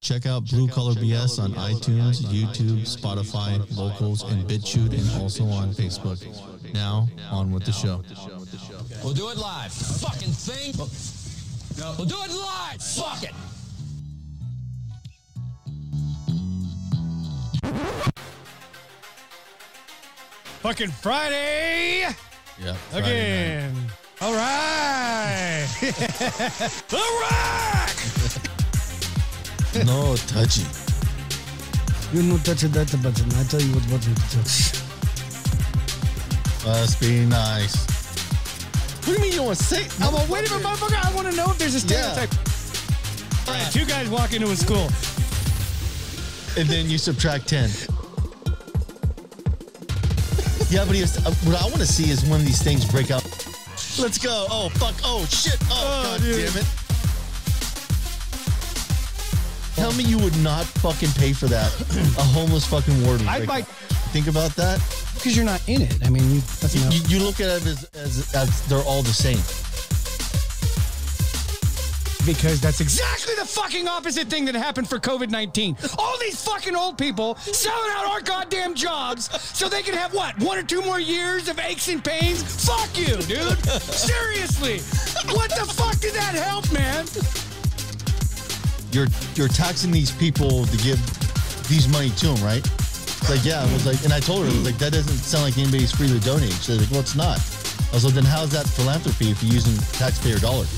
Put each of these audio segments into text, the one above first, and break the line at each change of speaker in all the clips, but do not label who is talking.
Check out Blue Collar BS on iTunes, YouTube, Spotify, Locals, and BitChute, and also on Facebook. Now, on with the show.
We'll do it live. Fucking thing. No. We'll do it live. Fuck it.
Fucking Friday
Yeah.
again. All right. the Rock.
No touchy.
You no touch that button. I tell you what button to touch.
Let's be nice. What do you mean you want six?
I'm a, wait a minute, motherfucker. I want to know if there's a stereotype.
All right, two guys walk into a school.
and then you subtract 10. Yeah, but he was, uh, what I want to see is when these things break out. Let's go. Oh, fuck. Oh, shit. Oh, god
dude.
damn it. Tell me you would not fucking pay for that. A homeless fucking warden.
I'd
break
like-
out. Think about that.
Because you're not in it. I mean, you, that's enough.
You, you look at it as, as, as they're all the same.
because that's exactly.
Exactly the fucking opposite thing that happened for COVID 19. All these fucking old people selling out our goddamn jobs so they can have what? One or two more years of aches and pains? Fuck you, dude. Seriously. What the fuck did that help, man?
You're you're taxing these people to give these money to them, right? It's like, yeah, I was like, and I told her, I was like, that doesn't sound like anybody's free to donate. She's like, well, it's not. I was like, then how's that philanthropy if you're using taxpayer dollars?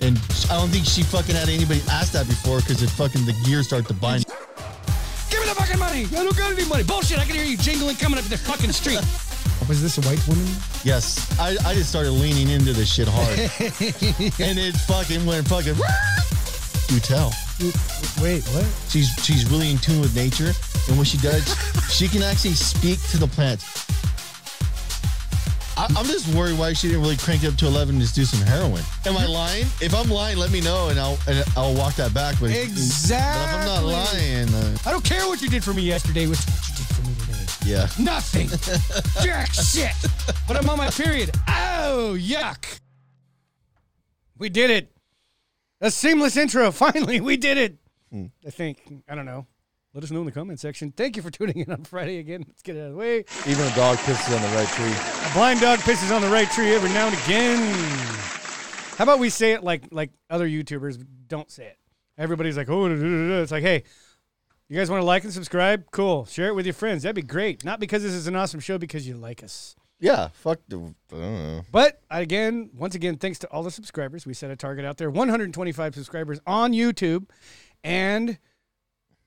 And I don't think she fucking had anybody ask that before because it fucking the gears start to bind.
Give me the fucking money. I don't got any money. Bullshit. I can hear you jingling coming up the fucking street.
Was this a white woman?
Yes, I, I just started leaning into this shit hard, and it fucking went fucking. You tell.
Wait, what?
She's she's really in tune with nature, and what she does, she can actually speak to the plants. I, I'm just worried why she didn't really crank it up to 11 and just do some heroin. Am I lying? If I'm lying, let me know, and I'll and I'll walk that back. But, but if I'm not
Exactly.
lying, uh,
I don't care what you did for me yesterday. Which
You did for me today.
yeah.
nothing. Jack shit. But I'm on my period. Oh, yuck. We did it. A seamless intro. Finally, we did it. I think. I don't know. Let us know in the comment section. Thank you for tuning in on Friday again. Let's get it out of the way.
Even a dog pisses on the right tree.
A blind dog pisses on the right tree every now and again. How about we say it like like other YouTubers don't say it? Everybody's like, oh, da, da, da, da." it's like, hey, you guys want to like and subscribe? Cool. Share it with your friends. That'd be great. Not because this is an awesome show, because you like us.
Yeah, fuck the. I don't know.
But again, once again, thanks to all the subscribers. We set a target out there 125 subscribers on YouTube. And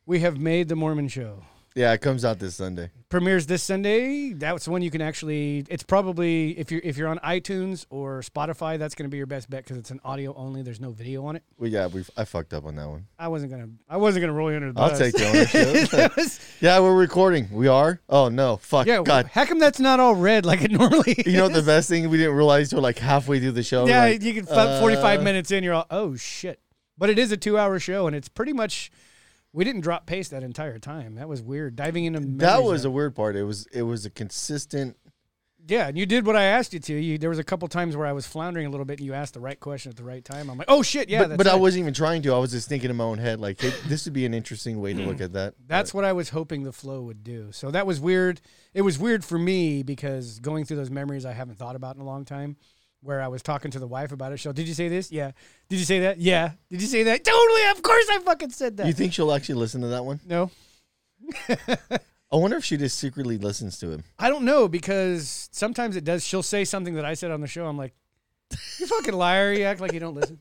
we have made The Mormon Show.
Yeah, it comes out this Sunday.
Premieres this Sunday. That's when you can actually. It's probably if you're if you're on iTunes or Spotify, that's going to be your best bet because it's an audio only. There's no video on it.
Well, yeah, we I fucked up on that one.
I wasn't gonna. I wasn't gonna roll you under the
I'll
bus.
take the ownership.
That was-
yeah, we're recording. We are. Oh no, fuck.
yeah.
God.
How come that's not all red like it normally?
You know
is?
the best thing we didn't realize till like halfway through the show.
Yeah,
like,
you can f- 45
uh,
minutes in, you're all, oh shit. But it is a two hour show, and it's pretty much, we didn't drop pace that entire time. That was weird. Diving into
That
memories
was
of-
a weird part. It was it was a consistent.
yeah, and you did what I asked you to. You, there was a couple times where I was floundering a little bit, and you asked the right question at the right time. I'm like, oh shit, yeah.
but
that's
but I
right.
wasn't even trying to. I was just thinking in my own head like hey, this would be an interesting way to look at that.
That's what I was hoping the flow would do. So that was weird. It was weird for me because going through those memories I haven't thought about in a long time, where I was talking to the wife about it. She did you say this? Yeah. Did you say that? Yeah. Did you say that? Totally. Of course I fucking said that.
You think she'll actually listen to that one?
no.
I wonder if she just secretly listens to him.
I don't know because sometimes it does. She'll say something that I said on the show. I'm like, you fucking liar. You act like you don't listen.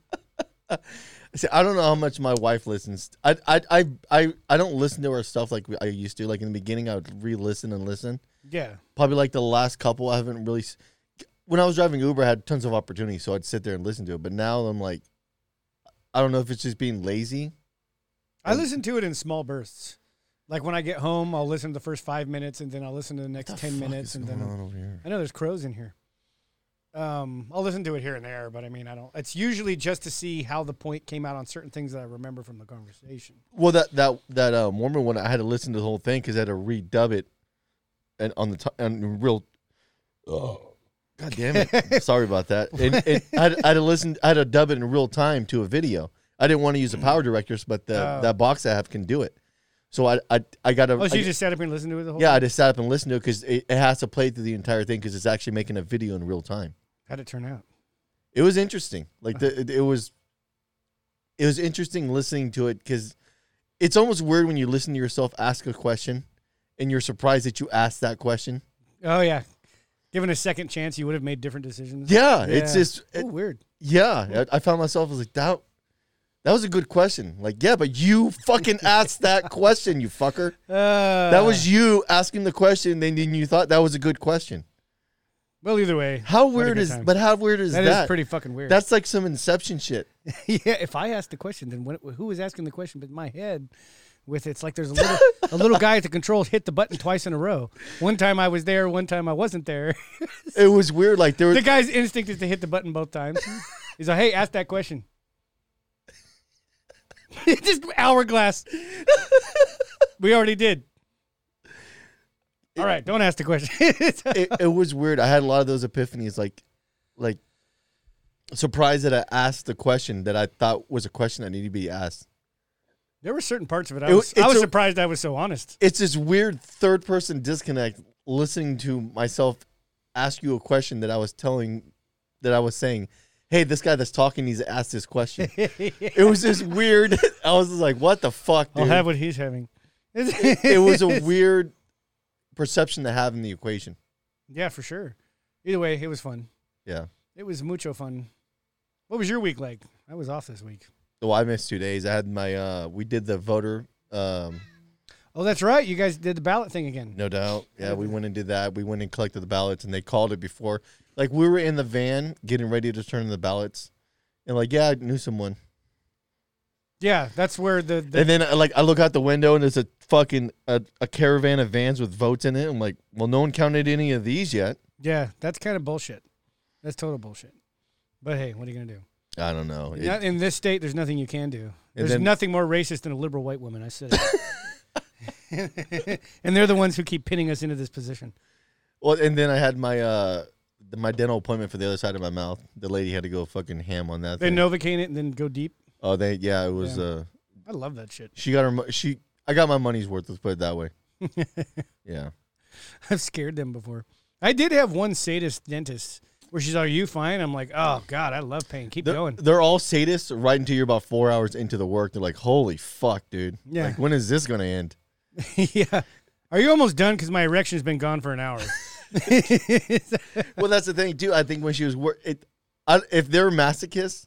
See, I don't know how much my wife listens. I I I I, I don't listen to her stuff like I used to. Like in the beginning, I would re-listen and listen.
Yeah.
Probably like the last couple, I haven't really. s- When I was driving Uber, I had tons of opportunities, so I'd sit there and listen to it. But now I'm like, I don't know if it's just being lazy
I listen to it in small bursts. Like when I get home, I'll listen to the first five minutes and then I'll listen to the next 10 minutes. And then I'll- I know there's crows in here. Um, I'll listen to it here and there, but I mean, I don't. It's usually just to see how the point came out on certain things that I remember from the conversation.
Well, that that that uh, Mormon one, I had to listen to the whole thing because I had to redub it, and on the t- on real, oh, God damn it! Sorry about that. It, it, I, had, I had to listen. I had to dub it in real time to a video. I didn't want to use the power directors, but the
Mm. Oh.
that box I have can do it. So I I, I got to.
Oh, so you just sat up and listened to it the whole
yeah, I
time?
just sat up and listened to it because it, it has to play through the entire thing because it's actually making a video in real time.
How'd it turn out?
It was interesting. Like the it, it was. It was interesting listening to it because it's almost weird when you listen to yourself ask a question, and you're surprised that you asked that question.
Oh, yeah. Given a second chance, you would have made different decisions.
Yeah, it's just
Ooh, weird.
Yeah, I, I found myself I was like that. That was a good question. Like, yeah, but you fucking asked that question, you fucker.
Uh,
That was you asking the question, then then you thought that was a good question.
Well, either way.
How
had a
weird
good
is?
time.
But how weird is that?
that is pretty fucking weird.
That's like some Inception shit.
yeah, if I asked the question, then what, who was asking the question? But my head, with it's like there's a little a little guy at the controls hit the button twice in a row. One time I was there, one time I wasn't there.
It was weird. Like there was.
the guy's instinct is to hit the button both times. He's like, "Hey, ask that question." Just hourglass. we already did. All right, don't ask the question.
it, it was weird. I had a lot of those epiphanies, like, like surprised that I asked the question that I thought was a question that needed to be asked.
there were certain parts of it I
It-
was, I
it's
was
a-
surprised I was so honest.
it's this weird third person disconnect listening to myself ask you a question that I was telling that I was saying, Hey, this guy that's talking needs to ask this question. It was just weird. I was just like, What the fuck, dude?
I'll have what he's having.
it was a weird perception to have in the equation.
yeah, for sure. Either way, it was fun.
Yeah.
It was mucho fun. What was your week like? I was off this week.
Well, I missed two days. I had my uh we did the voter um
Oh, that's right. You guys did the ballot thing again.
No doubt. Yeah, we went and did that. We went and collected the ballots, and they called it before. Like we were in the van getting ready to turn in the ballots, and like, yeah, I knew someone.
Yeah, that's where the, the
and then uh, like I look out the window, and there's a fucking a, a caravan of vans with votes in it. I'm like, well, no one counted any of these yet.
yeah, that's kind of bullshit. That's total bullshit. But hey, what are you gonna do?
I don't know. It-
Not- in this state, there's nothing you can do. There's
then-
nothing more racist than a liberal white woman. I said it. and they're the ones who keep pinning us into this position.
well, and then I had my uh th- my dental appointment for the other side of my mouth. The lady had to go fucking ham on that.
They
thing.
novocaine it and then go deep.
Oh, they yeah. It was
Yeah.
uh
I love that shit.
she got her mo- she I got my money's worth. Let's put it that way. yeah.
I've scared them before. I did have one sadist dentist where she's, "Are you fine?" I'm like, "Oh God, I love pain. Keep
They're,
going."
they're all sadists right until you're about four hours into the work. They're like, holy fuck, dude.
Yeah.
Like, when is this going to end?
yeah. Are you almost done? Because my erection's been gone for an hour.
well, that's the thing, too. I think when she was, wor- it, I, if they're masochists,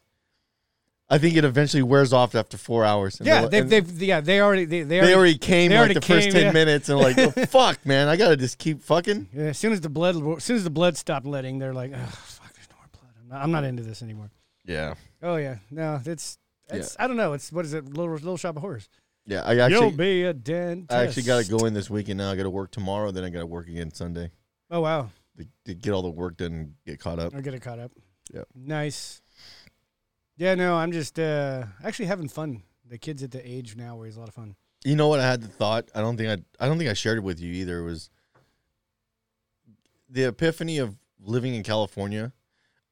I think it eventually wears off after four hours. And
yeah,
they're-
they've,
and
they've, yeah, they already, they, they
they
already.
already came
they
like
already
the
came,
first 10
yeah.
minutes and like, "Oh, fuck, man, I got to just keep fucking.
yeah, as soon as the blood, as soon as the blood stopped letting, they're like, oh fuck, there's no more blood. I'm not, I'm not into this anymore.
Yeah.
Oh yeah, no, it's, it's, I don't know. It's what is it? Little, little shop of horrors.
Yeah. I
You'll
actually,
be a dentist.
I actually got to go in this weekend now. I got to work tomorrow. Then I got to work again Sunday
Oh wow,
to, to get all the work done and get caught up.
I get it caught up.
Yeah.
Nice. Yeah, no, I'm just uh actually having fun. The kid's at the age now where he's a lot of fun.
You know what I had the thought. I don't think I. I don't think I shared it with you either. Was the epiphany of living in California.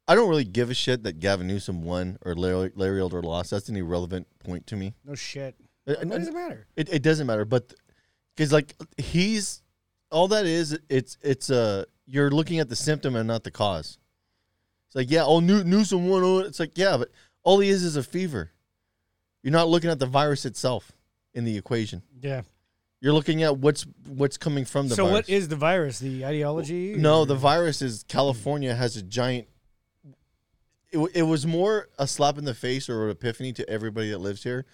I don't really give a shit that Gavin Newsom won or Larry, Larry Elder lost. That's an irrelevant point to me.
No shit.
It,
What does it matter?
it- it doesn't matter, but because like he's all that is. It's it's uh you're looking at the symptom and not the cause. It's like yeah, oh New, Newsom won. Oh, it's like yeah, but all he is is a fever. You're not looking at the virus itself in the equation.
Yeah.
You're looking at what's what's coming from the
So
virus.
what Hmm. is the virus? The ideology?
no,
or-
the virus is California has a giant. It, wa- it was more a slap in the face or an epiphany to everybody that lives here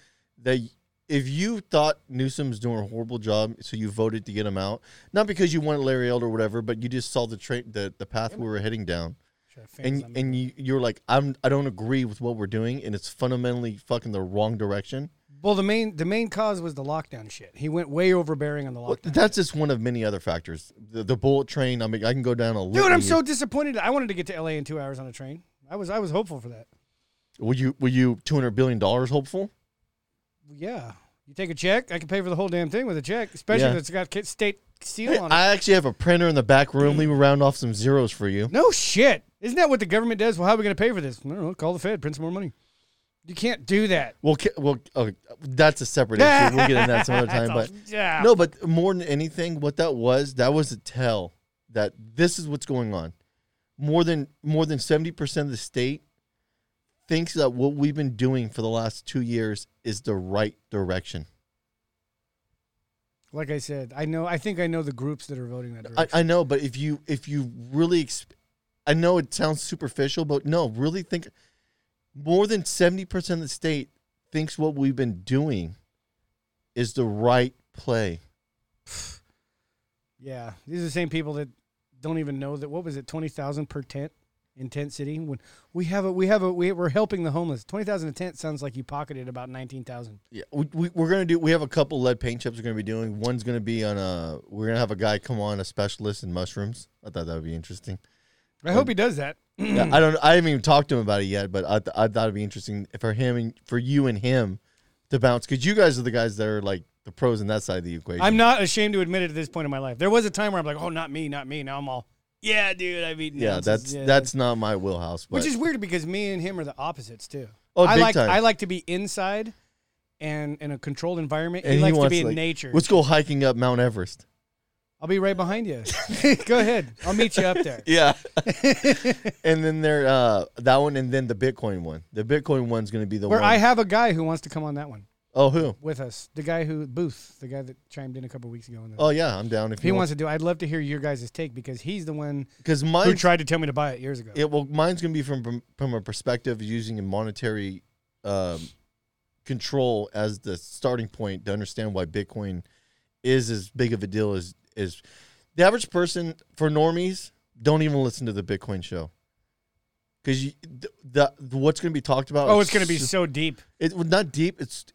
that if you thought Newsom's doing a horrible job, so you voted to get him out, not because you wanted Larry Elder or whatever, but you just saw the train the, the path we were heading down,
Should I fix
and
them?
and you you're like I'm I don't agree with what we're doing, and it's fundamentally fucking the wrong direction.
well, the main the main cause was the lockdown shit. He went way overbearing on the
Well,
lockdown.
that's just one of many other factors. The, the bullet train. I mean, I can go down a
Dude, I'm
litany
so disappointed. I wanted to get to LA in two hours on a train. I was I was hopeful for that.
Were you were you two hundred billion dollars hopeful?
Yeah. You take a check, I can pay for the whole damn thing with a check, especially
Yeah.
if it's got ki- state seal on it.
I actually have a printer in the back room. We will round off some zeros for you.
no shit. Isn't that what the government does? Well, how are we going to pay for this? I don't know. Call the Fed, print some more money. You can't do that.
Well, ca- well, okay, that's a separate issue. We'll get into that some other time.
That's
But
all- yeah.
no, but more than anything, what that was, that was a tell that this is what's going on. More than more than seventy percent of the state thinks that what we've been doing for the last two years is the right direction.
Like I said, I know. I think I know the groups that are voting that
I,
direction.
I know, but if you if you really, exp- I know it sounds superficial, but no, really think more than seventy percent of the state thinks what we've been doing is the right play.
yeah, these are the same people that don't even know that. What was it? Twenty thousand per tent in tent city. When we have a, we have a, we, we're helping the homeless. Twenty thousand a tent sounds like you pocketed about nineteen thousand.
Yeah, we, we, we're gonna do. We have a couple lead paint chips we're gonna be doing. One's gonna be on a. We're gonna have a guy come on a specialist in mushrooms. I thought that would be interesting.
I hope he does that.
Yeah, I don't. I haven't even talked to him about it yet, but I, th- I thought it'd be interesting for him and for you and him to bounce because you guys are the guys that are like the pros on that side of the equation.
I'm not ashamed to admit it at this point in my life. There was a time where I'm like, oh, not me, not me. Now I'm all, yeah, dude, I've eaten.
Yeah,
ounces."
that's
Yeah,
that's not my wheelhouse. But
which is weird because me and him are the opposites too.
Oh,
I
big
like
time.
I like to be inside and in a controlled environment.
and
he, likes to
wants,
be in
like,
nature.
Let's go hiking up Mount Everest.
I'll be right behind you. Go ahead. I'll meet you up there.
Yeah. and then there, uh, that one, and then the Bitcoin one. The Bitcoin one's going to be the
Where
one.
I have a guy who wants to come on that one
oh, who?
with us. The guy who Booth, the guy that chimed in a couple weeks ago. On this.
Oh yeah, I'm down if
if he
you
wants to do, I'd love to hear your guys' take because he's the one
Because
who
mine,
tried to tell me to buy it years ago.
it well, mine's going to be from from a perspective using a monetary um, control as the starting point to understand why Bitcoin is as big of a deal as is. The average person for normies don't even listen to the Bitcoin show because you the, the what's going to be talked about.
oh,
is
it's going to be
so-
so deep.
It well, not deep. It's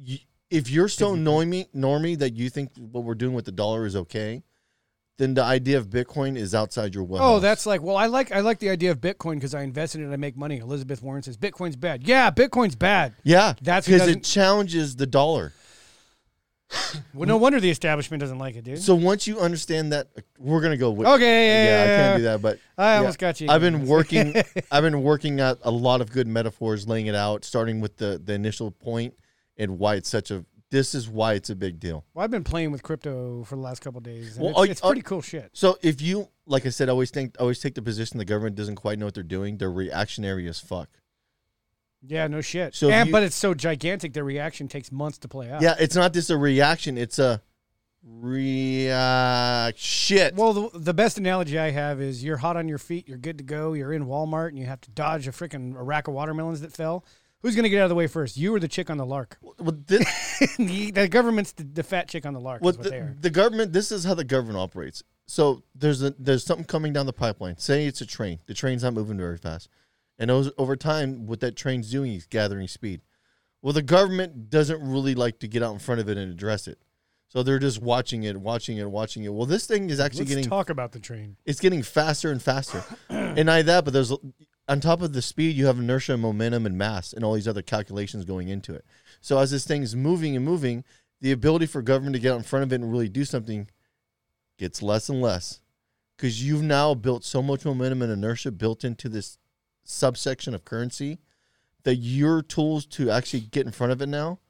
you, if you're so normie, normie that you think what we're doing with the dollar is okay, then the idea of Bitcoin is outside your wheelhouse.
Oh, that's like well, I like I like the idea of Bitcoin because I invest in it and I make money. Elizabeth Warren says Bitcoin's bad. Yeah, Bitcoin's bad.
yeah.
That's who
because it
doesn't-
challenges the dollar.
Well, no wonder the establishment doesn't like it, dude.
So once you understand that, we're gonna go with.
okay, yeah,
Yeah, I
yeah,
can't do
yeah.
that, but
I
yeah.
almost got you.
I've been working. I've been working out a lot of good metaphors, laying it out, starting with the the initial point and why it's such a. This is why it's a big deal.
Well, I've been playing with crypto for the last couple days. and
Well,
it's,
are you-
it's pretty cool shit.
So if you, like I said, always think, always take the position the government doesn't quite know what they're doing. They're reactionary as fuck.
Yeah, no shit.
So if
and
you-
but it's so gigantic, their reaction takes months to play out.
Yeah, it's not just a reaction. It's a react shit.
Well, the, the best analogy I have is you're hot on your feet, you're good to go, you're in Walmart, and you have to dodge a freaking a rack of watermelons that fell. Who's gonna get out of the way first? You or the chick on the lark?
Well, thi-
the, the government's the, the fat chick on the lark.
well,
is what they
the,
are.
the government. This is how the government operates. So there's a, there's something coming down the pipeline. Say it's a train. The train's not moving very fast, and those, over time, what that train's doing is gathering speed. Well, the government doesn't really like to get out in front of it and address it. So they're just watching it, watching it, watching it. Well, this thing is actually
Let's
getting
talk about the train.
it's getting faster and faster. and not that, but there's on top of the speed, you have inertia, momentum, and mass, and all these other calculations going into it. So as this thing's moving and moving, the ability for government to get out in front of it and really do something gets less and less because you've now built so much momentum and inertia built into this subsection of currency that your tools to actually get in front of it now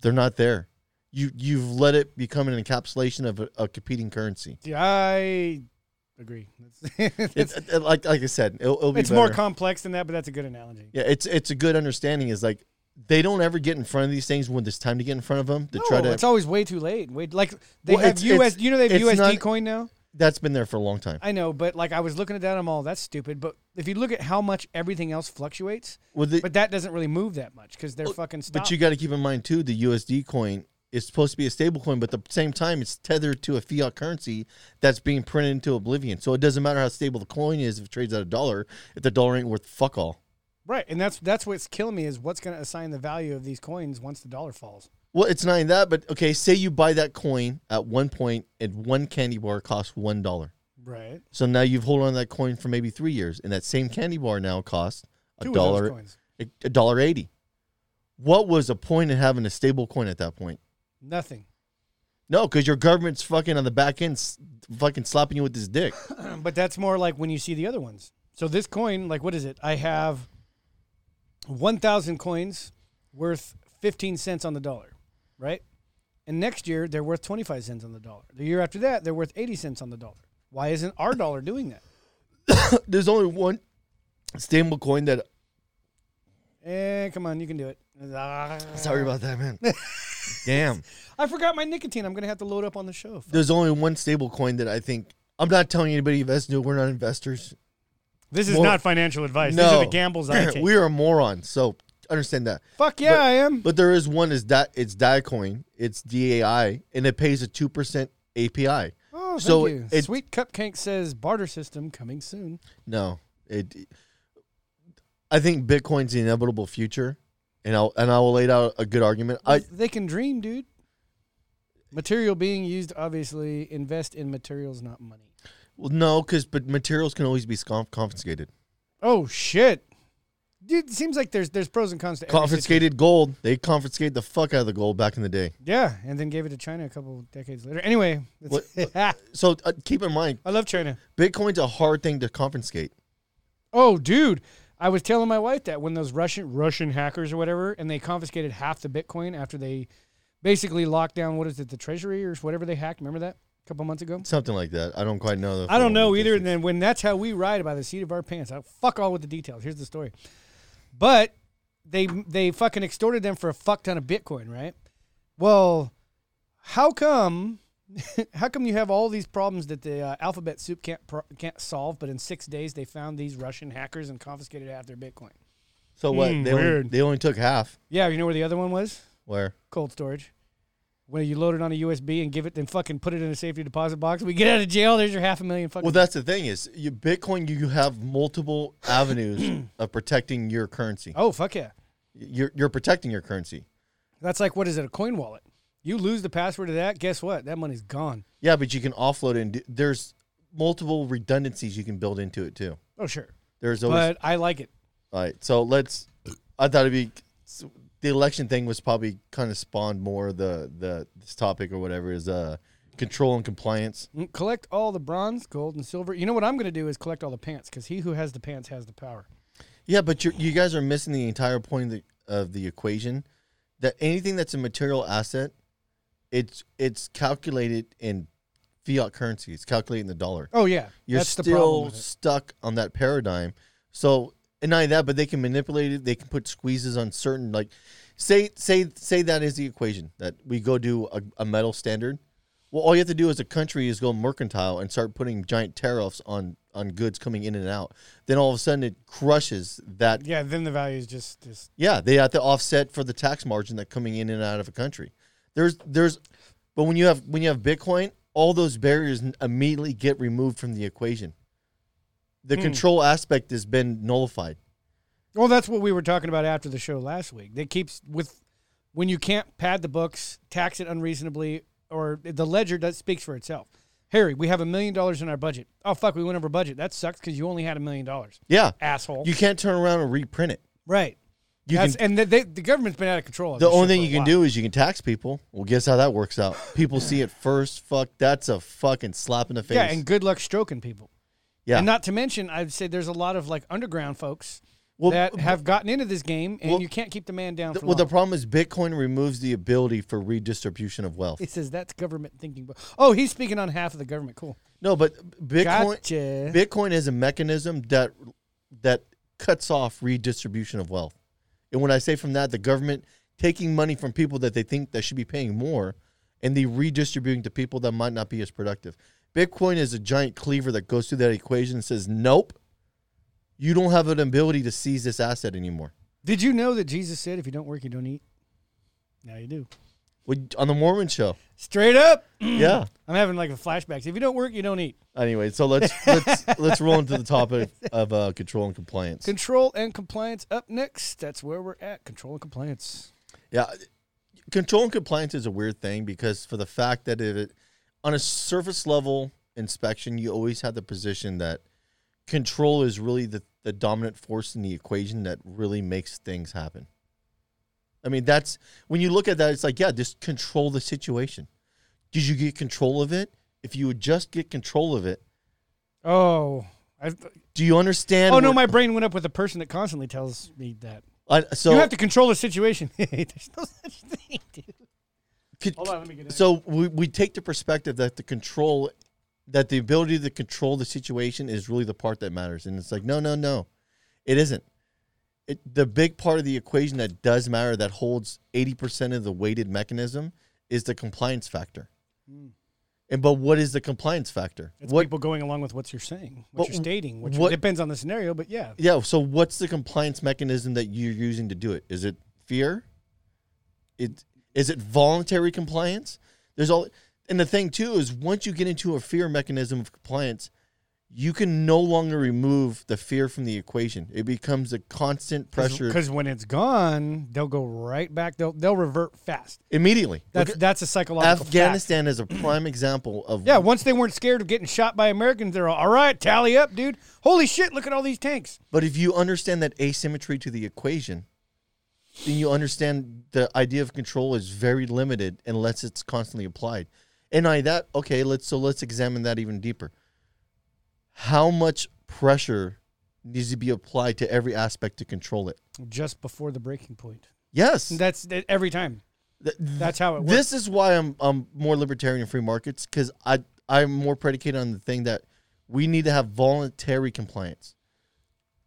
they're not there. You you've let it become an encapsulation of a, a competing currency.
Yeah, I agree. That's-
It's
it's
it, like like I said, it'll, it'll be
it's more
better.
complex than that, but that's a good analogy.
yeah, it's it's a good understanding. Is like they don't ever get in front of these things when it's time to get in front of them to
No,
try to.
it's always way too late. Wait, like they
Well,
have
it's-
US.
it's-
you know they have
it's
USD
not-
coin now.
that's been there for a long time.
I know, but like I was looking at that, I'm all that's stupid. But if you look at how much everything else fluctuates,
Well, the,
but that doesn't really move that much because they're fucking stopped.
but you got to keep in mind too, the USD coin is supposed to be a stable coin, but at the same time, it's tethered to a fiat currency that's being printed into oblivion. So it doesn't matter how stable the coin is if it trades at a dollar. If the dollar ain't worth fuck all.
right, and that's that's what's killing me is what's going to assign the value of these coins once the dollar falls.
Well, it's not even that, but okay, say you buy that coin at one point and one candy bar costs one dollar.
Right,
So now you've hold on to that coin for maybe three years, and that same candy bar now costs a
Two of those
dollar,
coins.
a a dollar eighty. what was the point of having a stable coin at that point?
Nothing.
No, because your government's fucking on the back end, s- fucking slapping you with this dick.
But that's more like when you see the other ones. So this coin, like what is it? I have 1,000 coins worth 15 cents on the dollar, right? And next year they're worth 25 cents on the dollar. The year after that they're worth 80 cents on the dollar. Why isn't our dollar doing that?
There's only one stable coin that.
Eh, come on, you can do it.
Sorry about that, man. Damn.
I forgot my nicotine. I'm gonna have to load up on the show.
There's only one stable coin that I think. I'm not telling anybody to invest in it. We're not investors.
This is
Well,
not financial advice.
no.
These are the gambles I take.
we are morons, so understand that.
Fuck yeah, I am.
But there is one is that it's DaiCoin, it's DAI, and it pays a two percent API.
oh, thank
so
you.
it-
Sweet Cupcake says barter system coming soon.
No, it. I think Bitcoin's the inevitable future, and I'll and I will lay out a good argument. I
they can dream, dude. Material being used, obviously, invest in materials, not money.
well, no, because but materials can always be sconf- confiscated.
Oh shit, dude! It seems like there's there's pros and cons to every situation.
Confiscated gold. They confiscated the fuck out of the gold back in the day.
Yeah, and then gave it to China a couple decades later. Anyway,
What-
it's-
So uh, keep in mind,
I love China.
Bitcoin's a hard thing to confiscate.
Oh, dude. I was telling my wife that when those Russian Russian hackers or whatever, and they confiscated half the Bitcoin after they basically locked down what is it, the Treasury or whatever they hacked. Remember that a couple months ago?
Something like that. I don't quite know. the
I don't
full
know either.
logistics.
And then when that's how we ride by the seat of our pants, I don't fuck all with the details. Here's the story. But they they fucking extorted them for a fuck ton of Bitcoin, right? Well, how come how come you have all these problems that the uh, alphabet soup can't pro- can't solve, but in six days they found these Russian hackers and confiscated half their Bitcoin?
So what?
Hmm,
they, only,
weird.
they only took half.
Yeah, you know where the other one was?
Where?
Cold storage. When you load it on a USB and give it, then fucking put it in a safety deposit box. We get out of jail. There's your half a million fucking.
Well, that's the thing is, you, Bitcoin. You have multiple avenues of protecting your currency.
oh fuck yeah.
You're you're protecting your currency.
That's like what is it? A coin wallet. You lose the password to that. Guess what? That money's gone.
Yeah, but you can offload it. And do, there's multiple redundancies you can build into it too.
Oh sure,
There's always
but I like it.
all right. So let's. I thought it'd be the election thing was probably kind of spawned more the the this topic or whatever is uh control and compliance.
Mm, Collect all the bronze, gold, and silver. You know what I'm going to do is collect all the pants because he who has the pants has the power.
Yeah, but you you guys are missing the entire point of the, of the equation that anything that's a material asset, it's it's calculated in fiat currency. It's calculated in the dollar.
Oh yeah,
You're
that's the problem.
still
with it.
stuck on that paradigm. So, and not only that, but they can manipulate it. They can put squeezes on certain like, say say say that is the equation that we go do a, a metal standard. Well, all you have to do as a country is go mercantile and start putting giant tariffs on on goods coming in and out. Then all of a sudden it crushes that
Yeah, then the value is just just.
yeah, they have to offset for the tax margin that coming in and out of a country. There's there's but when you have when you have Bitcoin, all those barriers n- immediately get removed from the equation. The
Hmm.
control aspect has been nullified.
Well, that's what we were talking about after the show last week. That keeps with when you can't pad the books, tax it unreasonably, or the ledger does speaks for itself. Harry, we have a million dollars in our budget. Oh fuck, we went over budget. That sucks because you only had a million dollars,
Yeah.
asshole.
You can't turn around and reprint it.
right.
You
That's,
can
and they, they, the government's been out of control. of
the
this
only
shit
thing
for
you
a
can
while.
do is you can tax people. Well, guess how that works out. People see it first. Fuck, that's a fucking slap in the face.
yeah, and good luck stroking people.
Yeah.
and not to mention, I'd say there's a lot of like underground folks
Well,
that
b-
have gotten into this game, and
well,
you can't keep the man down.
Th-
for
well, the
long.
problem is Bitcoin removes the ability for redistribution of wealth.
it says that's government thinking. But oh, he's speaking on half of the government. Cool.
No, but Bitcoin
Gotcha.
Bitcoin is a mechanism that that cuts off redistribution of wealth. And when I say from that, the government taking money from people that they think that should be paying more and the redistributing to people that might not be as productive. Bitcoin is a giant cleaver that goes through that equation and says, Nope, you don't have an ability to seize this asset anymore.
Did you know that Jesus said, "If you don't work, you don't eat." Now you do.
Well, On the Mormon show.
Straight up,
yeah.
I'm having like a flashback. If you don't work, you don't eat.
Anyway, so let's let's let's roll into the topic of uh, control and compliance.
Control and compliance up next. That's where we're at. Control and compliance.
Yeah, control and compliance is a weird thing because for the fact that it, on a surface level inspection, you always have the position that control is really the, the dominant force in the equation that really makes things happen. I mean, that's when you look at that, it's like, yeah, just control the situation. Did you get control of it? If you would just get control of it,
Oh, I've,
do you understand?
oh no,
what-
my brain went up with a person that constantly tells me that
I, so
you have to control the situation. There's no such thing, dude.
could-
Hold on, let me get it.
so we, we take the perspective that the control that the ability to control the situation is really the part that matters and it's like no no no it isn't it, the big part of the equation that does matter that holds 80% of the weighted mechanism is the compliance factor and but what is the compliance factor
It's
what
people going along with what you're saying, what
But
you're stating, which
what-
depends on the scenario. But yeah,
yeah so what's the compliance mechanism that you're using to do it is it fear it is it voluntary compliance there's all and the thing too is once you get into a fear mechanism of compliance you can no longer remove the fear from the equation it becomes a constant pressure
because when it's gone, they'll go right back. They'll they'll revert fast.
immediately
That's that's a
Look,
psychological fact.
afghanistan is a prime example of
Yeah, once they weren't scared of getting shot by Americans, they're all, all right, tally up, dude. Holy shit, look at all these tanks.
But if you understand that asymmetry to the equation, then you understand the idea of control is very limited unless it's constantly applied. And I that okay, let's so let's examine that even deeper. How much pressure needs to be applied to every aspect to control it?
Just before the breaking point.
Yes.
That's that- every time.
Th-
That's how it works.
this is why I'm I'm more libertarian in free markets because I I'm more predicated on the thing that we need to have voluntary compliance.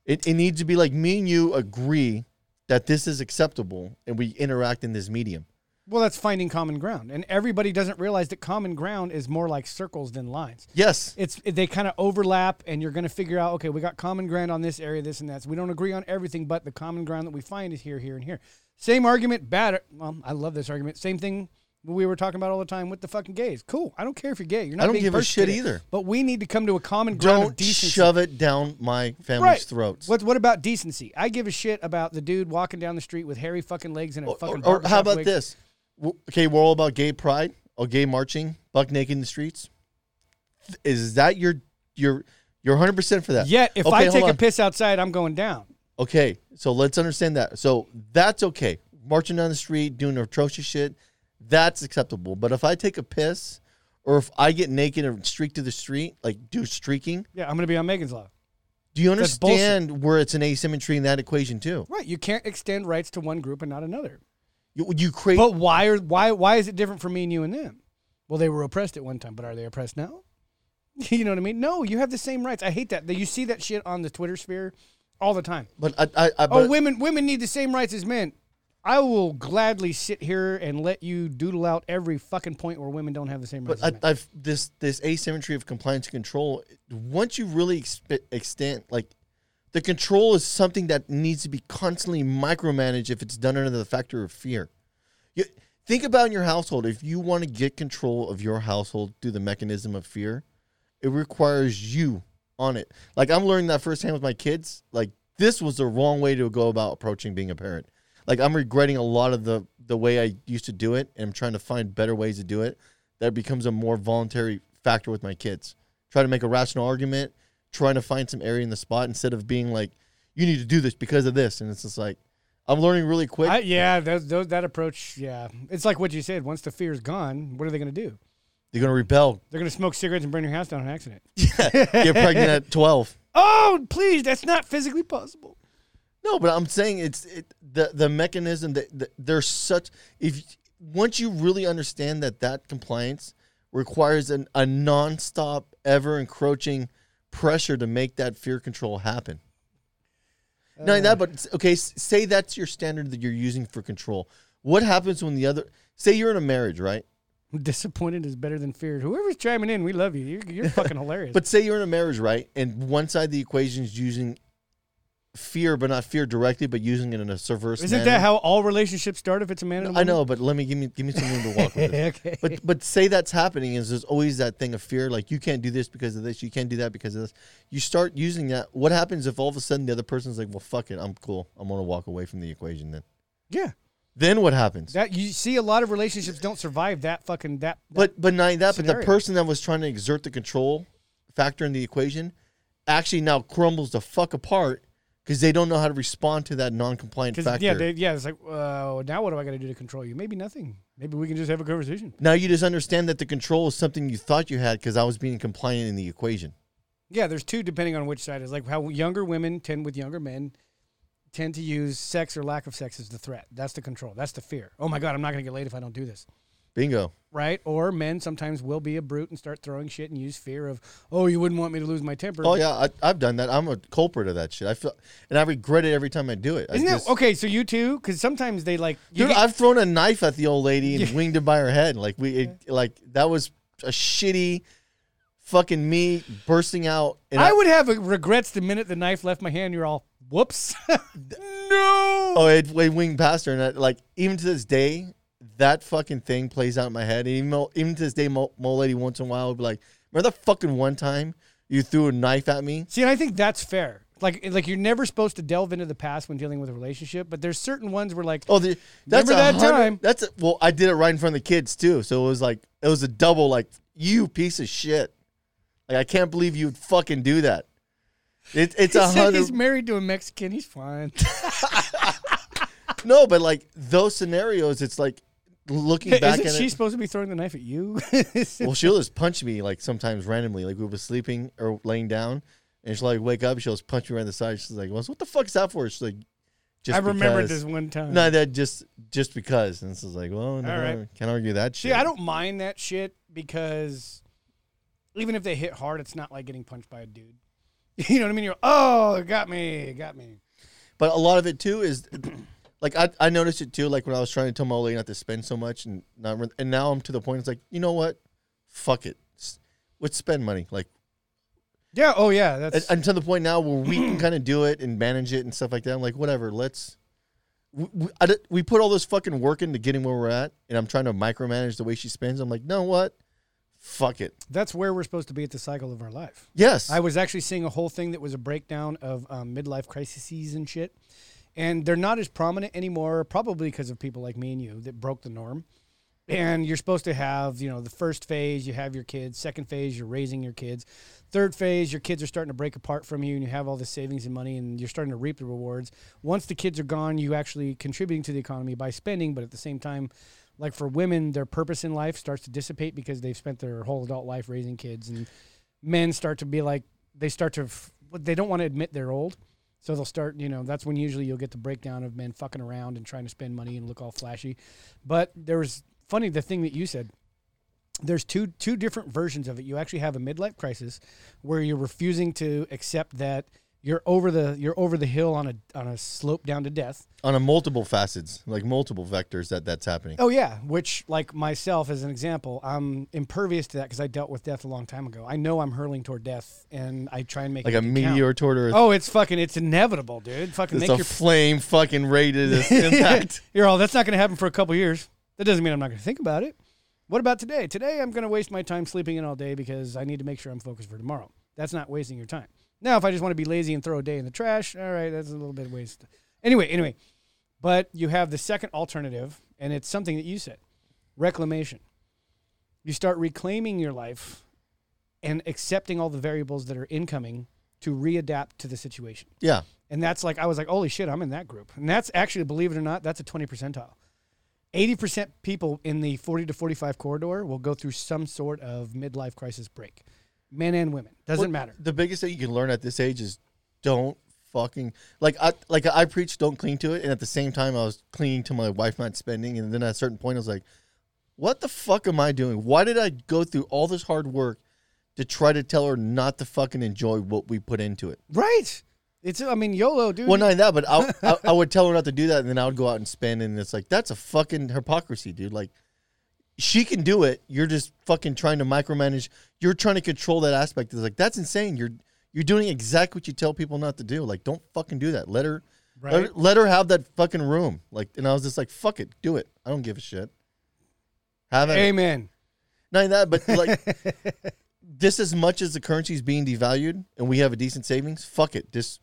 It it needs to be like me and you agree that this is acceptable and we interact in this medium.
well, that's finding common ground, and everybody doesn't realize that common ground is more like circles than lines.
Yes.
It's they kind of overlap, and you're going to figure out, okay, we got common ground on this area, this and that. So we don't agree on everything, but the common ground that we find is here, here, and here. Same argument, bad. Well, I love this argument. Same thing we were talking about all the time with the fucking gays. Cool. I don't care if you're gay. You're not.
don't
being
give a shit
persecuted.
either.
But we need to come to a common ground of
Don't
decency.
shove it down my family's
Right.
throats.
What what about decency? I give a shit about the dude walking down the street with hairy fucking legs and a
Or,
fucking.
or how
barbershop
about
wig.
this? W- Okay, we're all about gay pride or gay marching, buck naked in the streets. Is that your your you're 100% for that?
Yet, if
Okay,
I
hold
take a
on.
piss outside, I'm going down.
Okay, so let's understand that. So that's okay. Marching down the street, doing atrocious shit, that's acceptable. But if I take a piss or if I get naked and streak to the street, like do streaking,
Yeah, I'm going to be on Megan's Law.
do you
That's bullshit.
understand where it's an asymmetry in that equation too?
Right, you can't extend rights to one group and not another.
You, you create
But why are why why is it different for me and you and them? Well, they were oppressed at one time, but are they oppressed now? You know what I mean? No, you have the same rights. I hate that. You see that shit on the Twitter sphere all the time.
but I I, I
Oh,
but
women women need the same rights as men. I will gladly sit here and let you doodle out every fucking point where women don't have the same rights.
But
as men.
I, I've this this asymmetry of compliance and control. Once you really exp- extend like the control is something that needs to be constantly micromanaged if it's done under the factor of fear. You, think about in your household if you want to get control of your household through the mechanism of fear, it requires you on it. Like I'm learning that firsthand with my kids. Like this was the wrong way to go about approaching being a parent. Like I'm regretting a lot of the the way I used to do it, and I'm trying to find better ways to do it. That becomes a more voluntary factor with my kids. Try to make a rational argument, trying to find some area in the spot instead of being like, "You need to do this because of this," and it's just like, I'm learning really quick.
I, yeah, that, that, that approach, yeah. It's like what you said. Once the fear's gone, what are they going to do?
They're gonna rebel.
They're going to smoke cigarettes and burn your house down on accident.
Get pregnant at 12.
Oh, please, that's not physically possible.
No, but I'm saying it's it, the the mechanism that, that there's such if once you really understand that that compliance requires an, a nonstop, ever encroaching pressure to make that fear control happen. Not only that, but s- okay, s- say that's your standard that you're using for control. What happens when the other say you're in a marriage, right?
Disappointed is better than feared. Whoever's chiming in, we love you. You're, you're fucking hilarious.
But say you're in a marriage, right? And one side of the equation is using fear, but not fear directly, but using it in a subversive.
isn't
manner.
that how all relationships start? If it's a man and a
I
woman?
know, but let me give me give me some room to walk with this.
okay.
But but say that's happening is there's always that thing of fear, like you can't do this because of this, you can't do that because of this. You start using that. What happens if all of a sudden the other person's like, well, fuck it, I'm cool, I'm gonna walk away from the equation then.
yeah,
Then what happens?
that you see a lot of relationships don't survive that fucking that.
but but not only that, but
scenario.
the person that was trying to exert the control factor in the equation actually now crumbles the fuck apart because they don't know how to respond to that non-compliant
Because
factor.
yeah, they, yeah, it's like, well, now what do I got to do to control you? Maybe nothing. Maybe we can just have a conversation.
now you just understand that the control is something you thought you had because I was being compliant in the equation.
Yeah, there's two depending on which side it is. Like how younger women tend with younger men tend to use sex or lack of sex as the threat. That's the control. That's the fear. Oh my god, I'm not gonna get laid if I don't do this.
Bingo.
Right? Or men sometimes will be a brute and start throwing shit and use fear of, oh, you wouldn't want me to lose my temper.
Oh yeah, I, I've done that. I'm a culprit of that shit. I feel, and I regret it every time I do it. I
Isn't
just-
that okay? So you too, because sometimes they like you
Dude,
get-
I've thrown a knife at the old lady and winged it by her head. Like we, it, like that was a shitty, fucking me bursting out. And
I would have regrets the minute the knife left my hand. You're all, whoops. no.
Oh, it, it winged past her, and I, like even to this day, that fucking thing plays out in my head. And even though- even to this day, mo, mo lady once in a while would be like, "Remember that fucking one time you threw a knife at me?"
See, and I think that's fair. Like, like you're never supposed to delve into the past when dealing with a relationship, but there's certain ones where like,
Oh, the, that's
Remember
a
that
hundred-
time?
That's a, well, I did it right in front of the kids too, so it was like it was a double. Like you piece of shit. Like I can't believe you would fucking do that. It, it's a
he said
hundred.
he's married to a Mexican. He's fine.
No, but like those scenarios, it's like looking back
Isn't
at
she
it.
supposed to be throwing the knife at you?
Well, she'll just punch me like sometimes randomly, like we were sleeping or laying down, and she'll like wake up, she'll just punch me around the side. She's like, well, "What the fuck's that for?" She's like, "Just
I remembered
because."
this one time.
No, that just just because, and it's just like, well, no,
right.
can't argue that shit.
See, I don't mind that shit because even if they hit hard, it's not like getting punched by a dude. You know what I mean? You're oh, it got me, it got me.
But a lot of it too is like I, I noticed it too. Like when I was trying to tell my old lady not to spend so much, and not re- and now I'm to the point. It's like you know what, fuck it, S- let's spend money. Like
Yeah. Oh, yeah. That's
and, and to the point now where we can kind of do it and manage it and stuff like that. I'm like whatever, let's. We, we, I di- we put all this fucking work into getting where we're at, and I'm trying to micromanage the way she spends. I'm like, no, what? Fuck it.
that's where we're supposed to be at the cycle of our life.
Yes.
I was actually seeing a whole thing that was a breakdown of um, midlife crises and shit. And they're not as prominent anymore, probably because of people like me and you that broke the norm. And you're supposed to have, you know, the first phase, you have your kids. Second phase, you're raising your kids. Third phase, your kids are starting to break apart from you and you have all the savings and money and you're starting to reap the rewards. Once the kids are gone, you actually contributing to the economy by spending. But at the same time, like for women, their purpose in life starts to dissipate because they've spent their whole adult life raising kids and men start to be like they start to f- they don't want to admit they're old so they'll start you know that's when usually you'll get the breakdown of men fucking around and trying to spend money and look all flashy but there was funny the thing that you said there's two two different versions of it you actually have a midlife crisis where you're refusing to accept that you're over the you're over the hill on a on a slope down to death
on a multiple facets, like multiple vectors that that's happening.
Oh yeah, which like myself as an example, I'm impervious to that because I dealt with death a long time ago. I know I'm hurling toward death, and I try and make
like
it
a
count.
meteor toward Earth.
Oh, it's fucking, it's inevitable, dude. Fucking
it's
make
a
your
flame fucking ray to this impact.
You're all that's not going to happen for a couple years. That doesn't mean I'm not going to think about it. What about today? Today I'm going to waste my time sleeping in all day because I need to make sure I'm focused for tomorrow. That's not wasting your time. Now, if I just want to be lazy and throw a day in the trash, all right, that's a little bit of waste. Anyway, anyway, but you have the second alternative, and it's something that you said, reclamation. You start reclaiming your life and accepting all the variables that are incoming to readapt to the situation.
yeah.
And that's like, I was like, holy shit, I'm in that group. And that's actually, believe it or not, that's a 20 percentile. 80% people in the 40 to 45 corridor will go through some sort of midlife crisis break, men and women. Doesn't
Well,
matter.
The biggest thing you can learn at this age is don't fucking like I like I preach don't cling to it, and at the same time I was clinging to my wife not spending, and then at a certain point I was like, what the fuck am I doing? Why did I go through all this hard work to try to tell her not to fucking enjoy what we put into it?
Right. It's, I mean, YOLO, dude.
Well, not only that, but I, I, I would tell her not to do that, and then I would go out and spend, and it's like that's a fucking hypocrisy, dude. Like, she can do it. You're just fucking trying to micromanage. You're trying to control that aspect. It's like that's insane. You're you're doing exactly what you tell people not to do. Like, don't fucking do that. Let her, let her
Right.
let her have that fucking room. Like, and I was just like, fuck it, do it. I don't give a shit. Have it.
Amen.
Not only that, but like just as much as the currency is being devalued and we have a decent savings, fuck it. Just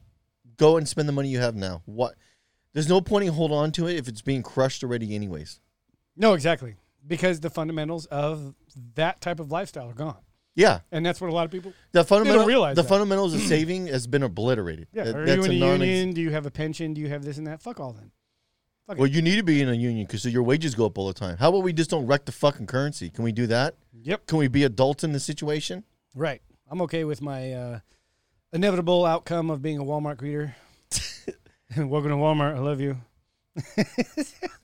go and spend the money you have now. What there's no point in holding on to it if it's being crushed already anyways.
No, exactly. Because the fundamentals of that type of lifestyle are gone.
Yeah,
and that's what a lot of people.
the fundamental
realize
the
that.
fundamentals of saving has been obliterated.
Yeah,
That-
are
that's
you in a
non-ex-
union? Do you have a pension? Do you have this and that? Fuck all then.
Well, you need to be in a union because your wages go up all the time. How about we just don't wreck the fucking currency? Can we do that?
Yep.
Can we be adults in this situation?
Right. I'm okay with my uh, inevitable outcome of being a Walmart greeter. Welcome to Walmart. I love you.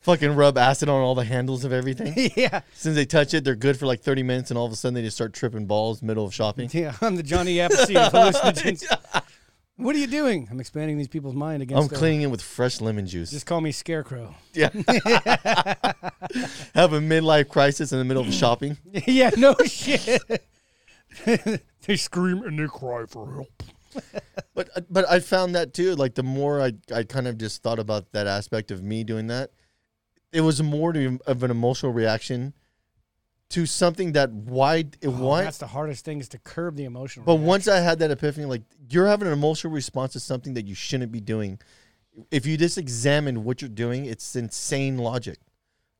Fucking rub acid on all the handles of everything.
yeah.
Since they touch it, they're good for like 30 minutes, and all of a sudden they just start tripping balls middle of shopping.
Yeah. I'm the Johnny Appleseed of hallucinogens. What are you doing? I'm expanding these people's mind against.
I'm
their-
cleaning it with fresh lemon juice.
Just call me Scarecrow.
yeah. Have a midlife crisis in the middle of shopping.
yeah. No shit.
They scream and they cry for help.
But uh, but I found that too. Like the more I I kind of just thought about that aspect of me doing that, it was more to, of an emotional reaction to something that why it
Oh,
why.
That's the hardest thing is to curb the emotional.
But once I had that epiphany, like you're having an emotional response to something that you shouldn't be doing. If you just examine what you're doing, it's insane logic.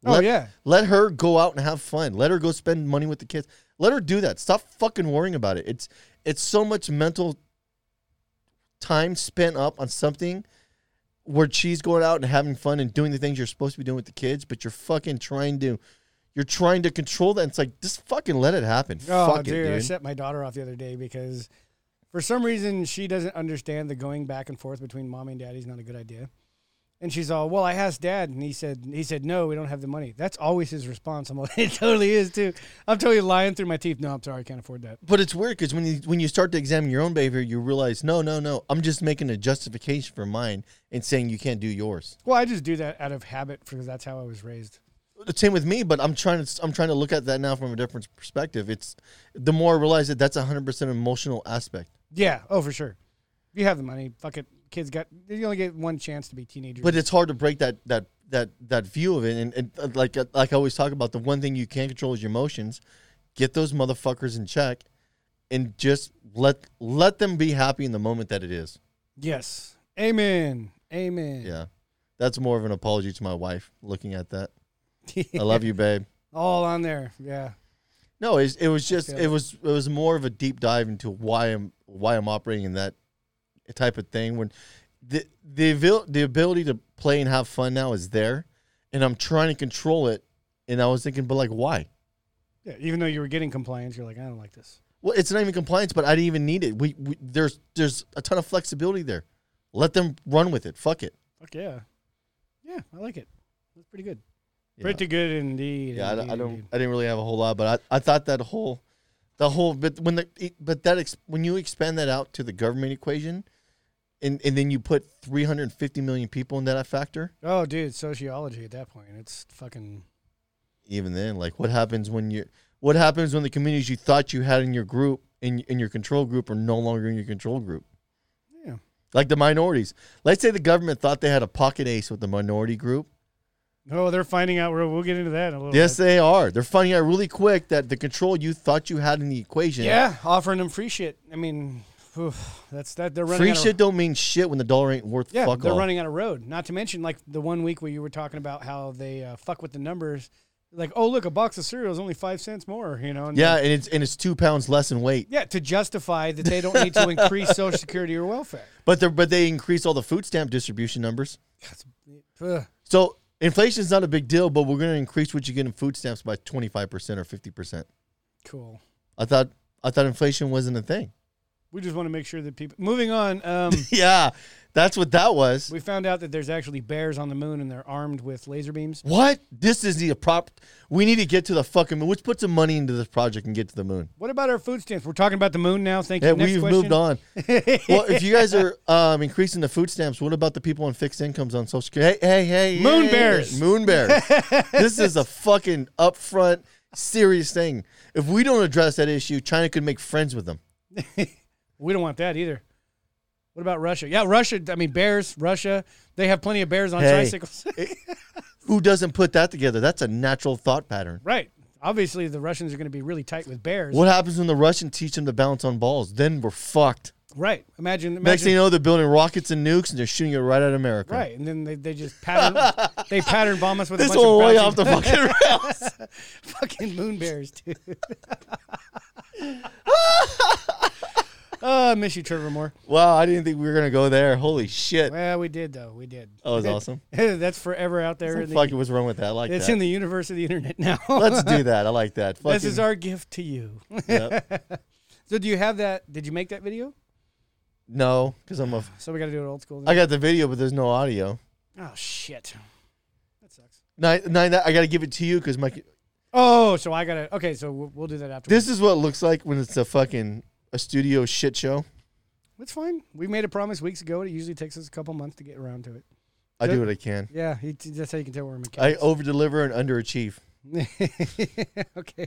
Oh,
Let-
yeah.
Let her go out and have fun. Let her go spend money with the kids. Let her do that. Stop fucking worrying about it. It's it's so much mental time spent up on something where she's going out and having fun and doing the things you're supposed to be doing with the kids, but you're fucking trying to you're trying to control that. It's like just fucking let it happen.
Oh,
Fuck
dude,
it, dude.
I set my daughter off the other day because for some reason she doesn't understand the going back and forth between mommy and daddy is not a good idea. And she's all, "Well, I asked dad, and he said he said no, we don't have the money." That's always his response. I'm like, "It totally is too." I'm totally lying through my teeth. No, I'm sorry, I can't afford that.
But it's weird because when you when you start to examine your own behavior, you realize no, no, no. I'm just making a justification for mine and saying you can't do yours.
Well, I just do that out of habit because that's how I was raised.
The Same with me, but I'm trying to I'm trying to look at that now from a different perspective. It's the more I realize that that's 100 percent emotional aspect.
Yeah, oh for sure. If you have the money, fuck it. Kids got you only get one chance to be teenagers.
But it's hard to break that that that that view of it. And, and uh, like like I always talk about, the one thing you can control is your emotions. Get those motherfuckers in check, and just let let them be happy in the moment that it is.
yes, amen, amen.
Yeah, that's more of an apology to my wife looking at that. I love you, babe.
All on there. Yeah.
No, it, it was just
feel
it was it was more of a deep dive into why I'm why I'm operating in that type of thing when the the avail- the ability to play and have fun now is there, and I'm trying to control it, and I was thinking, but like why?
Yeah, even though you were getting compliance, you're like, I don't like this.
Well, it's not even compliance, but I didn't even need it. We, we there's there's a ton of flexibility there. Let them run with it. Fuck it.
Fuck yeah, yeah, I like it. That's pretty good.
Yeah.
Pretty good indeed.
Yeah, I,
indeed,
I don't.
indeed.
I didn't really have a whole lot, but I, I thought that whole, the whole. But when the but that ex, when you expand that out to the government equation, and and then you put 350 million people in that factor.
Oh, dude, sociology at that point, it's fucking.
Even then, like what happens when you what happens when the communities you thought you had in your group in in your control group are no longer in your control group.
Yeah.
Like the minorities. Let's say the government thought they had a pocket ace with the minority group.
Oh, they're finding out. We'll, we'll get into that in a little.
Yes,
Bit.
they are. They're finding out really quick that the control you thought you had in the equation
Yeah, offering them free shit. I mean, oof, that's that they're running.
Free
out of-
shit don't mean shit when the dollar ain't worth
yeah,
fuck
they're
all.
running out of road. Not to mention, like the one week where you were talking about how they uh, fuck with the numbers. Like, oh look, a box of cereal is only five cents more. You know. And
yeah, and it's and it's two pounds less in weight,
Yeah, to justify that they don't need to increase Social Security or welfare.
but they are but they increase all the food stamp distribution numbers.
Ugh.
So inflation is not a big deal, but we're going to increase what you get in food stamps by twenty five percent or fifty percent.
Cool.
I thought I thought inflation wasn't a thing.
We just want to make sure that people. Moving on, um,
Yeah, that's what that was.
we found out that there's actually bears on the moon and they're armed with laser beams.
What? This is the prop. We need to get to the fucking moon. Let's put some money into this project and get to the moon.
What about our food stamps? We're talking about the moon now. Thank
Yeah,
you. Next
we've
question.
moved on. well, if you guys are um, increasing the food stamps, what about the people on fixed incomes on Social Security? Hey, hey, hey,
Moon
hey,
bears.
moon bears. this is a fucking upfront, serious thing. If we don't address that issue, China could make friends with them.
We don't want that either. What about Russia? Yeah, Russia. I mean, bears. Russia. They have plenty of bears on
Hey.
tricycles.
Who doesn't put that together? That's a natural thought pattern.
right. Obviously, the Russians are going to be really tight with bears.
What happens when the Russians teach them to balance on balls? Then we're fucked.
Right. Imagine. imagine
Next thing you know, they're building rockets and nukes, and they're shooting it right at America.
Right, and then they, they just pattern they pattern bomb us with
This
a bunch
one
of
way
bouncing
off the fucking rails.
fucking moon bears, dude. Uh, miss you, Trevor Moore.
Wow, I didn't think we were gonna go there. Holy shit!
Well, we did though. We did.
That was awesome.
That's forever out there. in the-
Fuck, what's wrong with that? I like
it's
that.
in the universe of the internet now.
Let's do that. I like that. Fucking,
this is our gift to you.
Yep.
So, do you have that? Did you make that video?
no, because I'm a. f-
So we got to do it old school.
I
Then.
got the video, but there's no audio.
oh shit, that sucks.
No, no, no, I got to give it to you because my.
Oh, so I gotta. Okay, so we'll, we'll do that after.
This is what it looks like when it's a fucking a studio shit show.
it's fine. We made a promise weeks ago. It usually takes us a couple months to get around to it.
I do what I can.
Yeah, he, that's how you can tell we're a
I
mechanic.
over deliver and underachieve.
okay.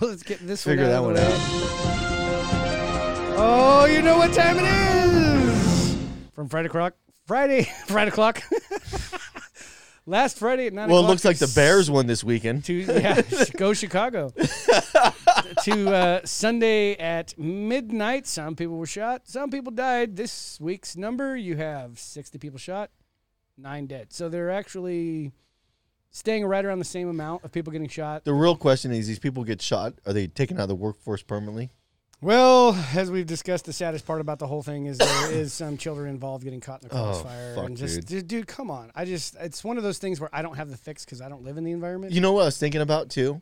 Well, let's get this
Figure that
one
one
out.
out.
that one out. Oh, you know what time it is from Friday Croc. Friday, Friday Clock. Last Friday at nine
Well, it
o'clock.
looks like the Bears won this weekend.
to yeah, go Chicago. to uh, Sunday at midnight. Some people were shot. Some people died. This week's number, you have 60 people shot, nine dead. So they're actually staying right around the same amount of people getting shot.
The real question is: These people get shot. Are they taken out of the workforce permanently?
Well, as we've discussed, the saddest part about the whole thing is there is some children involved getting caught in the
Oh,
crossfire.
fuck,
and just,
dude.
dude. dude, come on. I just, it's one of those things where I don't have the fix because I don't live in the environment.
You know what I was thinking about too,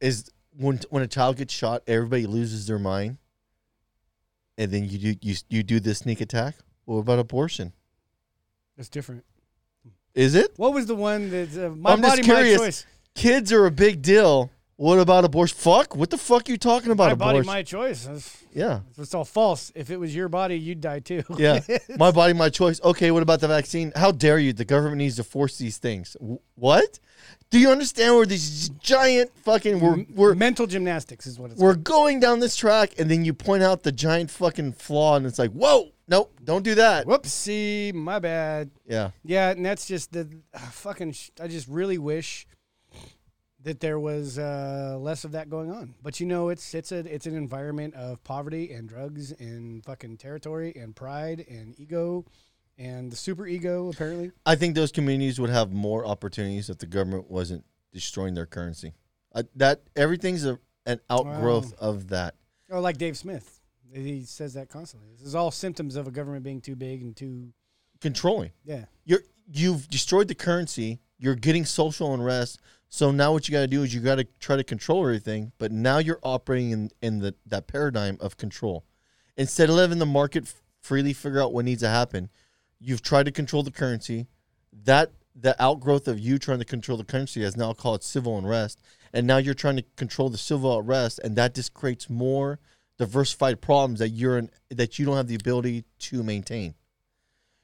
is when when a child gets shot, everybody loses their mind, and then you do you you do this sneak attack. What about abortion?
It's different.
Is it
What was the one that uh, my
I'm just
body,
curious.
my choice?
kids are a big deal? What about abortion? Fuck! What the fuck you talking about?
my
abortion?
body, my choice. That's-
yeah,
It's all false. If it was your body, you'd die too.
yeah. my body, my choice. Okay, what about the vaccine? How dare you? The government needs to force these things. Wh- What? Do you understand where these giant fucking we're we're
Mental gymnastics is what it's.
we're going down this track, and then you point out the giant fucking flaw, and it's like, whoa, nope, don't do that.
Whoopsie, my bad.
Yeah.
Yeah, and that's just the uh, fucking. Sh- I just really wish that there was uh, less of that going on. But you know, it's it's a it's an environment of poverty and drugs and fucking territory and pride and ego and the super ego apparently.
I think those communities would have more opportunities if the government wasn't destroying their currency. Uh, that everything's a, an outgrowth of that.
Or Oh, like Dave Smith, he says that constantly. This is all symptoms of a government being too big and too
Controlling.
yeah.
You're you've destroyed the currency. You're getting social unrest. So now what you got to do is you got to try to control everything. But now you're operating in in the that paradigm of control. Instead of letting the market f- freely figure out what needs to happen, you've tried to control the currency. That the outgrowth of you trying to control the currency has now called civil unrest, and now you're trying to control the civil unrest, and that just creates more diversified problems that you're in, that you don't have the ability to maintain.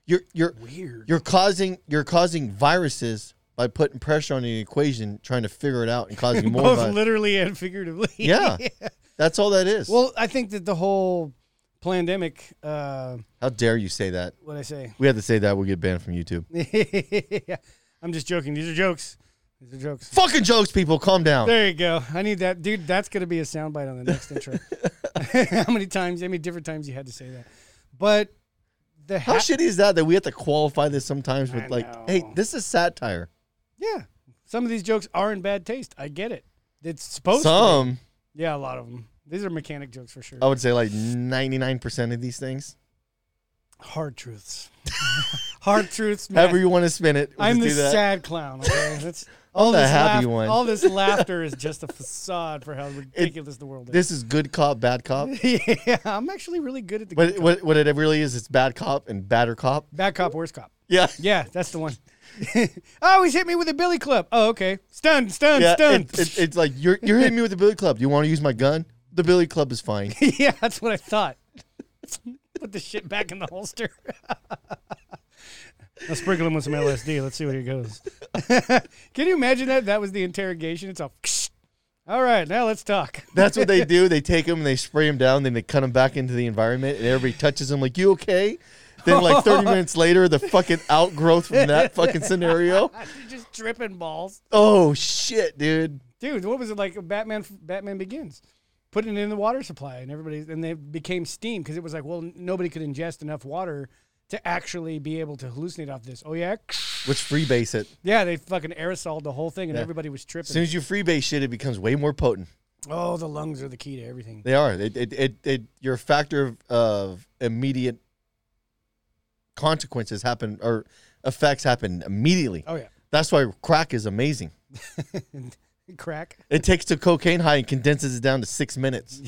You're you're
Weird.
You're causing you're causing viruses by putting pressure on the equation, trying to figure it out and causing more.
both
vi-
literally and figuratively.
yeah, that's all that is.
Well, I think that the whole pandemic, uh,
How dare you say that?
what I say?
We have to say that we'll get banned from YouTube.
I'm just joking. These are jokes. These are jokes.
Fucking jokes, people. Calm down.
There you go. I need that, dude. That's gonna be a soundbite on the next intro. how many times? How many different times you had to say that? But the
How
ha-
shitty is that that we have to qualify this sometimes
I
with like,
know.
hey, this is satire.
yeah, some of these jokes are in bad taste. I get it. It's supposed to.
Some, Oh.
Be. Yeah, a lot of them. These are mechanic jokes for sure.
I would say like 99% of these things,
Hard truths. Hard truths.
however you want to spin it. we'll
I'm
just
the
do that.
sad clown. Okay, that's
I'm
all
the
this
happy
laugh-
one.
All this laughter is just a facade for how ridiculous the world is.
This is good cop, bad cop.
yeah, I'm actually really good at the
But what, what it really is, it's bad cop and badder cop.
bad cop, worst cop.
Yeah.
Yeah, that's the one. oh, he's hit me with a billy club. Oh, okay. Stunned, stunned,
Yeah,
stunned.
it- it- it's like you're you're hitting me with the billy club. You want to use my gun? The billy club is fine.
yeah, that's what I thought. Put the shit back in the holster. I'll sprinkle him with some LSD. Let's see what he goes. Can you imagine that? That was the interrogation. It's all. All right, now let's talk.
That's what they do. They take him and they spray him down, then they cut him back into the environment, and everybody touches him like, "You okay?" Then like 30 minutes later, the fucking outgrowth from that fucking scenario.
You're just dripping balls,
Oh shit, dude.
dude. What was it like? Batman, Batman Begins, putting it in the water supply, and everybody, and they became steam because it was like, well, n- nobody could ingest enough water to actually be able to hallucinate off this. Oh yeah,
Let's freebase it.
yeah. They fucking aerosol the whole thing, and everybody was
As soon
tripping.
as you freebase shit, it becomes way more potent.
Oh, the lungs are the key to everything.
They are. It, it, it, it, your factor of, of immediate consequences happen or effects happen immediately.
Oh yeah,
That's why crack is amazing.
crack
It takes the cocaine high and condenses it down to six minutes.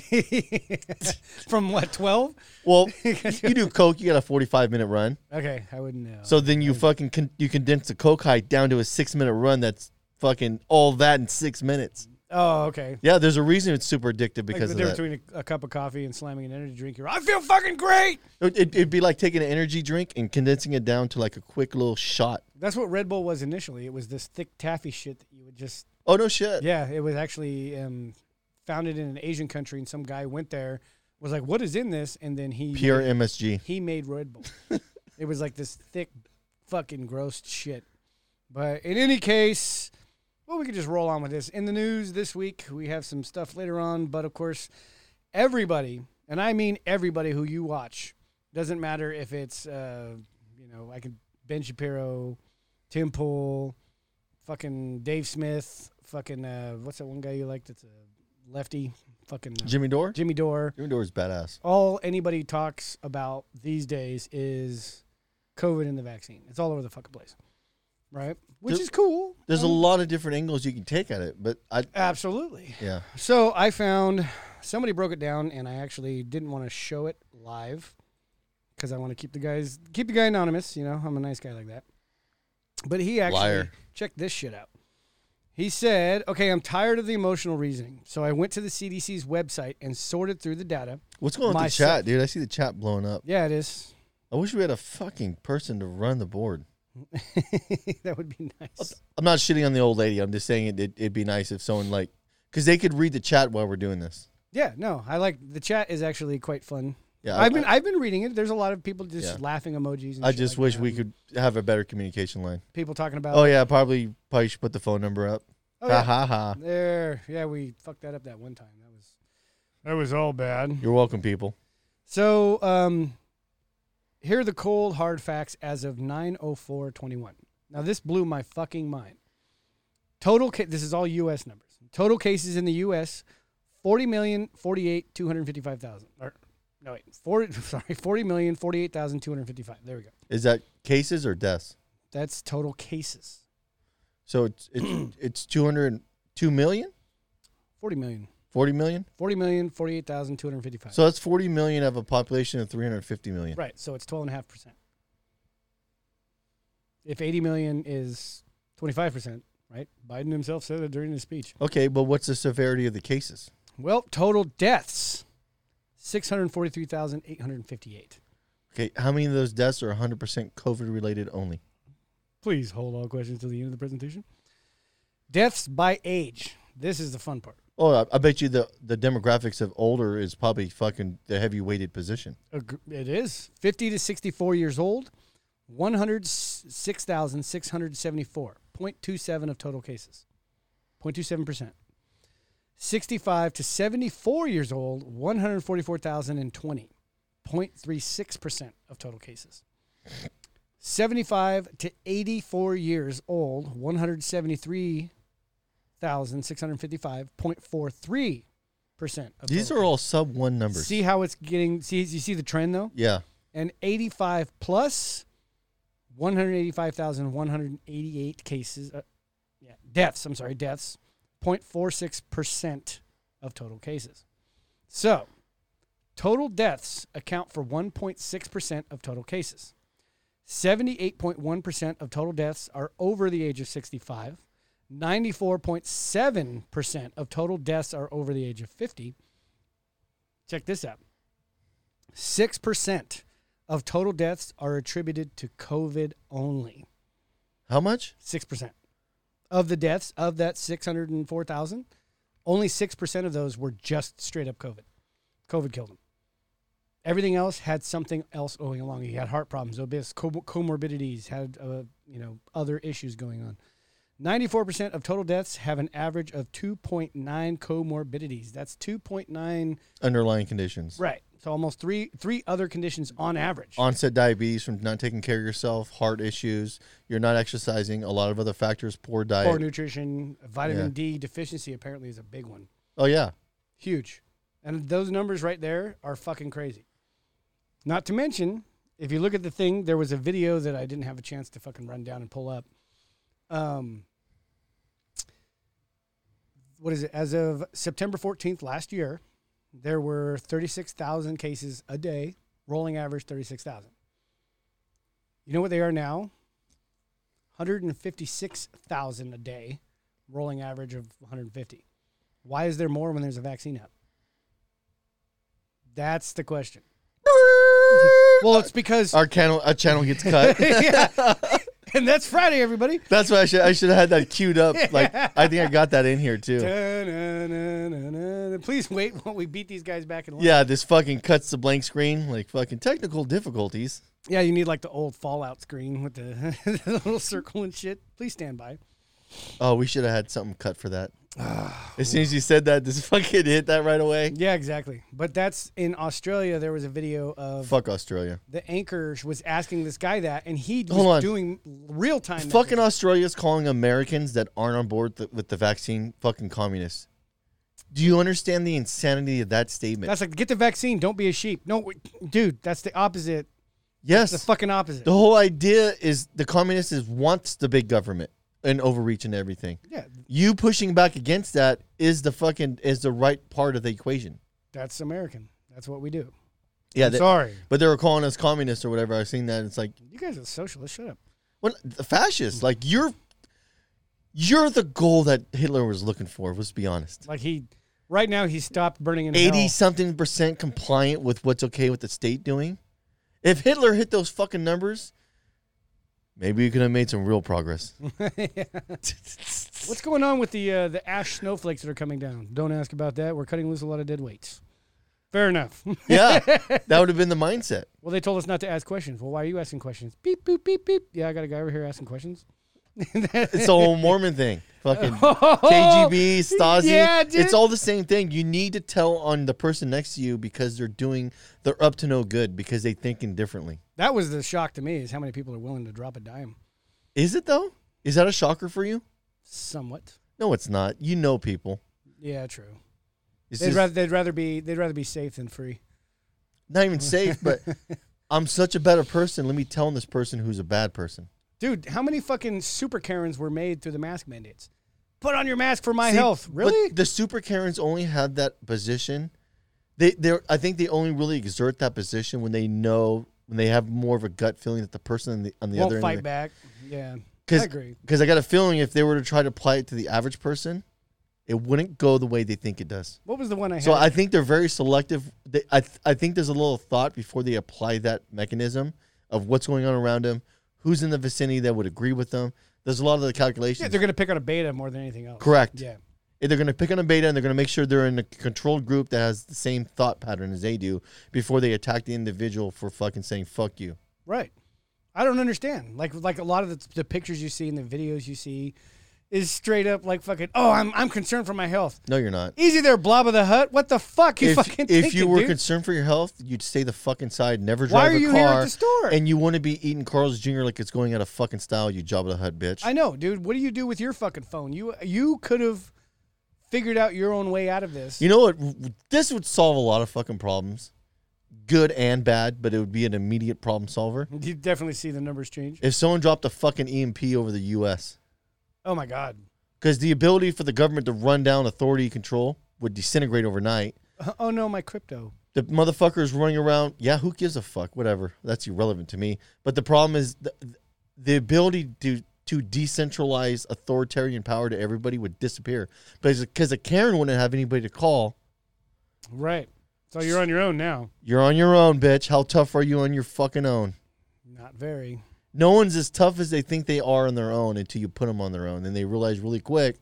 from what twelve?
Well, you do coke, you got a forty-five minute run.
Okay, I wouldn't know.
So then you fucking con- you condense the coke high down to a six-minute run. That's fucking all that in six minutes.
oh okay.
Yeah, there's a reason it's super addictive
Like the
because of
difference
that.
between a, a cup of coffee and slamming an energy drink. You're, I feel fucking great.
It, it, it'd be like taking an energy drink and condensing it down to like a quick little shot.
That's what Red Bull was initially. It was this thick taffy shit that you would just
Oh no shit!
Yeah, it was actually um, founded in an Asian country, and some guy went there, was like, "What is in this?" And then he
Pure
made,
MSG.
he made Red Bull. it was like this thick, fucking gross shit. But in any case, well, we could just roll on with this. In the news this week, we have some stuff later on, but of course, everybody, and I mean everybody who you watch, doesn't matter if it's uh, you know, I could Ben Shapiro, Tim Pool, fucking Dave Smith, fucking uh, what's that one guy you liked? That's a lefty, fucking uh,
Jimmy Dore.
Jimmy Dore
Jimmy Dore's badass.
all anybody talks about these days is COVID and the vaccine. It's all over the fucking place, right? Which
There-
is cool.
There's a lot of different angles you can take at it, but I
Absolutely.
yeah.
So I found somebody broke it down, and I actually didn't want to show it live because I want to keep the guys keep the guy anonymous. You know, I'm a nice guy like that. But he actually
Liar.
checked this shit out. He said, "Okay, I'm tired of the emotional reasoning, so I went to the CDC's website and sorted through the data.
What's going on with the
Myself.
chat, dude? I see the chat blowing up.
Yeah, it is.
I wish we had a fucking person to run the board.
that would be nice.
I'm not shitting on the old lady. I'm just saying it, it, it'd be nice if someone like, because they could read the chat while we're doing this.
Yeah, no, I like the chat is actually quite fun.
Yeah, I-
I've been I've been reading it. There's a lot of people just
Yeah.
laughing emojis. And
I
shit
just
like
wish
that.
we could have a better communication line.
people talking about.
Oh yeah, probably probably should put the phone number up.
Oh,
ha
yeah.
ha ha.
there, yeah, we fucked that up that one time. That was
That was all bad.
You're welcome, people.
so. Um, here are the cold hard facts as of 9:04:21. Now this blew my fucking mind. Total. Ca- this is all U.S. numbers. Total cases in the U.S. Forty million forty-eight two hundred fifty-five thousand. Or no wait, forty. Sorry, forty million forty-eight thousand two hundred fifty-five. There we go.
Is that cases or deaths?
That's total cases.
So it's it's it's 200 2 million,
40 million.
40 million.
40 million, 48,255.
So that's 40 million of a population of 350 million.
right. So it's 12.5%. If 80 million is 25%, right? Biden himself said it during his speech.
Okay, but what's the severity of the cases?
Well, total deaths 643,858.
Okay, how many of those deaths are 100% COVID related only?
Please hold all questions to the end of the presentation. Deaths by age. This is the fun part.
Oh, I, I bet you the, the demographics of older is probably fucking the heavy weighted position.
Ag- It is 50 to 64 years old, 106,674, 0.27 of total cases, 0.27%. 65 to 74 years old, 144,020, 0.36% of total cases. 75 to 84 years old, 173,655, 0.43%. Of
These
total
are all sub one numbers.
See how it's getting. See, you see the trend though.
yeah.
And 85 plus 185,188 cases. Uh, yeah, deaths. I'm sorry, deaths. 0.46 percent of total cases. So, total deaths account for 1.6 percent of total cases. 78.1 percent of total deaths are over the age of 65. 94.7 percent of total deaths are over the age of 50. Check this out. 6% of total deaths are attributed to COVID only.
How much?
6%. Of the deaths, of that 604,000, only 6% of those were just straight up COVID. COVID killed them. Everything else had something else going along. He had heart problems, obese, com- comorbidities, had uh, you know other issues going on. 94% of total deaths have an average of 2.9 comorbidities. That's 2.9
Underlying conditions.
right. So almost 3 3 other conditions on average.
Onset diabetes from not taking care of yourself, heart issues, you're not exercising, a lot of other factors, poor diet.
Poor nutrition, vitamin
Yeah.
D deficiency apparently is a big one.
oh, yeah.
Huge. And those numbers right there are fucking crazy. Not to mention, if you look at the thing, there was a video that I didn't have a chance to fucking run down and pull up. Um, what is it? As of September 14th last year, there were 36,000 cases a day, rolling average 36,000. You know what they are now? 156,000 a day, rolling average of 150. Why is there more when there's a vaccine out? That's the question. Well, it's because
Our channel, our channel gets cut.
yeah. and that's Friday, everybody.
That's why I should I should have had that queued up. Like I think I got that in here too.
Da-na-na-na-na. Please wait while we beat these guys back in line.
Yeah, this fucking cuts the blank screen. Like fucking technical difficulties.
Yeah, you need like the old Fallout screen with the, the little circle and shit. Please stand by.
Oh, we should have had something cut for that. as soon as you said that, this fucking hit that right away.
Yeah, exactly. But that's in Australia. There was a video of
Fuck Australia.
the anchor was asking this guy that, and he was
Hold on.
doing real time.
Fucking Australia's calling Americans that aren't on board th- with the vaccine fucking communists. Do you understand the insanity of that statement?
That's like get the vaccine. Don't be a sheep. No, wait, dude, that's the opposite.
yes.
The fucking opposite.
The whole idea is the communists is wants the big government and overreach and everything.
Yeah,
You pushing back against that is the fucking is the right part of the equation.
that's American. That's what we do.
Yeah,
I'm
they-
sorry,
but they were calling us communists or whatever. I've seen that. And it's like
you guys are socialists. Shut up.
well, the fascists. Like you're you're the goal that Hitler was looking for. Let's be honest.
Like he, right now, he stopped burning in
Eighty
hell.
something percent compliant with what's okay with the state doing. If Hitler hit those fucking numbers, maybe we could have made some real progress.
What's going on with the uh, the ash snowflakes that are coming down? Don't ask about that. We're cutting loose a lot of dead weights. Fair enough.
yeah, that would have been the mindset.
well, they told us not to ask questions. Well, why are you asking questions? Beep boop beep beep. Yeah, I got a guy over here asking questions.
It's the whole Mormon thing. Fucking KGB, Stasi.
Oh, Yeah, dude.
It's all the same thing. You need to tell on the person next to you because they're doing, they're up to no good because they thinking differently.
That was the shock to me is how many people are willing to drop a dime.
Is it though? Is that a shocker for you?
Somewhat.
No, it's not. You know people.
Yeah, true.
It's
They'd
just
rather they'd rather be they'd rather be safe than free.
not even safe, but I'm such a better person. Let me tell this person who's a bad person.
Dude, how many fucking super Karens were made through the mask mandates? Put on your mask for my
See,
health.
but
Really?
the super Karens only had that position. They, they, I think they only really exert that position when they know when they have more of a gut feeling that the person on the, on the other
Won't
end of
fight
the-
back. Yeah. I
Cause,
agree.
Because I got a feeling if they were to try to apply it to the average person, it wouldn't go the way they think it does.
What was the one I had?
So I think they're very selective. They, I, th- I think there's a little thought before they apply that mechanism of what's going on around them, who's in the vicinity that would agree with them. There's a lot of the
Yeah,
calculations.
they're going to pick on a beta more than anything else.
Correct.
Yeah.
And they're going to pick on a beta and they're going to make sure they're in a controlled group that has the same thought pattern as they do before they attack the individual for fucking saying fuck you.
Right. I don't understand. Like like a lot of the, the pictures you see and the videos you see is straight up like fucking, oh, I'm, I'm concerned for my health.
No, you're not.
Easy there, blob of the hut. What the fuck you
if,
fucking
if
thinking,
you were
dude?
concerned for your health, you'd stay the fuck inside, never
Why
drive
are
a
you
car,
here at the store?
and you want to be eating Carl's Jr. like it's going out of fucking style. You Jabba the Hutt, bitch.
I know, dude. What do you do with your fucking phone? You you could have figured out your own way out of this.
you know what? This would solve a lot of fucking problems, good and bad, but it would be an immediate problem solver.
You definitely see the numbers change.
If someone dropped a fucking EMP over the U.S.,
Oh my god.
because the ability for the government to run down authority control would disintegrate overnight.
Oh no, my crypto.
the motherfuckers running around. Yeah, who gives a fuck? Whatever. That's irrelevant to me. But the problem is the, the ability to to decentralize authoritarian power to everybody would disappear. But because a Karen wouldn't have anybody to call,
Right. So you're on your own now.
you're on your own, bitch. How tough are you on your fucking own?
Not very.
No one's as tough as they think they are on their own until you put them on their own. And they realize really quick,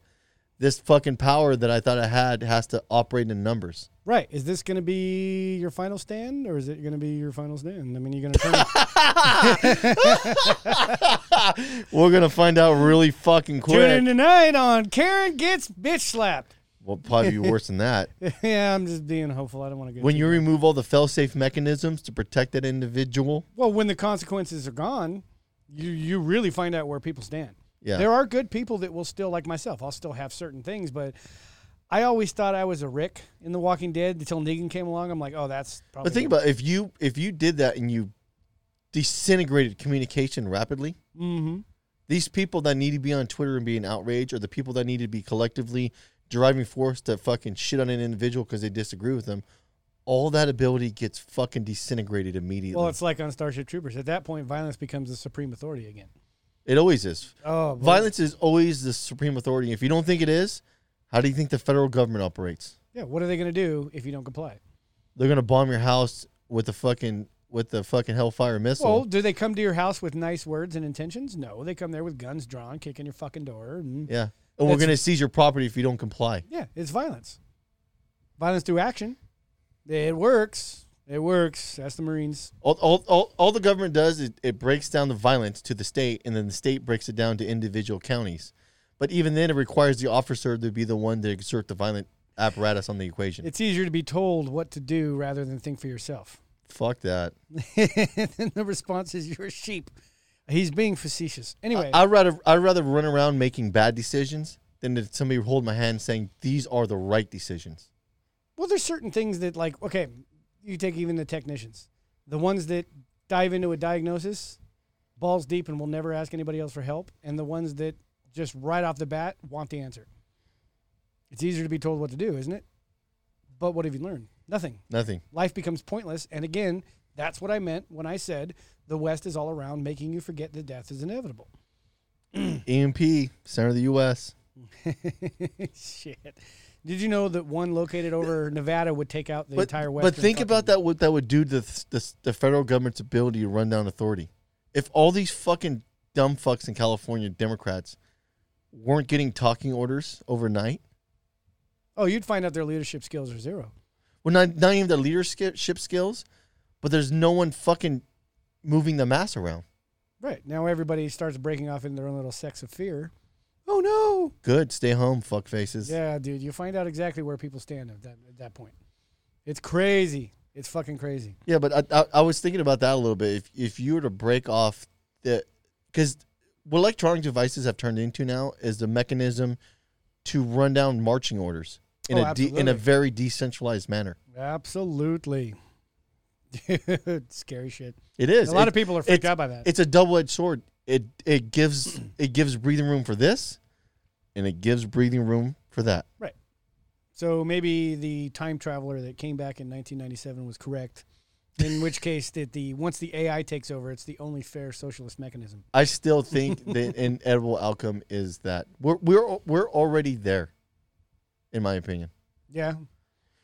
this fucking power that I thought I had has to operate in numbers.
Right. Is this going to be your final stand, or is it going to be your final stand? I mean, you're going to turn.
We're gonna find out really fucking
Tune
quick.
in tonight on Karen gets bitch slapped.
Well, probably be worse than that.
yeah, I'm just being hopeful. I don't want to get
when
too-
you remove all the fail-safe mechanisms to protect that individual
well when the consequences are gone, you you really find out where people stand.
Yeah.
There are good people that will still like myself. I'll still have certain things, but I always thought I was a Rick in The Walking Dead until Negan came along. I'm like, oh, that's probably.
But think about it, if you if you did that and you disintegrated communication rapidly,
Mm-hmm.
these people that need to be on Twitter and be in outrage are the people that need to be collectively driving force to fucking shit on an individual because they disagree with them. All that ability gets fucking disintegrated immediately.
Well, it's like on Starship Troopers. At that point, violence becomes the supreme authority again.
it always is.
Oh, boy.
Violence is always the supreme authority. If you don't think it is, how do you think the federal government operates?
Yeah, what are they going to do if you don't comply?
They're gonna bomb your house with the fucking with the fucking hellfire missile.
Well, do they come to your house with nice words and intentions? No, they come there with guns drawn, kicking your fucking door. And yeah.
yeah, and we're
That's-
gonna seize your property if you don't comply.
it's violence. Violence through action. It works. It works. That's the Marines.
All, all, all, all the government does is it breaks down the violence to the state, and then the state breaks it down to individual counties. But even then, it requires the officer to be the one to exert the violent apparatus on the equation.
It's easier to be told what to do rather than think for yourself.
Fuck that.
and then the response is, "You're a sheep." He's being facetious. Anyway,
I'd rather I'd rather run around making bad decisions than that somebody hold my hand saying these are the right decisions.
Well, there's certain things that, like, okay, you take even the technicians, the ones that dive into a diagnosis balls deep and will never ask anybody else for help, and the ones that just right off the bat want the answer. It's easier to be told what to do, isn't it? But what have you learned? Nothing.
Nothing.
Life becomes pointless. And again, that's what I meant when I said the West is all around, making you forget that death is inevitable.
EMP, E center of the U.S.
Shit. Did you know that one located over Nevada would take out the
but,
entire West?
but think about that what that would do to the, the, the federal government's ability to run down authority. If all these fucking dumb fucks in California, Democrats, weren't getting talking orders overnight,
Oh, you'd find out their leadership skills are zero.
well, not, not even the leadership skills, but there's no one fucking moving the mass around.
Right. Now everybody starts breaking off in their own little sects of fear. Oh no.
Good, stay home, fuck faces.
Yeah, dude, you find out exactly where people stand at that at that point. It's crazy. It's fucking crazy.
Yeah, but I, I, I was thinking about that a little bit. If if you were to break off the, because what electronic devices have turned into now is the mechanism to run down marching orders in
Oh,
a de, in a
absolutely.
very decentralized manner.
Absolutely. Dude, scary shit.
It is
A lot
It-
of people are freaked
it's-
out by that.
It's a double edged sword. It it gives it gives breathing room for this, and it gives breathing room for that.
So maybe the time traveler that came back in 1997 was correct. In which case, that the once the AI takes over, it's the only fair socialist mechanism.
I still think the inedible outcome is that we're we're we're already there, in my opinion.
Yeah,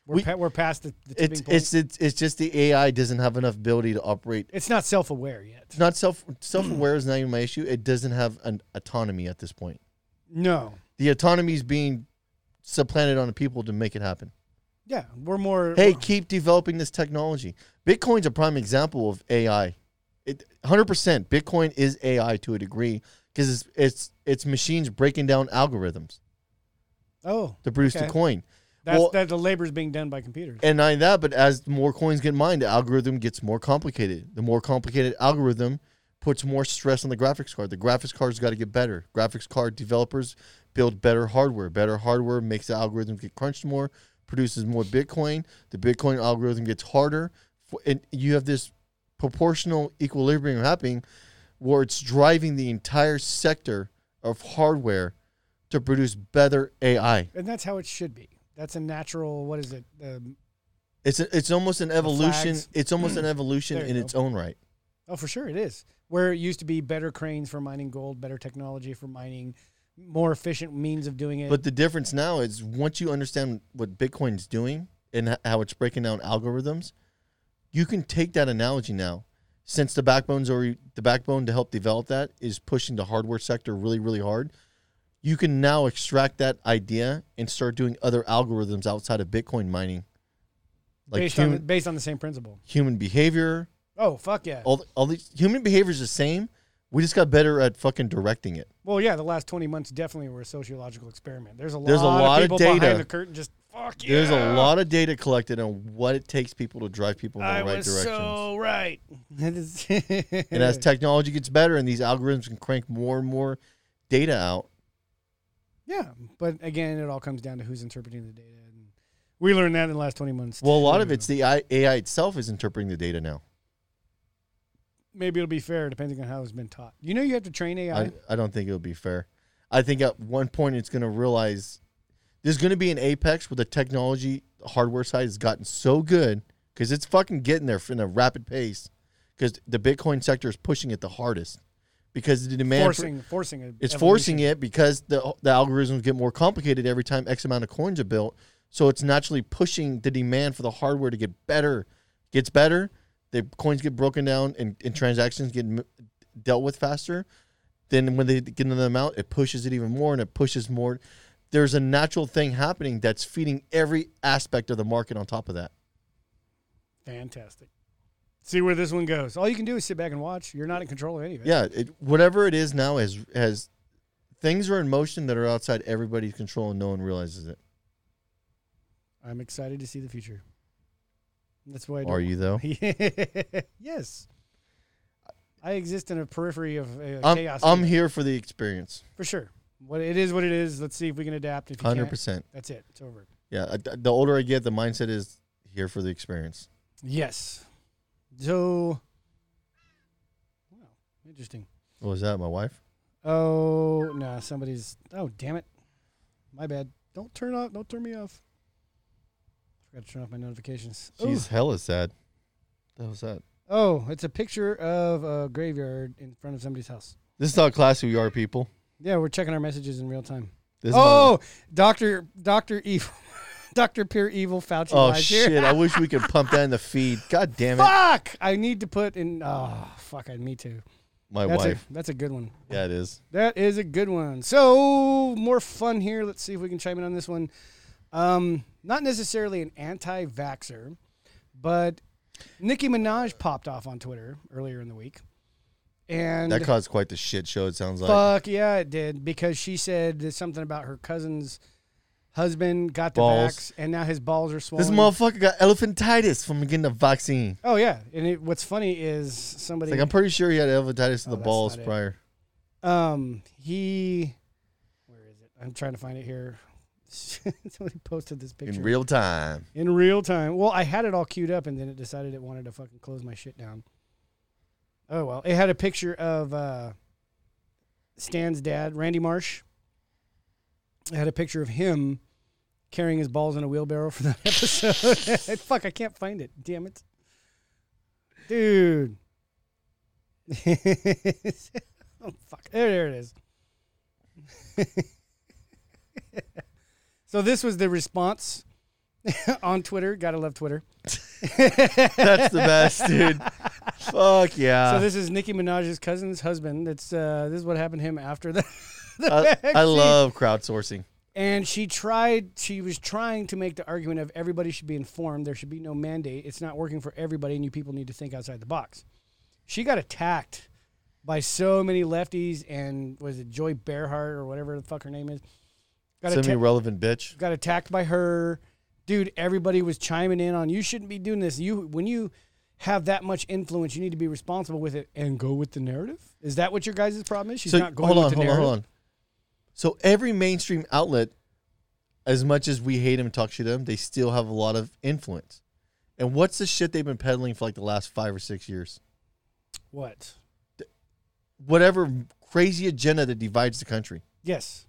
we're
We-
pa- we're past the, the tipping
it's,
point.
it's it's it's just the AI doesn't have enough ability to operate.
it's not self-aware yet.
It's not self self aware is not even my issue. It doesn't have an autonomy at this point.
No.
The autonomy is being supplanted on the people to make it happen.
Yeah, we're more.
Hey, keep developing this technology. Bitcoin's a prime example of AI. It hundred percent. Bitcoin is AI to a degree because it's it's it's machines breaking down algorithms
oh,
to produce
Okay.
the coin.
that's
Well-
that the labor's being done by computers.
And not only that, but as more coins get mined, the algorithm gets more complicated. The more complicated algorithm puts more stress on the graphics card. The graphics card's got to get better. Graphics card developers build better hardware. Better hardware makes the algorithm get crunched more, produces more Bitcoin. The Bitcoin algorithm gets harder. F- And you have this proportional equilibrium happening where it's driving the entire sector of hardware to produce better AI.
And that's how it should be. That's a natural. What is it? Um,
It's a, it's almost an evolution.
flags. Mm.
It's almost an evolution
There you
in
go.
its own right.
oh, for sure, it is. Where it used to be better cranes for mining gold, better technology for mining, more efficient means of doing it.
But the difference now is once you understand what Bitcoin's doing and h- how it's breaking down algorithms, you can take that analogy now. Since the backbone's already the backbone to help develop that is pushing the hardware sector really really hard, you can now extract that idea and start doing other algorithms outside of Bitcoin mining, like
based on
human,
the, based on the same principle.
human behavior.
Oh fuck yeah!
All all these human behavior is the same. We just got better at fucking directing it.
Well, yeah, the last twenty months definitely were a sociological experiment. There's a lot,
There's a lot of
of people
data.
behind the curtain just fuck yeah.
There's a lot of data collected on what it takes people to drive people in the
I
right
was
directions.
so right.
and as technology gets better and these algorithms can crank more and more data out,
Yeah, but again, it all comes down to who's interpreting the data, and we learned that in the last twenty months.
Well, a lot of
too.
it's the AI AI itself is interpreting the data now.
maybe it'll be fair depending on how it's been taught. You know, you have to train AI.
I, I don't think it would be fair. I think at one point it's going to realize there's going to be an apex where the technology the hardware side has gotten so good because it's fucking getting there in a rapid pace because the Bitcoin sector is pushing it the hardest because the demand for-
forcing, forcing it.
it's forcing it because the the algorithms get more complicated every time X amount of coins are built. So it's naturally pushing the demand for the hardware to get better. Gets better, the coins get broken down and, and transactions get m- dealt with faster. Then when they get another amount, it pushes it even more and it pushes more. There's a natural thing happening that's feeding every aspect of the market on top of that.
Fantastic. See where this one goes. All you can do is sit back and watch. You're not in control of any of it.
Yeah, it, whatever it is now has has things are in motion that are outside everybody's control and no one realizes it.
I'm excited to see the future. That's why. I don't
Are you though?
yes. I exist in a periphery of uh,
I'm,
chaos.
I'm here for the experience,
for sure. What it is, what it is. Let's see if we can adapt. If you
hundred
100%.
percent.
that's it. It's over.
Yeah, I- the older I get, the mindset is here for the experience.
Yes. So. Wow. Interesting.
What was that? My wife?
Oh no! somebody's. Oh damn it! My bad. Don't turn off. Don't turn me off. Forgot to turn off my notifications. Ooh.
She's hella sad. That was that.
Oh, it's a picture of a graveyard in front of somebody's house.
This is how classy we are, people.
Yeah, we're checking our messages in real time.
This is
Oh, Doctor Doctor Evil, Doctor Pure Evil Fauci
how- oh
lies
shit!
here.
I wish we could pump that in the feed. God damn it,
Fuck! I need to put in. Oh, fuck! I need to.
my
That's
wife.
a that's a good one.
Yeah, it is.
That is a good one. So more fun here. Let's see if we can chime in on this one. Um, not necessarily an anti-vaxer, but Nicki Minaj popped off on Twitter earlier in the week, and
That caused quite the shit show. It sounds like.
fuck yeah, it did because she said that something about her cousin's husband got the
Balls.
vax, and now his balls are swollen.
This motherfucker got elephantitis from getting the vaccine.
oh yeah, and it, what's funny is somebody
It's like I'm pretty sure he had elephantitis in the
Oh, that's
balls
not it.
prior.
Um, he, where is it? I'm trying to find it here. Somebody posted this picture
In real time.
in real time. Well, I had it all queued up, and then it decided it wanted to fucking close my shit down. Oh well, it had a picture of uh, Stan's dad, Randy Marsh. It had a picture of him carrying his balls in a wheelbarrow for that episode. Fuck, I can't find it. Damn it, dude. oh fuck! There, there it is. so this was the response on Twitter. Gotta love Twitter.
That's the best, dude. Fuck yeah.
So this is Nicki Minaj's cousin's husband. That's uh, this is what happened to him after that.
I, I
vaccine.
love crowdsourcing.
And she tried. She was trying to make the argument of everybody should be informed. There should be no mandate. It's not working for everybody, and you people need to think outside the box. She got attacked by so many lefties, and was it Joy Bearhart or whatever the fuck her name is? Got
Send me
atta-
relevant, bitch.
got attacked by her. Dude, everybody was chiming in on you shouldn't be doing this. You when you have that much influence, you need to be responsible with it and go with the narrative. Is that what your guys' problem is? She's not going
hold
with
on,
the
hold on,
narrative.
hold on. So every mainstream outlet, as much as we hate them, talk shit to them, they still have a lot of influence. And what's the shit they've been peddling for like the last five or six years?
What?
Whatever crazy agenda that divides the country.
Yes.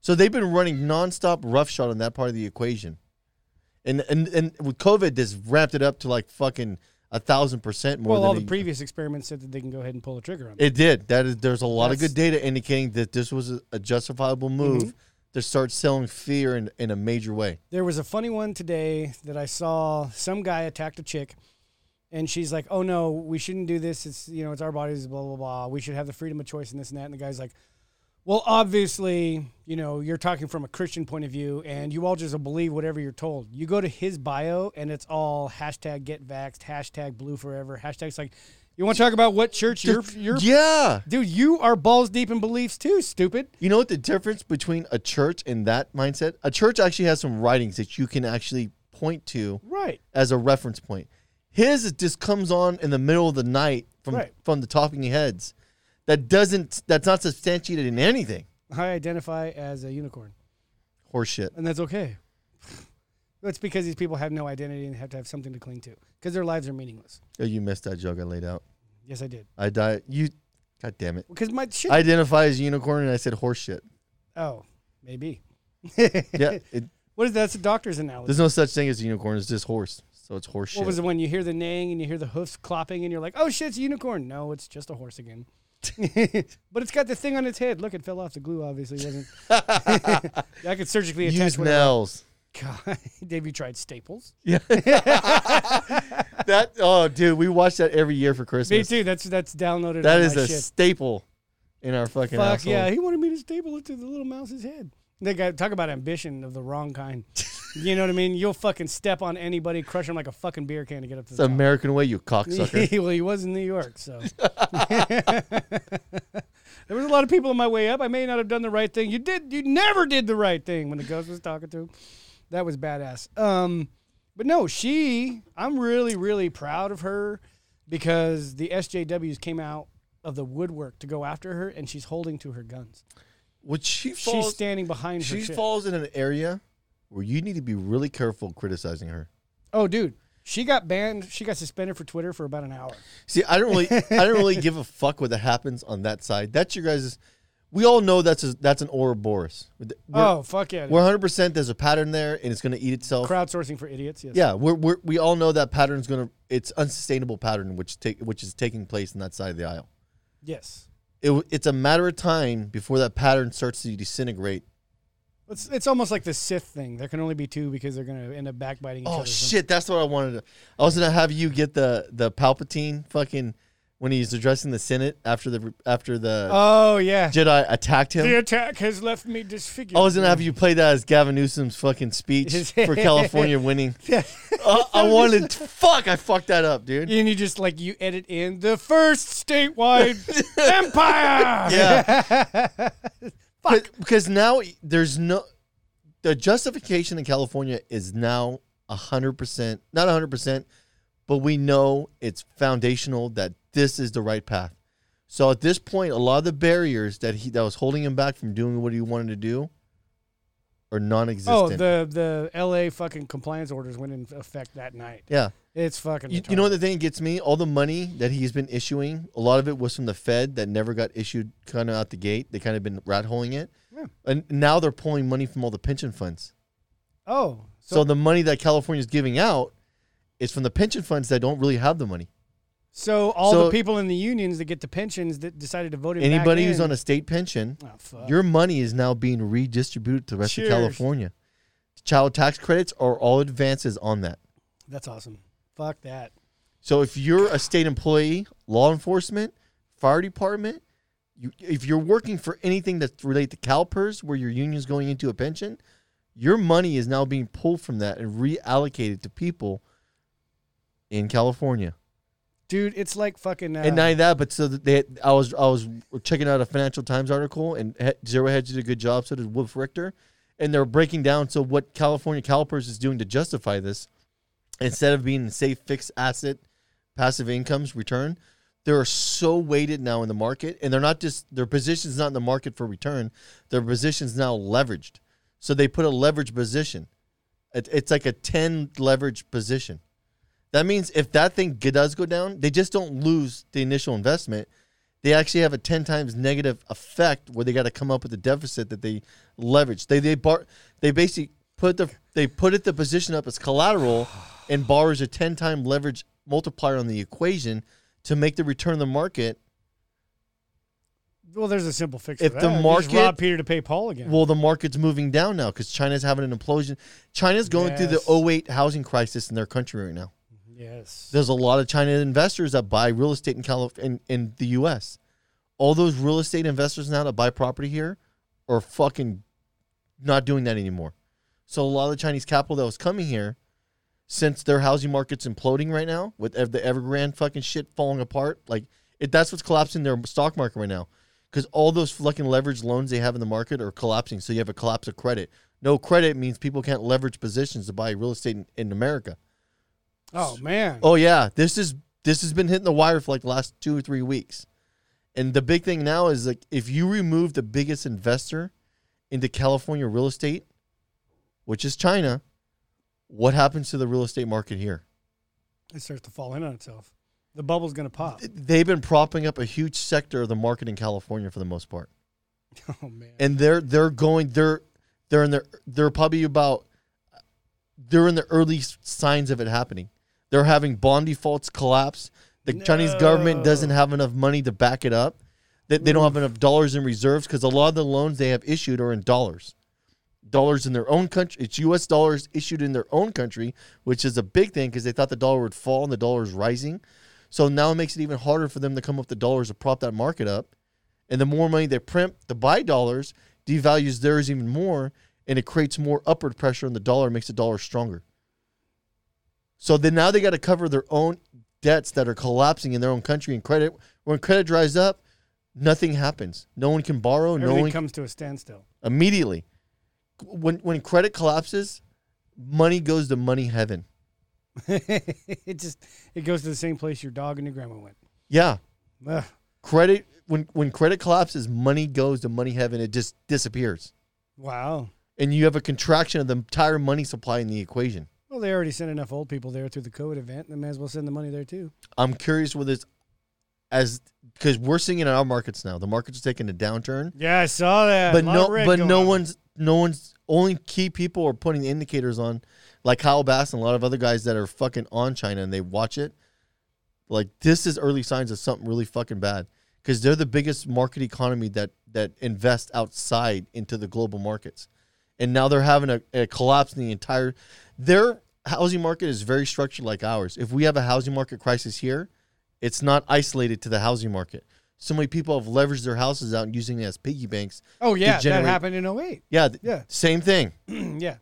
So they've been running nonstop roughshod on that part of the equation. And and and with COVID, this ramped it up to like fucking a thousand percent more.
well,
than
all the
it-
previous experiments said that they can go ahead and pull a trigger on it.
It did. That is, there's a lot of
That's-
good data indicating that this was a, a justifiable move to start selling fear in, in a major way.
There was a funny one today that I saw some guy attacked a chick and she's like, "Oh no, we shouldn't do this. It's you know, it's our bodies blah blah blah. We should have the freedom of choice and this and that." And the guy's like, "Well, obviously, you know, you're talking from a Christian point of view and you all just believe whatever you're told. You go to his bio and it's all hashtag get vaxxed, hashtag blue forever, hashtags like you want to talk about what church you're you're
yeah.
Dude, you are balls deep in beliefs too, stupid.
You know what the difference between a church and that mindset? A church actually has some writings that you can actually point to
Right.
as a reference point. His it just comes on in the middle of the night from
Right.
from the talking heads. That doesn't that's not substantiated in anything.
I identify as a unicorn,
Horseshit.
and that's okay. That's because these people have no identity and have to have something to cling to because their lives are meaningless.
Oh, you missed that joke I laid out.
Yes, I did.
I died. You. God damn it.
Because my shit.
I identify as unicorn and I said horseshit.
oh, maybe.
Yeah. It,
What is that? That's a doctor's analogy.
there's no such thing as a unicorn. It's just horse. So it's horseshit.
What was the one you hear the neighing and you hear the hoofs clopping and you're like, oh shit, it's a unicorn. No, it's just a horse again. but it's got the thing on its head. Look, it fell off. The glue obviously wasn't. I could surgically attach
Use
whatever.
nails.
God, Dave, you tried staples.
That. Oh, dude, we watch that every year for
Me
Christmas.
too. That's that's downloaded.
That
on
is
my
a
shit.
staple in our fucking
fuck
household.
yeah. He wanted me to staple it to the little mouse's head. That guy talk about ambition of the wrong kind. you know what I mean? You'll fucking step on anybody, crush them like a fucking beer can to get up to
It's
the
the
top.
American way, you cocksucker.
well, he was in New York, so there was a lot of people on my way up. I may not have done the right thing. You did. You never did the right thing when the ghost was talking to him. That was badass. Um, but no, she. I'm really, really proud of her because the SJWs came out of the woodwork to go after her, and she's holding to her guns.
When she
she's
falls,
standing behind her.
she
shit.
falls in an area where you need to be really careful criticizing her.
oh, dude. She got banned. She got suspended for Twitter for about an hour.
See, I don't really, I don't really give a fuck what that happens on that side. That's your guys'. We all know that's a, that's an Ouroboros. We're,
oh, fuck yeah. dude.
we're 100. percent There's a pattern there, and it's going to eat itself.
Crowdsourcing for idiots. Yes.
Yeah, we're, we're, we all know that pattern's going to. It's unsustainable pattern which take which is taking place on that side of the aisle.
Yes.
It, w- it's a matter of time before that pattern starts to disintegrate.
It's, it's almost like the Sith thing. There can only be two because they're going to end up backbiting each other.
Oh shit, that's what I wanted to. I was gonna have you get the the Palpatine fucking when he's addressing the Senate after the after the
Oh, yeah.
Jedi attacked him.
The attack has left me disfigured.
I was gonna have you play that as Gavin Newsom's fucking speech
His-
for California winning. Uh, I wanted fuck, I fucked that up, dude.
And you just like, you edit in the first statewide empire.
Yeah, But- because now there's no the justification in California is now hundred percent, not hundred percent, but we know it's foundational that this is the right path. So at this point, a lot of the barriers that he that was holding him back from doing what he wanted to do are non-existent.
Oh, the, the LA fucking compliance orders went in effect that night.
yeah.
It's fucking.
You, you know what
retarded.
the thing that gets me? All the money that he's been issuing, a lot of it was from the Fed that never got issued kind of out the gate. They kind of been rat holing it.
Yeah.
And now they're pulling money from all the pension funds.
Oh,
So,
so, so,
the money that California's giving out is from the pension funds that don't really have the money.
all
so-
the people in the unions that get the pensions that decided to vote him
Anybody
back
who's
in-
on a state pension,
Oh, fuck.
your money is now being redistributed to the rest
Cheers.
of California. Child tax credits are all advances on that.
That's awesome. Fuck that.
So if you're a state employee, law enforcement, fire department, you, if you're working for anything that's related to CalPERS, where your union's going into a pension, your money is now being pulled from that and reallocated to people in California.
Dude, it's like fucking. Uh,
And not only that, but so that they, I was I was checking out a Financial Times article, and He- Zero Hedge did a good job. So did Wolf Richter, and they're breaking down so what California CalPERS is doing to justify this. Instead of being safe fixed asset, passive incomes return, they are so weighted now in the market, and they're not just their position's not in the market for return. Their position's now leveraged, so they put a leveraged position. It- It's like a ten leverage position. That means if that thing g- does go down, they just don't lose the initial investment. They actually have a ten times negative effect where they got to come up with a deficit that they leverage. They they bar they basically put the they put it the position up as collateral and borrows a ten time leverage multiplier on the equation to make the return of the market.
Well, there's a simple fix.
If
for
the
that. You just
market-
rob Peter to pay Paul again.
Well, the market's moving down now because China's having an implosion. China's going through
Yes.
the 08 housing crisis in their country right now.
yes.
there's a lot of China investors that buy real estate in California in, in the US. All those real estate investors now that buy property here are fucking not doing that anymore. So a lot of the Chinese capital that was coming here, since their housing market's imploding right now with ev- the Evergrande fucking shit falling apart, like it, that's what's collapsing their stock market right now. Because all those fucking leveraged loans they have in the market are collapsing. So you have a collapse of credit. No credit means people can't leverage positions to buy real estate in, in America.
oh man.
Oh yeah, this is this has been hitting the wire for like the last two or three weeks, And the big thing now is like if you remove the biggest investor into California real estate, which is China, what happens to the real estate market here?
It starts to fall in on itself. The bubble's gonna pop.
They've been propping up a huge sector of the market in California for the most part.
Oh man.
and they're they're going they're they're in their they're probably about they're in the early s- signs of it happening. They're having bond defaults collapse. The Chinese government doesn't have enough money to back it up. They, they don't have enough dollars in reserves because a lot of the loans they have issued are in dollars. Dollars in their own country. It's US dollars issued in their own country, which is a big thing because they thought the dollar would fall and the dollar is rising. So now it makes it even harder for them to come up with the dollars to prop that market up and the more money they print to buy dollars devalues theirs even more and it creates more upward pressure on the dollar makes the dollar stronger so then now they got to cover their own debts that are collapsing in their own country and credit when credit dries up nothing happens no one can borrow no
Everything
one
comes to a standstill.
immediately when when credit collapses money goes to money heaven
it just it goes to the same place your dog and your grandma went.
yeah
Ugh.
credit when when credit collapses money goes to money heaven it just disappears
Wow.
and you have a contraction of the entire money supply in the equation.
Well, they already sent enough old people there through the COVID event. They may as well send the money there too.
I'm curious whether it's as because we're seeing it in our markets now. The markets are taking a downturn,
Yeah, I saw that.
but no, but no one's no one's only key people are putting indicators on, like Kyle Bass and a lot of other guys that are fucking on China and they watch it. Like this is early signs of something really fucking bad because they're the biggest market economy that that invests outside into the global markets, and now they're having a, a collapse in the entire. Their housing market is very structured like ours. If we have a housing market crisis here, it's not isolated to the housing market. So many people have leveraged their houses out and using it as piggy banks.
Oh yeah,
generate-
that happened in 08.
Yeah, th-
Yeah.
same thing.
yeah.